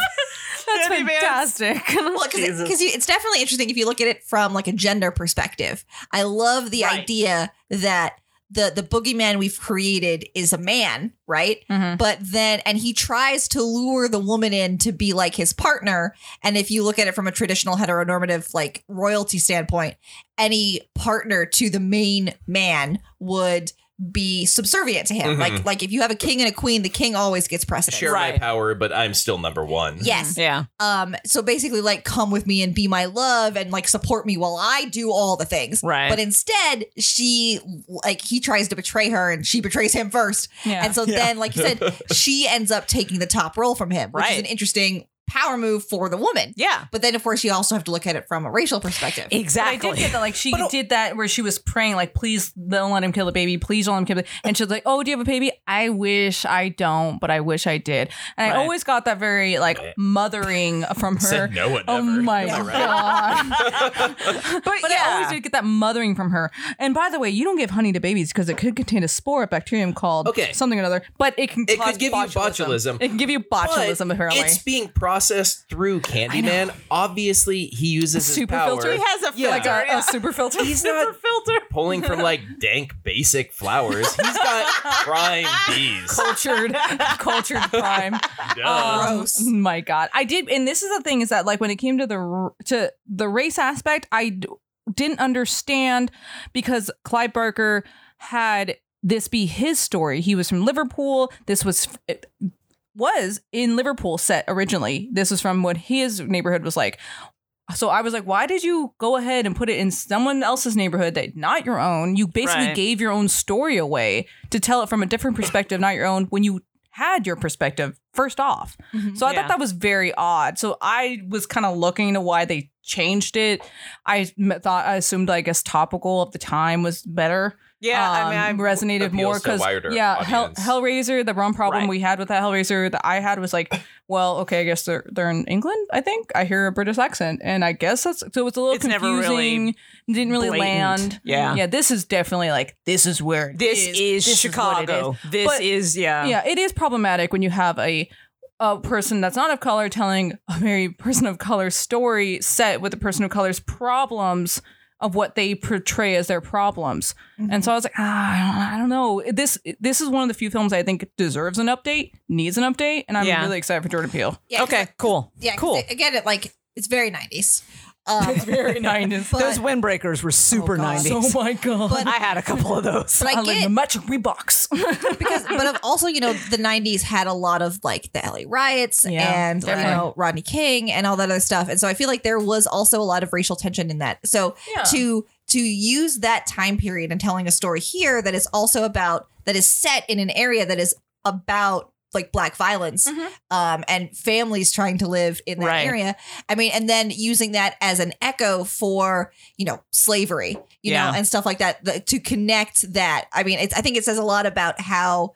Speaker 3: That's fantastic. [laughs]
Speaker 2: Well, because
Speaker 6: Jesus.
Speaker 2: it's definitely interesting if you look at it from like a gender perspective. I love the
Speaker 6: Right.
Speaker 2: idea that the the boogeyman we've created is a man, right?
Speaker 6: Mm-hmm.
Speaker 3: Mhm.
Speaker 2: But then, and he tries to lure the woman in to be like his partner. And if you look at it from a traditional heteronormative like royalty standpoint, any partner to the main man would be subservient to him.
Speaker 6: Mhm.
Speaker 2: Like like if you have a king and a queen, the king always gets precedence.
Speaker 6: Share my
Speaker 1: Right.
Speaker 6: power, but I'm still number one.
Speaker 2: Yes.
Speaker 1: Yeah.
Speaker 2: Um, so basically, like, come with me and be my love and like support me while I do all the things.
Speaker 1: Right.
Speaker 2: But instead, she like he tries to betray her and she betrays him first.
Speaker 3: Yeah.
Speaker 2: And so then, like you said, she ends up taking the top role from him, which is
Speaker 1: Right.
Speaker 2: an interesting power move for the woman.
Speaker 1: Yeah.
Speaker 2: But then, of course, you also have to look at it from a racial perspective.
Speaker 3: But I did
Speaker 1: Exactly.
Speaker 3: get that, like she did that where she was praying, like, please don't let him kill the baby, please don't let him kill the and she was like, Oh, do you have a baby? I wish I don't, but I wish I did. And I
Speaker 1: Right.
Speaker 3: always got that very like mothering from her.
Speaker 6: Said no one
Speaker 3: Oh
Speaker 6: ever.
Speaker 3: my
Speaker 6: Am I
Speaker 3: god!
Speaker 6: [laughs]
Speaker 1: But,
Speaker 3: But I always did get that mothering from her. And by the way, you don't give honey to babies because it could contain a spore, a bacterium called
Speaker 6: Okay.
Speaker 3: something or another. But it can
Speaker 6: It could
Speaker 3: cause
Speaker 6: give you botulism.
Speaker 3: It can give you
Speaker 6: But
Speaker 3: botulism apparently.
Speaker 6: It's being processed through Candyman. Obviously, he uses his
Speaker 3: super
Speaker 6: power.
Speaker 3: filter. has a
Speaker 6: Yeah.
Speaker 3: like a, a super filter.
Speaker 6: He's not
Speaker 3: filter.
Speaker 6: pulling from like dank basic flowers. He's got
Speaker 3: [laughs]
Speaker 6: prime bees.
Speaker 3: cultured cultured crime. Oh,
Speaker 6: Duh.
Speaker 2: Gross.
Speaker 3: My God, I did, and this is the thing is that like when it came to the r- to the race aspect, I d- didn't understand because Clive Barker had this be his story. He was from Liverpool. This was. f- It, was in Liverpool set originally. This was from what his neighborhood was like. So I was like, why did you go ahead and put it in someone else's neighborhood that not your own? You basically
Speaker 1: Right.
Speaker 3: gave your own story away to tell it from a different perspective, not your own, when you had your perspective first off.
Speaker 2: Mm-hmm.
Speaker 3: So I
Speaker 1: Yeah.
Speaker 3: thought that was very odd. So I was kind of looking to why they changed it. I m- thought I assumed I guess topical of the time was better.
Speaker 1: yeah. I mean,
Speaker 3: um,
Speaker 1: I'm
Speaker 3: resonated more
Speaker 6: appeals to a
Speaker 3: because
Speaker 6: wider
Speaker 3: yeah, Hell,
Speaker 6: audience.
Speaker 3: Hellraiser. The wrong problem
Speaker 1: Right.
Speaker 3: we had with that Hellraiser that I had was like, well, okay, I guess they're they're in England. I think I hear a British accent, and I guess that's so it's a little
Speaker 1: It's never
Speaker 3: confusing.
Speaker 1: really
Speaker 3: didn't really
Speaker 1: blatant.
Speaker 3: land.
Speaker 1: Yeah.
Speaker 3: yeah. This is definitely like this is where it
Speaker 1: this is,
Speaker 3: This is what it
Speaker 1: Chicago. this
Speaker 3: But-
Speaker 1: is yeah.
Speaker 3: yeah, it is problematic when you have a a person that's not of color telling a very person of color story set with a person of color's problems of what they portray as their problems. And so I was like, ah, I don't, I don't know. This this is one of the few films I think deserves an update, needs an update, and I'm
Speaker 1: Yeah.
Speaker 3: really excited for Jordan Peele.
Speaker 2: Yeah, 'cause-
Speaker 1: Okay. Cool.
Speaker 2: Yeah. 'cause
Speaker 1: Cool.
Speaker 2: it- again, it like it's very nineties. Um,
Speaker 3: [laughs] Very 90s.
Speaker 2: but,
Speaker 1: those windbreakers were super
Speaker 2: God.
Speaker 1: 90s.
Speaker 3: Oh my god.
Speaker 1: [laughs]
Speaker 2: but,
Speaker 1: I had a couple of those.
Speaker 3: [laughs]
Speaker 2: but I
Speaker 3: I live in
Speaker 2: get
Speaker 3: a metric rebox.
Speaker 2: because but of also you know the 90s had a lot of like the la riots
Speaker 3: Yeah,
Speaker 2: and you
Speaker 3: definitely.
Speaker 2: know rodney king and all that other stuff and so i feel like there was also a lot of racial tension in that so
Speaker 3: Yeah.
Speaker 2: to to use that time period and telling a story here that is also about that is set in an area that is about like black violence
Speaker 3: Mhm.
Speaker 2: um, and families trying to live in that
Speaker 1: Right.
Speaker 2: area i mean and then using that as an echo for you know slavery you
Speaker 1: Yeah.
Speaker 2: know and stuff like that the, to connect that i mean it's, i think it says a lot about how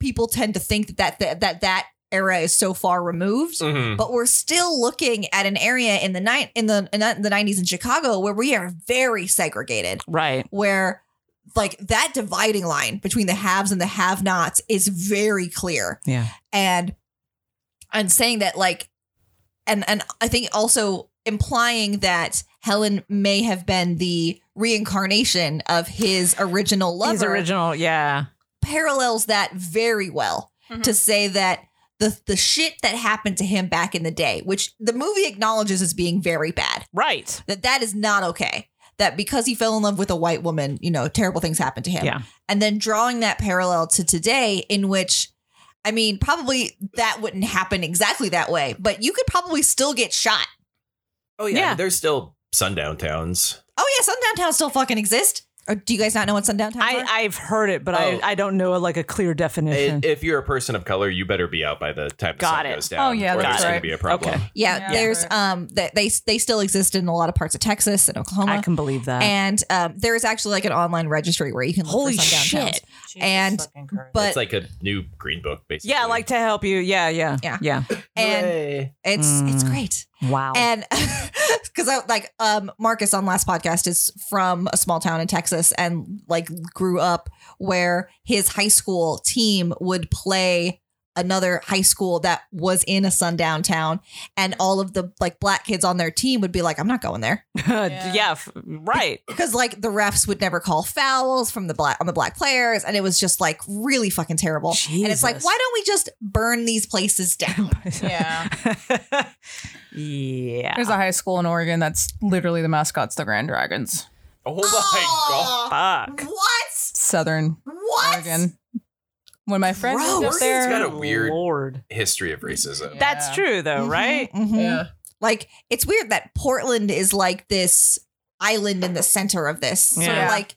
Speaker 2: people tend to think that that that, that era is so far removed.
Speaker 6: Mhm.
Speaker 2: But we're still looking at an area in the night in the in the nineties in Chicago where we are very segregated,
Speaker 1: Right.
Speaker 2: where like that dividing line between the haves and the have-nots is very clear.
Speaker 1: Yeah.
Speaker 2: And and saying that like and and I think also implying that Helen may have been the reincarnation of his original lover
Speaker 1: His original, yeah.
Speaker 2: parallels that very well to say that the the shit that happened to him back in the day, which the movie acknowledges as being very bad,
Speaker 1: Right.
Speaker 2: that that is not okay. That because he fell in love with a white woman, you know, terrible things happened to him.
Speaker 1: Yeah.
Speaker 2: And then drawing that parallel to today, in which, I mean, probably that wouldn't happen exactly that way, but you could probably still get shot.
Speaker 6: Oh yeah,
Speaker 1: Yeah.
Speaker 6: there's still sundown towns.
Speaker 2: Oh yeah, sundown towns still fucking exist. Or do you guys not know what sundown towns
Speaker 1: I,
Speaker 2: are?
Speaker 1: I've heard it, but
Speaker 6: Oh.
Speaker 1: I, I don't know like a clear definition.
Speaker 6: I- If you're a person of color, you better be out by the time the
Speaker 1: Got
Speaker 6: sun
Speaker 1: it.
Speaker 6: goes down.
Speaker 10: Oh, yeah,
Speaker 6: or
Speaker 10: that's
Speaker 6: there's going
Speaker 10: right.
Speaker 6: to be a problem.
Speaker 1: Okay.
Speaker 2: yeah,
Speaker 10: Yeah.
Speaker 2: there's um that they they still exist in a lot of parts of Texas and Oklahoma.
Speaker 1: I can believe that.
Speaker 2: and um, there's actually like an online registry where you can look
Speaker 1: Holy
Speaker 2: for some
Speaker 1: shit.
Speaker 2: downtowns.
Speaker 3: [laughs]
Speaker 2: And- But
Speaker 6: it's like a new green book, basically.
Speaker 1: yeah, like to help you. Yeah, yeah.
Speaker 2: Yeah.
Speaker 1: Yeah.
Speaker 2: and
Speaker 6: Hooray.
Speaker 2: it's it's
Speaker 1: Mm.
Speaker 2: great.
Speaker 1: Wow.
Speaker 2: And [laughs] because I like um, Marcus on last podcast is from a small town in Texas and like grew up where his high school team would play another high school that was in a sundown town and all of the like black kids on their team would be like i'm not going there
Speaker 1: [laughs] yeah. f- right. [laughs]
Speaker 2: because like the refs would never call fouls from the black on the black players and it was just like really fucking terrible and it's like
Speaker 1: Jesus.
Speaker 2: why don't we just burn these places down
Speaker 3: [laughs]
Speaker 10: Yeah.
Speaker 1: yeah.
Speaker 10: There's a high school in Oregon that's literally the mascot's the Grand Dragons.
Speaker 6: Oh my
Speaker 2: [laughs] Oh,
Speaker 1: Fuck.
Speaker 2: what
Speaker 10: Southern
Speaker 2: what
Speaker 10: Oregon. When my friend
Speaker 2: Gross.
Speaker 10: lived up
Speaker 6: god,
Speaker 10: there,
Speaker 6: it's got a weird
Speaker 1: Lord.
Speaker 6: history of racism.
Speaker 1: That's true though,
Speaker 2: Mhm,
Speaker 1: Oh, right?
Speaker 2: mhm.
Speaker 10: Yeah.
Speaker 2: like it's weird that portland is like this island in the center of this sort
Speaker 1: Yeah.
Speaker 2: of like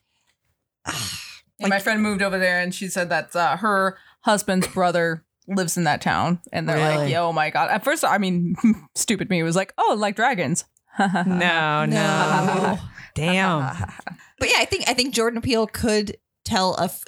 Speaker 10: And my friend moved over there and she said that uh, her husband's brother lives in that town. And they're like,
Speaker 1: Really?
Speaker 10: yo, oh my God. At first, I mean, [laughs] stupid me was like, oh, like dragons. [laughs]
Speaker 3: Uh-huh.
Speaker 1: No, no.
Speaker 2: No.
Speaker 1: Damn.
Speaker 3: [laughs]
Speaker 2: but yeah i think i think jordan peele could tell a f-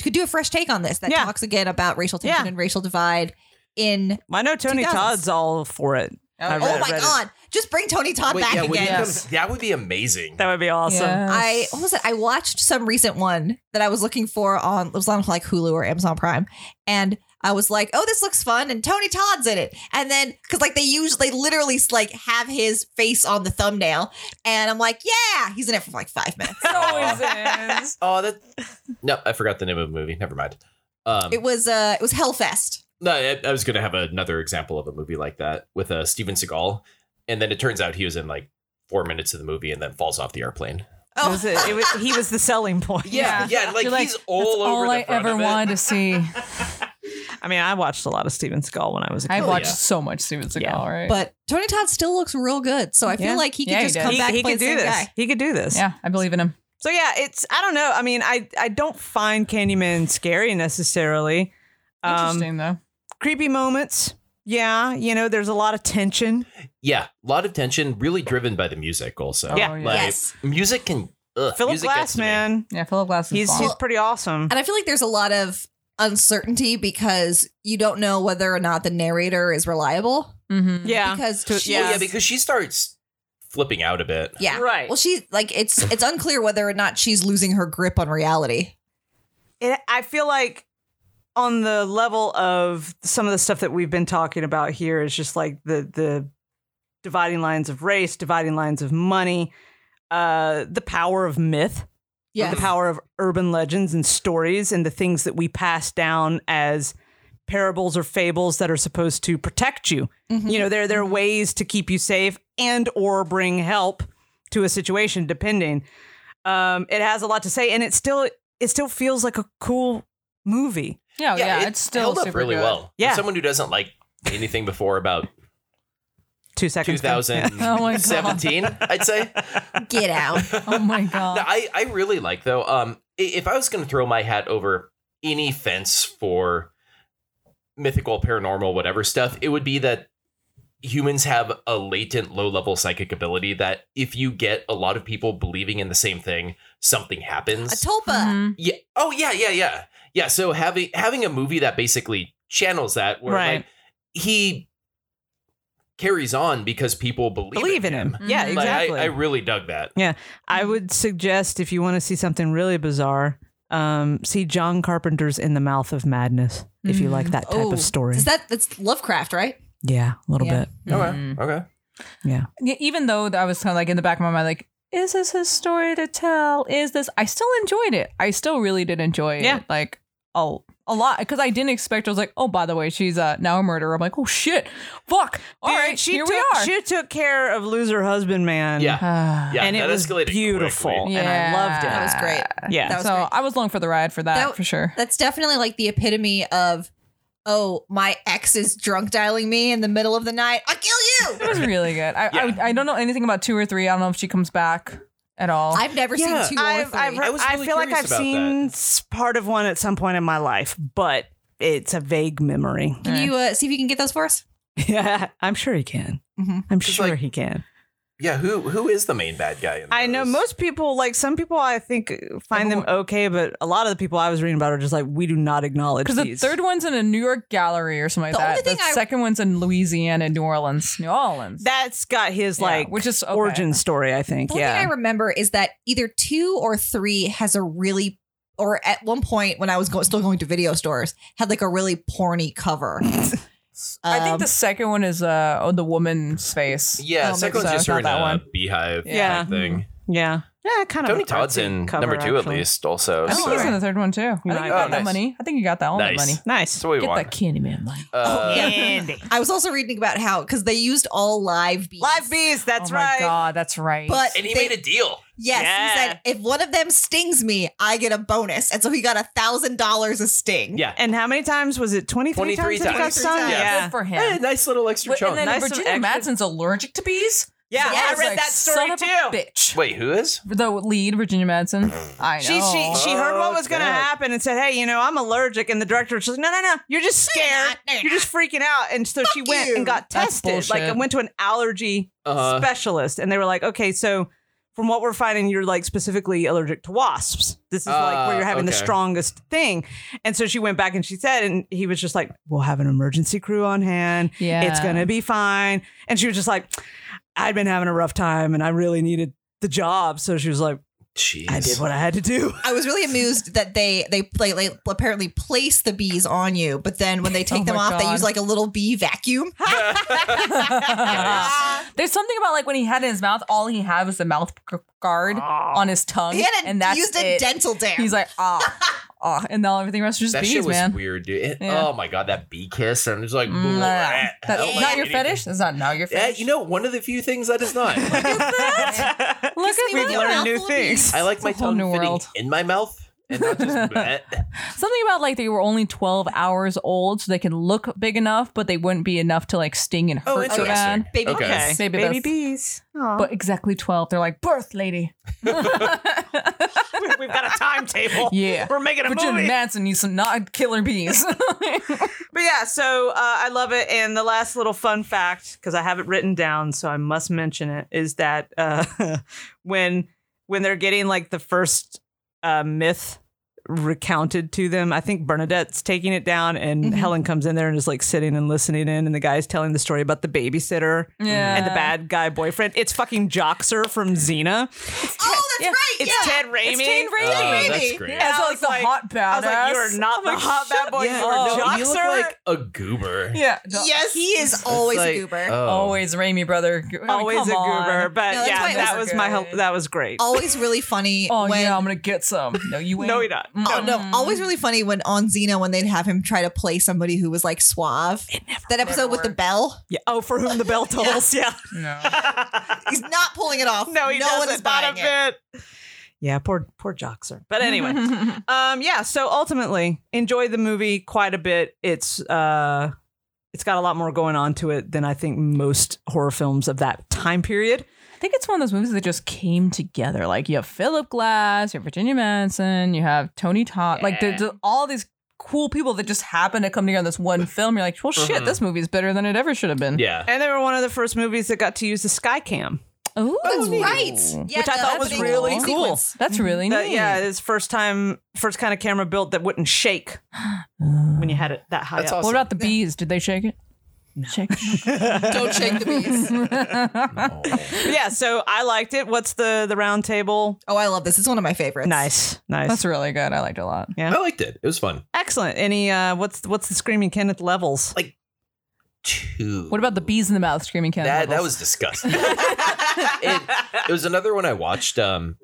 Speaker 2: could do a fresh take on this that
Speaker 1: Yeah.
Speaker 2: talks again about racial tension
Speaker 1: Yeah.
Speaker 2: and racial divide in
Speaker 1: I know Tony
Speaker 2: 2000s.
Speaker 1: Todd's all for it. I
Speaker 2: oh
Speaker 1: read-
Speaker 2: my
Speaker 1: read it.
Speaker 2: god just bring tony todd
Speaker 6: Wait,
Speaker 2: back
Speaker 6: yeah, would
Speaker 2: again
Speaker 6: you come- that would be amazing.
Speaker 1: That would be awesome.
Speaker 2: I what was it? I watched some recent one that I was looking for on it was on like Hulu or Amazon Prime, and I was like, "Oh, this looks fun," and Tony Todd's in it, and then because like they usually they literally like have his face on the thumbnail, and I'm like, "Yeah, he's in it for like five
Speaker 1: [laughs]
Speaker 2: minutes."
Speaker 6: [laughs]
Speaker 10: Always is.
Speaker 6: oh, that. No, I forgot the name of the movie. Never mind. Um,
Speaker 2: it was uh, it was Hellfest.
Speaker 6: no, I, I was going to have another example of a movie like that with uh, Steven Seagal, and then it turns out he was in like four minutes of the movie and then falls off the airplane.
Speaker 2: Oh,
Speaker 1: That was it. It was, he was the selling point.
Speaker 10: Yeah.
Speaker 6: yeah, like
Speaker 10: You're
Speaker 6: he's
Speaker 10: that's
Speaker 6: all over
Speaker 10: all
Speaker 6: the
Speaker 10: I
Speaker 6: front
Speaker 10: ever
Speaker 6: of it.
Speaker 10: wanted to
Speaker 6: [laughs]
Speaker 10: see.
Speaker 1: I mean, I watched a lot of Steven Skull when I was a
Speaker 10: I
Speaker 1: kid.
Speaker 6: Hell
Speaker 10: watched
Speaker 6: yeah.
Speaker 10: so much Steven Seagal,
Speaker 1: Yeah.
Speaker 10: right?
Speaker 2: But Tony Todd still looks real good, so I feel
Speaker 10: Yeah.
Speaker 2: like he could
Speaker 10: Yeah, he
Speaker 2: just
Speaker 10: does.
Speaker 2: come
Speaker 1: he,
Speaker 2: back.
Speaker 1: he
Speaker 2: play
Speaker 1: could
Speaker 2: the
Speaker 1: do
Speaker 2: same
Speaker 1: this.
Speaker 2: guy.
Speaker 1: He could do this.
Speaker 10: yeah, I believe in him.
Speaker 1: So yeah, it's I don't know. I mean, I I don't find Candyman scary necessarily. Um,
Speaker 10: Interesting though.
Speaker 1: creepy moments. Yeah, you know, there's a lot of tension.
Speaker 6: Yeah, a lot of tension, really driven by the music. Also,
Speaker 1: Yeah.
Speaker 10: Oh, yeah.
Speaker 6: like
Speaker 2: Yes.
Speaker 6: music can. Ugh,
Speaker 1: Philip
Speaker 6: music gets
Speaker 1: Glass,
Speaker 6: to me.
Speaker 1: man,
Speaker 10: Yeah, Philip Glass is
Speaker 1: he's
Speaker 10: bomb.
Speaker 1: he's pretty awesome.
Speaker 2: And I feel like there's a lot of uncertainty because you don't know whether or not the narrator is reliable.
Speaker 10: Mhm.
Speaker 1: Yeah,
Speaker 2: Because
Speaker 1: To-
Speaker 2: she-
Speaker 6: Well, yeah, because she starts flipping out a bit.
Speaker 2: yeah,
Speaker 1: right.
Speaker 2: Well, she like it's it's unclear whether or not she's losing her grip on reality.
Speaker 1: it, I feel like on the level of some of the stuff that we've been talking about here is just like the the dividing lines of race, dividing lines of money, uh, the power of myth. of the power of urban legends and stories and the things that we pass down as parables or fables that are supposed to protect you.
Speaker 2: Mhm.
Speaker 1: You know, there there are ways to keep you safe and or bring help to a situation depending. Um it has a lot to say and it still it still feels like a cool movie.
Speaker 10: Yeah, oh, yeah,
Speaker 6: it
Speaker 10: it's still
Speaker 6: held up
Speaker 10: super
Speaker 6: really
Speaker 10: good.
Speaker 6: well.
Speaker 1: Yeah.
Speaker 6: For someone who doesn't like anything before about
Speaker 1: 2 seconds.
Speaker 10: [laughs]
Speaker 1: ago.
Speaker 10: Oh my God.
Speaker 6: 2017, I'd say.
Speaker 1: [laughs]
Speaker 2: Get out.
Speaker 10: Oh
Speaker 6: [laughs]
Speaker 10: my
Speaker 6: No,
Speaker 10: god.
Speaker 6: I, I really like though. Um, i- if I was going to throw my hat over any fence for mythical, paranormal, whatever stuff, it would be that humans have a latent low level psychic ability that if you get a lot of people believing in the same thing, something
Speaker 2: A
Speaker 6: happens.
Speaker 1: Mm-hmm.
Speaker 2: tulpa.
Speaker 10: Mhm.
Speaker 6: Yeah. Oh yeah, yeah, yeah. Yeah, so having having a movie that basically channels that where
Speaker 1: Right.
Speaker 6: like he carries on because people believe,
Speaker 1: Believe in him. Yeah,
Speaker 6: Like,
Speaker 1: exactly.
Speaker 6: I, I really dug that.
Speaker 1: I would suggest if you want to see something really bizarre, um, see John Carpenter's In the Mouth of Madness if you like that type
Speaker 2: Oh,
Speaker 1: of story.
Speaker 2: Is that that's Lovecraft, right?
Speaker 1: yeah, a little
Speaker 2: Yeah.
Speaker 1: bit.
Speaker 10: Oh, Mm-hmm.
Speaker 1: Mm-hmm.
Speaker 6: Okay. Okay.
Speaker 3: Yeah, even though I was kind of like in the back of my mind, like, is this his story to tell? Is this? I still enjoyed it. I still really did enjoy
Speaker 1: Yeah.
Speaker 3: it. Like, oh, a lot because I didn't expect. I was like, oh, by the way, she's uh, now a murderer. I'm like, oh shit, fuck. All
Speaker 1: Dude,
Speaker 3: right,
Speaker 1: she
Speaker 3: here
Speaker 1: took,
Speaker 3: we are. [sighs]
Speaker 1: She took care of loser husband man.
Speaker 6: Yeah.
Speaker 3: Ah.
Speaker 6: Yeah.
Speaker 1: and it
Speaker 6: that
Speaker 1: was
Speaker 6: escalated
Speaker 1: beautiful,
Speaker 6: quickly.
Speaker 1: and I loved it.
Speaker 3: Yeah.
Speaker 2: That was great.
Speaker 1: Yeah,
Speaker 2: That was
Speaker 3: so
Speaker 2: great.
Speaker 3: I was long for the ride for that,
Speaker 2: That-
Speaker 3: for sure.
Speaker 2: That's definitely like the epitome of, oh, my ex is drunk dialing me in the middle of the night. I'll kill
Speaker 1: [laughs]
Speaker 3: It
Speaker 2: you.
Speaker 3: was really good. I,
Speaker 6: Yeah.
Speaker 3: I I don't know anything about two or three. I don't know if she comes back at all.
Speaker 2: I've never
Speaker 6: Yeah.
Speaker 2: seen 2 or
Speaker 1: I've,
Speaker 2: 3
Speaker 1: I've heard-
Speaker 6: I was
Speaker 1: I
Speaker 6: really
Speaker 1: feel like
Speaker 6: curious
Speaker 1: I've
Speaker 6: about
Speaker 1: seen s- part of one at some point in my life, but it's a vague memory.
Speaker 2: Can you uh, see if you can get those for us?
Speaker 1: [laughs] Yeah, I'm sure he can. I'm
Speaker 2: Mhm.
Speaker 6: Mm-hmm. Just
Speaker 1: sure
Speaker 6: like-
Speaker 1: he can.
Speaker 6: Yeah. Who who is the main bad guy? In
Speaker 1: I know
Speaker 6: those?
Speaker 1: most people, like some people, I think uh, find them okay, but a lot of the people I was reading about are just like, we do not acknowledge
Speaker 3: because the
Speaker 1: these.
Speaker 3: third one's in a New York gallery or something like
Speaker 2: The
Speaker 3: that.
Speaker 2: only
Speaker 3: The
Speaker 2: thing I-
Speaker 3: second one's in Louisiana, New Orleans, New Orleans.
Speaker 1: that's got his
Speaker 3: Yeah,
Speaker 1: like
Speaker 3: which is okay.
Speaker 1: origin story, I think.
Speaker 2: The only
Speaker 1: yeah,
Speaker 2: thing I remember is that either two or three has a really, or at one point when I was go- still going to video stores, had like a really porny
Speaker 3: [laughs]
Speaker 2: cover.
Speaker 3: I think
Speaker 2: Um,
Speaker 3: the second one is uh oh, the woman's face.
Speaker 6: Yeah.
Speaker 3: Oh,
Speaker 6: second
Speaker 3: maybe
Speaker 6: one's
Speaker 3: so.
Speaker 6: just
Speaker 3: Not
Speaker 6: her in
Speaker 3: that
Speaker 6: a
Speaker 3: one.
Speaker 6: beehive
Speaker 3: Yeah.
Speaker 6: type thing.
Speaker 1: yeah, yeah. Kind of.
Speaker 6: Tony
Speaker 1: an
Speaker 6: Todd's
Speaker 1: artsy
Speaker 6: in
Speaker 1: cover,
Speaker 6: number two
Speaker 1: actually.
Speaker 6: at least. Also.
Speaker 3: I think
Speaker 6: so.
Speaker 3: he's in the third one too. I think you
Speaker 1: Nice.
Speaker 3: got
Speaker 6: Oh,
Speaker 3: that
Speaker 6: nice.
Speaker 3: money. I think you got that all that
Speaker 6: Nice.
Speaker 3: money.
Speaker 1: Nice.
Speaker 3: [laughs]
Speaker 6: That's what we
Speaker 3: Get Oh,
Speaker 6: want.
Speaker 3: that Candyman money.
Speaker 6: Uh, [laughs]
Speaker 1: Andy.
Speaker 2: I was also reading about how because they used all live bees.
Speaker 1: Live bees. That's
Speaker 3: oh my
Speaker 1: right.
Speaker 3: god, that's right.
Speaker 2: But
Speaker 6: And he
Speaker 2: they-
Speaker 6: made a deal.
Speaker 2: yes, he
Speaker 1: Yeah.
Speaker 2: said if one of them stings me, I get a bonus, and so he got a thousand dollars a sting.
Speaker 6: Yeah.
Speaker 1: And how many times was it? Twenty three
Speaker 6: 23
Speaker 1: times. that he got
Speaker 6: times.
Speaker 1: stung?
Speaker 2: Yeah.
Speaker 1: Yeah.
Speaker 3: good for him.
Speaker 6: Hey, nice little extra
Speaker 3: But-
Speaker 6: chunk.
Speaker 3: and then
Speaker 1: Nice
Speaker 3: Virginia
Speaker 1: extra-
Speaker 3: Madsen's allergic to bees.
Speaker 1: Yeah,
Speaker 3: So
Speaker 1: I
Speaker 3: was
Speaker 1: read
Speaker 3: like,
Speaker 1: that story
Speaker 3: son of a
Speaker 1: too.
Speaker 3: bitch.
Speaker 6: Wait, who is?
Speaker 3: The lead Virginia Madsen. I know.
Speaker 1: She she she heard what
Speaker 6: Oh,
Speaker 1: was going to
Speaker 6: God.
Speaker 1: happen and said, "Hey, you know, I'm allergic." And the director was just, "No, no, no, you're just
Speaker 2: No, you're
Speaker 1: scared.
Speaker 2: not. No, you're
Speaker 1: You're just freaking out." And so she
Speaker 2: Fuck
Speaker 1: went
Speaker 2: you.
Speaker 1: and got
Speaker 3: That's
Speaker 1: tested. Like,
Speaker 3: bullshit.
Speaker 1: I went to an allergy
Speaker 6: Uh-huh.
Speaker 1: specialist, and they were like, "Okay, so from what we're finding, you're like specifically allergic to wasps. This is like where
Speaker 6: Uh,
Speaker 1: you're having the
Speaker 6: okay.
Speaker 1: strongest thing." And so she went back and she said, and he was just like, "We'll have an emergency crew on hand.
Speaker 3: Yeah.
Speaker 1: It's [laughs] gonna be fine." And she was just like, "I'd been having a rough time, and I really needed." The job, so she was like,
Speaker 6: Jeez.
Speaker 1: "I did what I had to do."
Speaker 2: I was really amused that they they play they apparently place the bees on you, but then when they take
Speaker 3: [laughs] Oh
Speaker 2: them
Speaker 3: my
Speaker 2: off, they
Speaker 3: God.
Speaker 2: use like a little bee vacuum.
Speaker 3: [laughs] There's something about like when he had it in his mouth, all he had was the mouth g- guard on his tongue,
Speaker 2: He had a,
Speaker 3: Oh, and that's
Speaker 2: used a
Speaker 3: it.
Speaker 2: dental dam.
Speaker 3: He's like, ah, ah, and now everything else is just
Speaker 6: That
Speaker 3: bees,
Speaker 6: shit was
Speaker 3: man.
Speaker 6: weird, dude. It-
Speaker 3: Yeah.
Speaker 6: Oh my god, that bee kiss, and it's like,
Speaker 3: Mm,
Speaker 6: bleh,
Speaker 3: that-
Speaker 6: I don't
Speaker 3: that's
Speaker 6: like
Speaker 3: not your
Speaker 6: anything.
Speaker 3: fetish. That's not now your
Speaker 6: Yeah,
Speaker 3: fetish.
Speaker 6: you know, one of the few things that
Speaker 3: [laughs]
Speaker 6: is not.
Speaker 3: Look at
Speaker 2: me
Speaker 3: me
Speaker 2: with
Speaker 1: We've
Speaker 2: your
Speaker 1: learned
Speaker 2: mouth
Speaker 1: new
Speaker 2: full of bees.
Speaker 1: things.
Speaker 6: I like my
Speaker 3: It's a whole
Speaker 6: tongue
Speaker 3: new
Speaker 6: fitting
Speaker 3: world.
Speaker 6: in my mouth and not just.
Speaker 3: [laughs]
Speaker 6: eh, bleh.
Speaker 3: Something about like they were only 12 hours old, so they can look big enough, but they wouldn't be enough to like sting and
Speaker 6: Oh,
Speaker 3: hurt so
Speaker 6: interesting.
Speaker 3: bad.
Speaker 2: Baby
Speaker 6: Okay.
Speaker 1: [laughs]
Speaker 2: bees.
Speaker 3: Maybe
Speaker 1: Baby
Speaker 3: that's,
Speaker 1: bees.
Speaker 3: but exactly 12. They're like, birth lady.
Speaker 1: We've got a timetable.
Speaker 3: [laughs] Yeah.
Speaker 1: We're making a
Speaker 3: Virginia
Speaker 1: movie.
Speaker 3: Madsen needs some not killer bees. [laughs]
Speaker 1: But yeah, so uh, I love it. And the last little fun fact, because I have it written down, so I must mention it, is that uh, [laughs] when when they're getting like the first uh, myth recounted to them, I think Bernadette's taking it down, and Helen comes in there and is like sitting and listening in, and the guy's telling the story about the babysitter
Speaker 3: Yeah.
Speaker 1: and the bad guy boyfriend. It's fucking Joxer from Xena.
Speaker 2: Oh, that's
Speaker 3: Yeah.
Speaker 2: right.
Speaker 1: It's
Speaker 2: yeah.
Speaker 1: Ted Raimi.
Speaker 3: It's Ted Raimi.
Speaker 6: Oh, that's
Speaker 2: Maybe.
Speaker 6: great.
Speaker 3: As
Speaker 1: I
Speaker 3: well
Speaker 1: was
Speaker 3: as the
Speaker 1: like-
Speaker 3: hot badass.
Speaker 1: I was like, you are not the hot bad boy.
Speaker 6: Yeah,
Speaker 1: you are
Speaker 6: no, you look
Speaker 1: Joxer.
Speaker 6: like a goober.
Speaker 3: [laughs] Yeah.
Speaker 2: Yes, he is always
Speaker 6: It's
Speaker 2: a goober.
Speaker 6: like, oh.
Speaker 3: Always Raimi brother. I mean,
Speaker 1: always
Speaker 3: come
Speaker 1: a goober.
Speaker 3: on.
Speaker 1: But
Speaker 2: No, that's
Speaker 1: yeah,
Speaker 2: why it
Speaker 1: that
Speaker 3: was
Speaker 1: was my
Speaker 3: good.
Speaker 1: hel- that was great.
Speaker 2: always really funny
Speaker 3: Oh
Speaker 2: when.
Speaker 3: yeah, I'm gonna get some. No, you ain't.
Speaker 1: No, you're not.
Speaker 2: Oh no! Always really funny when on Xena when they'd have him try to play somebody who was like suave. that episode
Speaker 3: never
Speaker 2: with the
Speaker 3: worked.
Speaker 2: bell,
Speaker 1: Yeah. Oh, for whom the bell tolls. yeah.
Speaker 3: No.
Speaker 2: he's not pulling it off.
Speaker 1: [laughs] No, he
Speaker 2: no
Speaker 1: doesn't.
Speaker 2: one is
Speaker 1: not a
Speaker 2: buying it.
Speaker 1: bit. Yeah, poor poor Joxer. [laughs] But anyway, um, yeah. So ultimately, enjoy the movie quite a bit. It's uh, it's got a lot more going on to it than I think most horror films of that time period.
Speaker 3: I think it's one of those movies that just came together. Like you have Philip Glass, you have Virginia Madsen, you have Tony Todd. Like there's just all these cool people that just happen to come together in this
Speaker 6: [laughs]
Speaker 3: one film. You're like, well, shit, this movie is better than it ever should have been.
Speaker 6: Mm-hmm. Yeah.
Speaker 1: And they were one of the first movies that got to use the Skycam.
Speaker 3: Ooh,
Speaker 6: Oh,
Speaker 2: That's right. Yeah,
Speaker 1: Which I
Speaker 2: the
Speaker 1: thought was
Speaker 2: opening
Speaker 1: really
Speaker 2: sequence.
Speaker 1: cool.
Speaker 6: Mm-hmm.
Speaker 3: That's really neat.
Speaker 1: That- yeah, it's first time, first kind of camera built that wouldn't shake [gasps] when you had it that high
Speaker 6: That's
Speaker 1: up.
Speaker 6: awesome.
Speaker 3: What about the bees? Did they shake it? Check.
Speaker 2: Don't shake the beast.
Speaker 1: yeah, so I liked it. What's the the round table?
Speaker 2: [laughs] Oh, I love [laughs] this. It's one of my favorites.
Speaker 1: Nice, nice,
Speaker 3: That's really good. I liked it a lot.
Speaker 6: I liked it. It was fun.
Speaker 1: excellent. Any uh, what's what's the screaming Kenneth [laughs] levels?
Speaker 6: Two.
Speaker 3: What about the bees in the mouth screaming Ken?
Speaker 6: That that was [laughs] disgusting. it, it was another one I watched um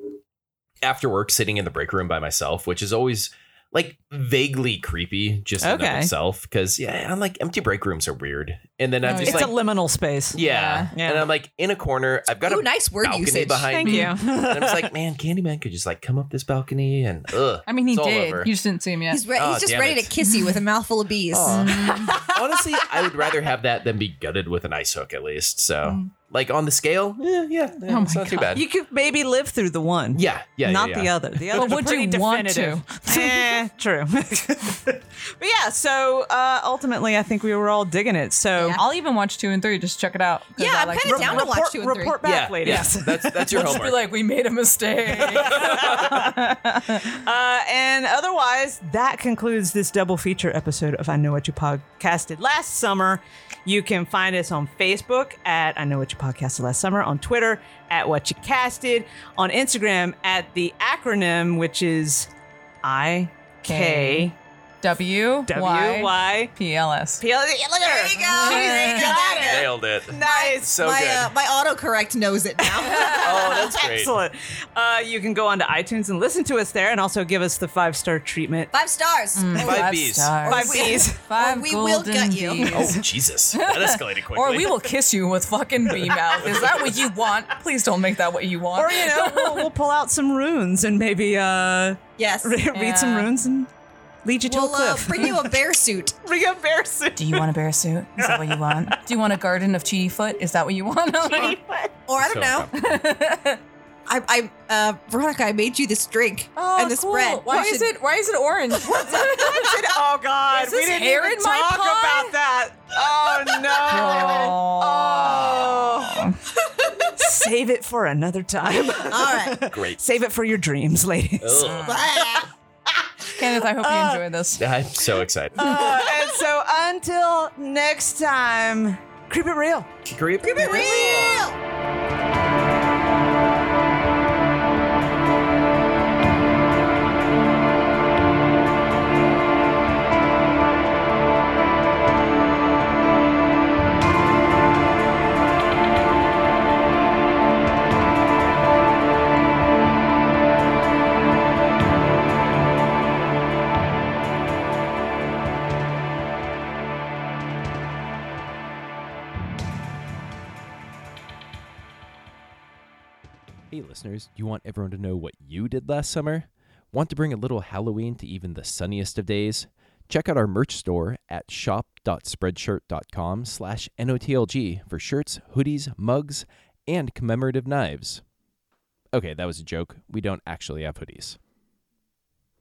Speaker 6: after work sitting in the break room by myself, which is always like vaguely creepy just in and
Speaker 1: Okay.
Speaker 6: of itself. Cause yeah, I'm like empty break rooms are weird. And then I'm
Speaker 3: Oh,
Speaker 6: just
Speaker 1: It's
Speaker 6: like
Speaker 1: a liminal space.
Speaker 6: yeah.
Speaker 1: Yeah.
Speaker 6: And I'm like in a corner. I've got
Speaker 2: Ooh,
Speaker 6: a
Speaker 2: nice word
Speaker 6: balcony
Speaker 2: usage.
Speaker 6: behind
Speaker 1: Thank [laughs]
Speaker 6: me.
Speaker 1: you.
Speaker 6: And I'm just like, man, Candyman could just like come up this balcony and ugh.
Speaker 3: I mean, he
Speaker 6: it's all
Speaker 3: did.
Speaker 6: over.
Speaker 3: You just didn't see him yet.
Speaker 2: He's, re-
Speaker 6: Oh,
Speaker 2: he's just
Speaker 6: damn
Speaker 2: ready
Speaker 6: it.
Speaker 2: to kiss you with a mouthful of bees. Mm.
Speaker 6: Honestly, I would rather have that than be gutted with an ice hook at least. So like on the scale, yeah, yeah, yeah,
Speaker 3: Mm. Oh
Speaker 6: it's
Speaker 3: my
Speaker 6: not too bad.
Speaker 1: You could maybe live through the one.
Speaker 6: yeah, yeah,
Speaker 1: not
Speaker 6: yeah, yeah.
Speaker 1: the other. The other
Speaker 3: But would you want to?
Speaker 1: [laughs] eh, true. but yeah, so uh, ultimately, I think we were all digging it. So
Speaker 2: Yeah.
Speaker 3: I'll even watch two and three. Just check it out. 'cause
Speaker 2: Yeah,
Speaker 3: I
Speaker 2: I'm
Speaker 3: like
Speaker 2: kinda
Speaker 3: them.
Speaker 2: down to watch two and three.
Speaker 1: report back,
Speaker 6: Yeah,
Speaker 1: ladies. [laughs]
Speaker 6: That's that's your
Speaker 3: [laughs] Just be
Speaker 6: homework.
Speaker 3: like, we made a
Speaker 6: [laughs]
Speaker 3: mistake.
Speaker 1: Uh, and otherwise, that concludes this double feature episode of I Know What You Podcasted Last Summer. You can find us on Facebook at I Know What You Podcasted Last Summer, on Twitter at What You Casted, on Instagram at the acronym, which is I K
Speaker 3: W
Speaker 1: W
Speaker 3: Y
Speaker 1: Y
Speaker 3: P L S.
Speaker 1: P L. Look at her.
Speaker 2: There you go.
Speaker 1: She got it.
Speaker 6: Nailed it.
Speaker 1: Nice.
Speaker 6: So
Speaker 2: my
Speaker 6: good.
Speaker 2: Uh, my autocorrect knows it now.
Speaker 6: oh, that's great.
Speaker 1: Excellent. Uh, you can go onto iTunes and listen to us there and also give us the five star treatment.
Speaker 2: [laughs] Five stars.
Speaker 3: Mm.
Speaker 6: Five Bs.
Speaker 1: Five B's.
Speaker 3: Five
Speaker 2: we will
Speaker 3: golden
Speaker 2: gut you.
Speaker 3: Bs.
Speaker 6: Oh, Jesus. That escalated quickly.
Speaker 3: Or we will kiss you with fucking bee mouth. Is that what you want? Please don't make that what you want.
Speaker 1: [laughs] Or, you know, we'll, we'll pull out some runes and maybe uh, [laughs]
Speaker 2: Yes.
Speaker 1: re- read some
Speaker 3: Yeah.
Speaker 1: runes and lead you to
Speaker 2: We'll
Speaker 1: a
Speaker 2: uh,
Speaker 1: cliff.
Speaker 2: bring you a bear suit.
Speaker 1: bring a bear [laughs] suit.
Speaker 3: Do you want a bear suit? Is that what you want? Do you want a garden of cheaty foot? Is that what you want? [laughs]
Speaker 2: Or I don't know. I, I, uh, Veronica, I made you this drink and this bread. You
Speaker 3: Oh, Why is
Speaker 2: should-
Speaker 3: it? Why is it [laughs] orange?
Speaker 1: oh, God.
Speaker 3: Is
Speaker 1: We
Speaker 3: this
Speaker 1: didn't
Speaker 3: hair
Speaker 1: even
Speaker 3: in my
Speaker 1: talk
Speaker 3: pie?
Speaker 1: about that. Oh, no. Oh. Save it for another time. [laughs]
Speaker 2: All right.
Speaker 6: [laughs] Great.
Speaker 1: Save it for your dreams, ladies.
Speaker 6: Ugh.
Speaker 2: Bye.
Speaker 3: Kenneth, I hope you enjoyed this.
Speaker 6: I'm so excited.
Speaker 1: [laughs] Uh, and so until next time, creep it real.
Speaker 6: Creep it
Speaker 2: Real.
Speaker 6: Hey, listeners, do you want everyone to know what you did last summer? Want to bring a little Halloween to even the sunniest of days? Check out our merch store at shop.spreadshirt.com slash NOTLG for shirts, hoodies, mugs, and commemorative knives. Okay, that was a joke. We don't actually have hoodies.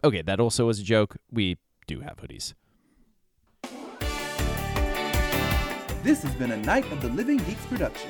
Speaker 6: Okay, that also was a joke. We do have hoodies.
Speaker 12: This has been a Night of the Living Geeks production.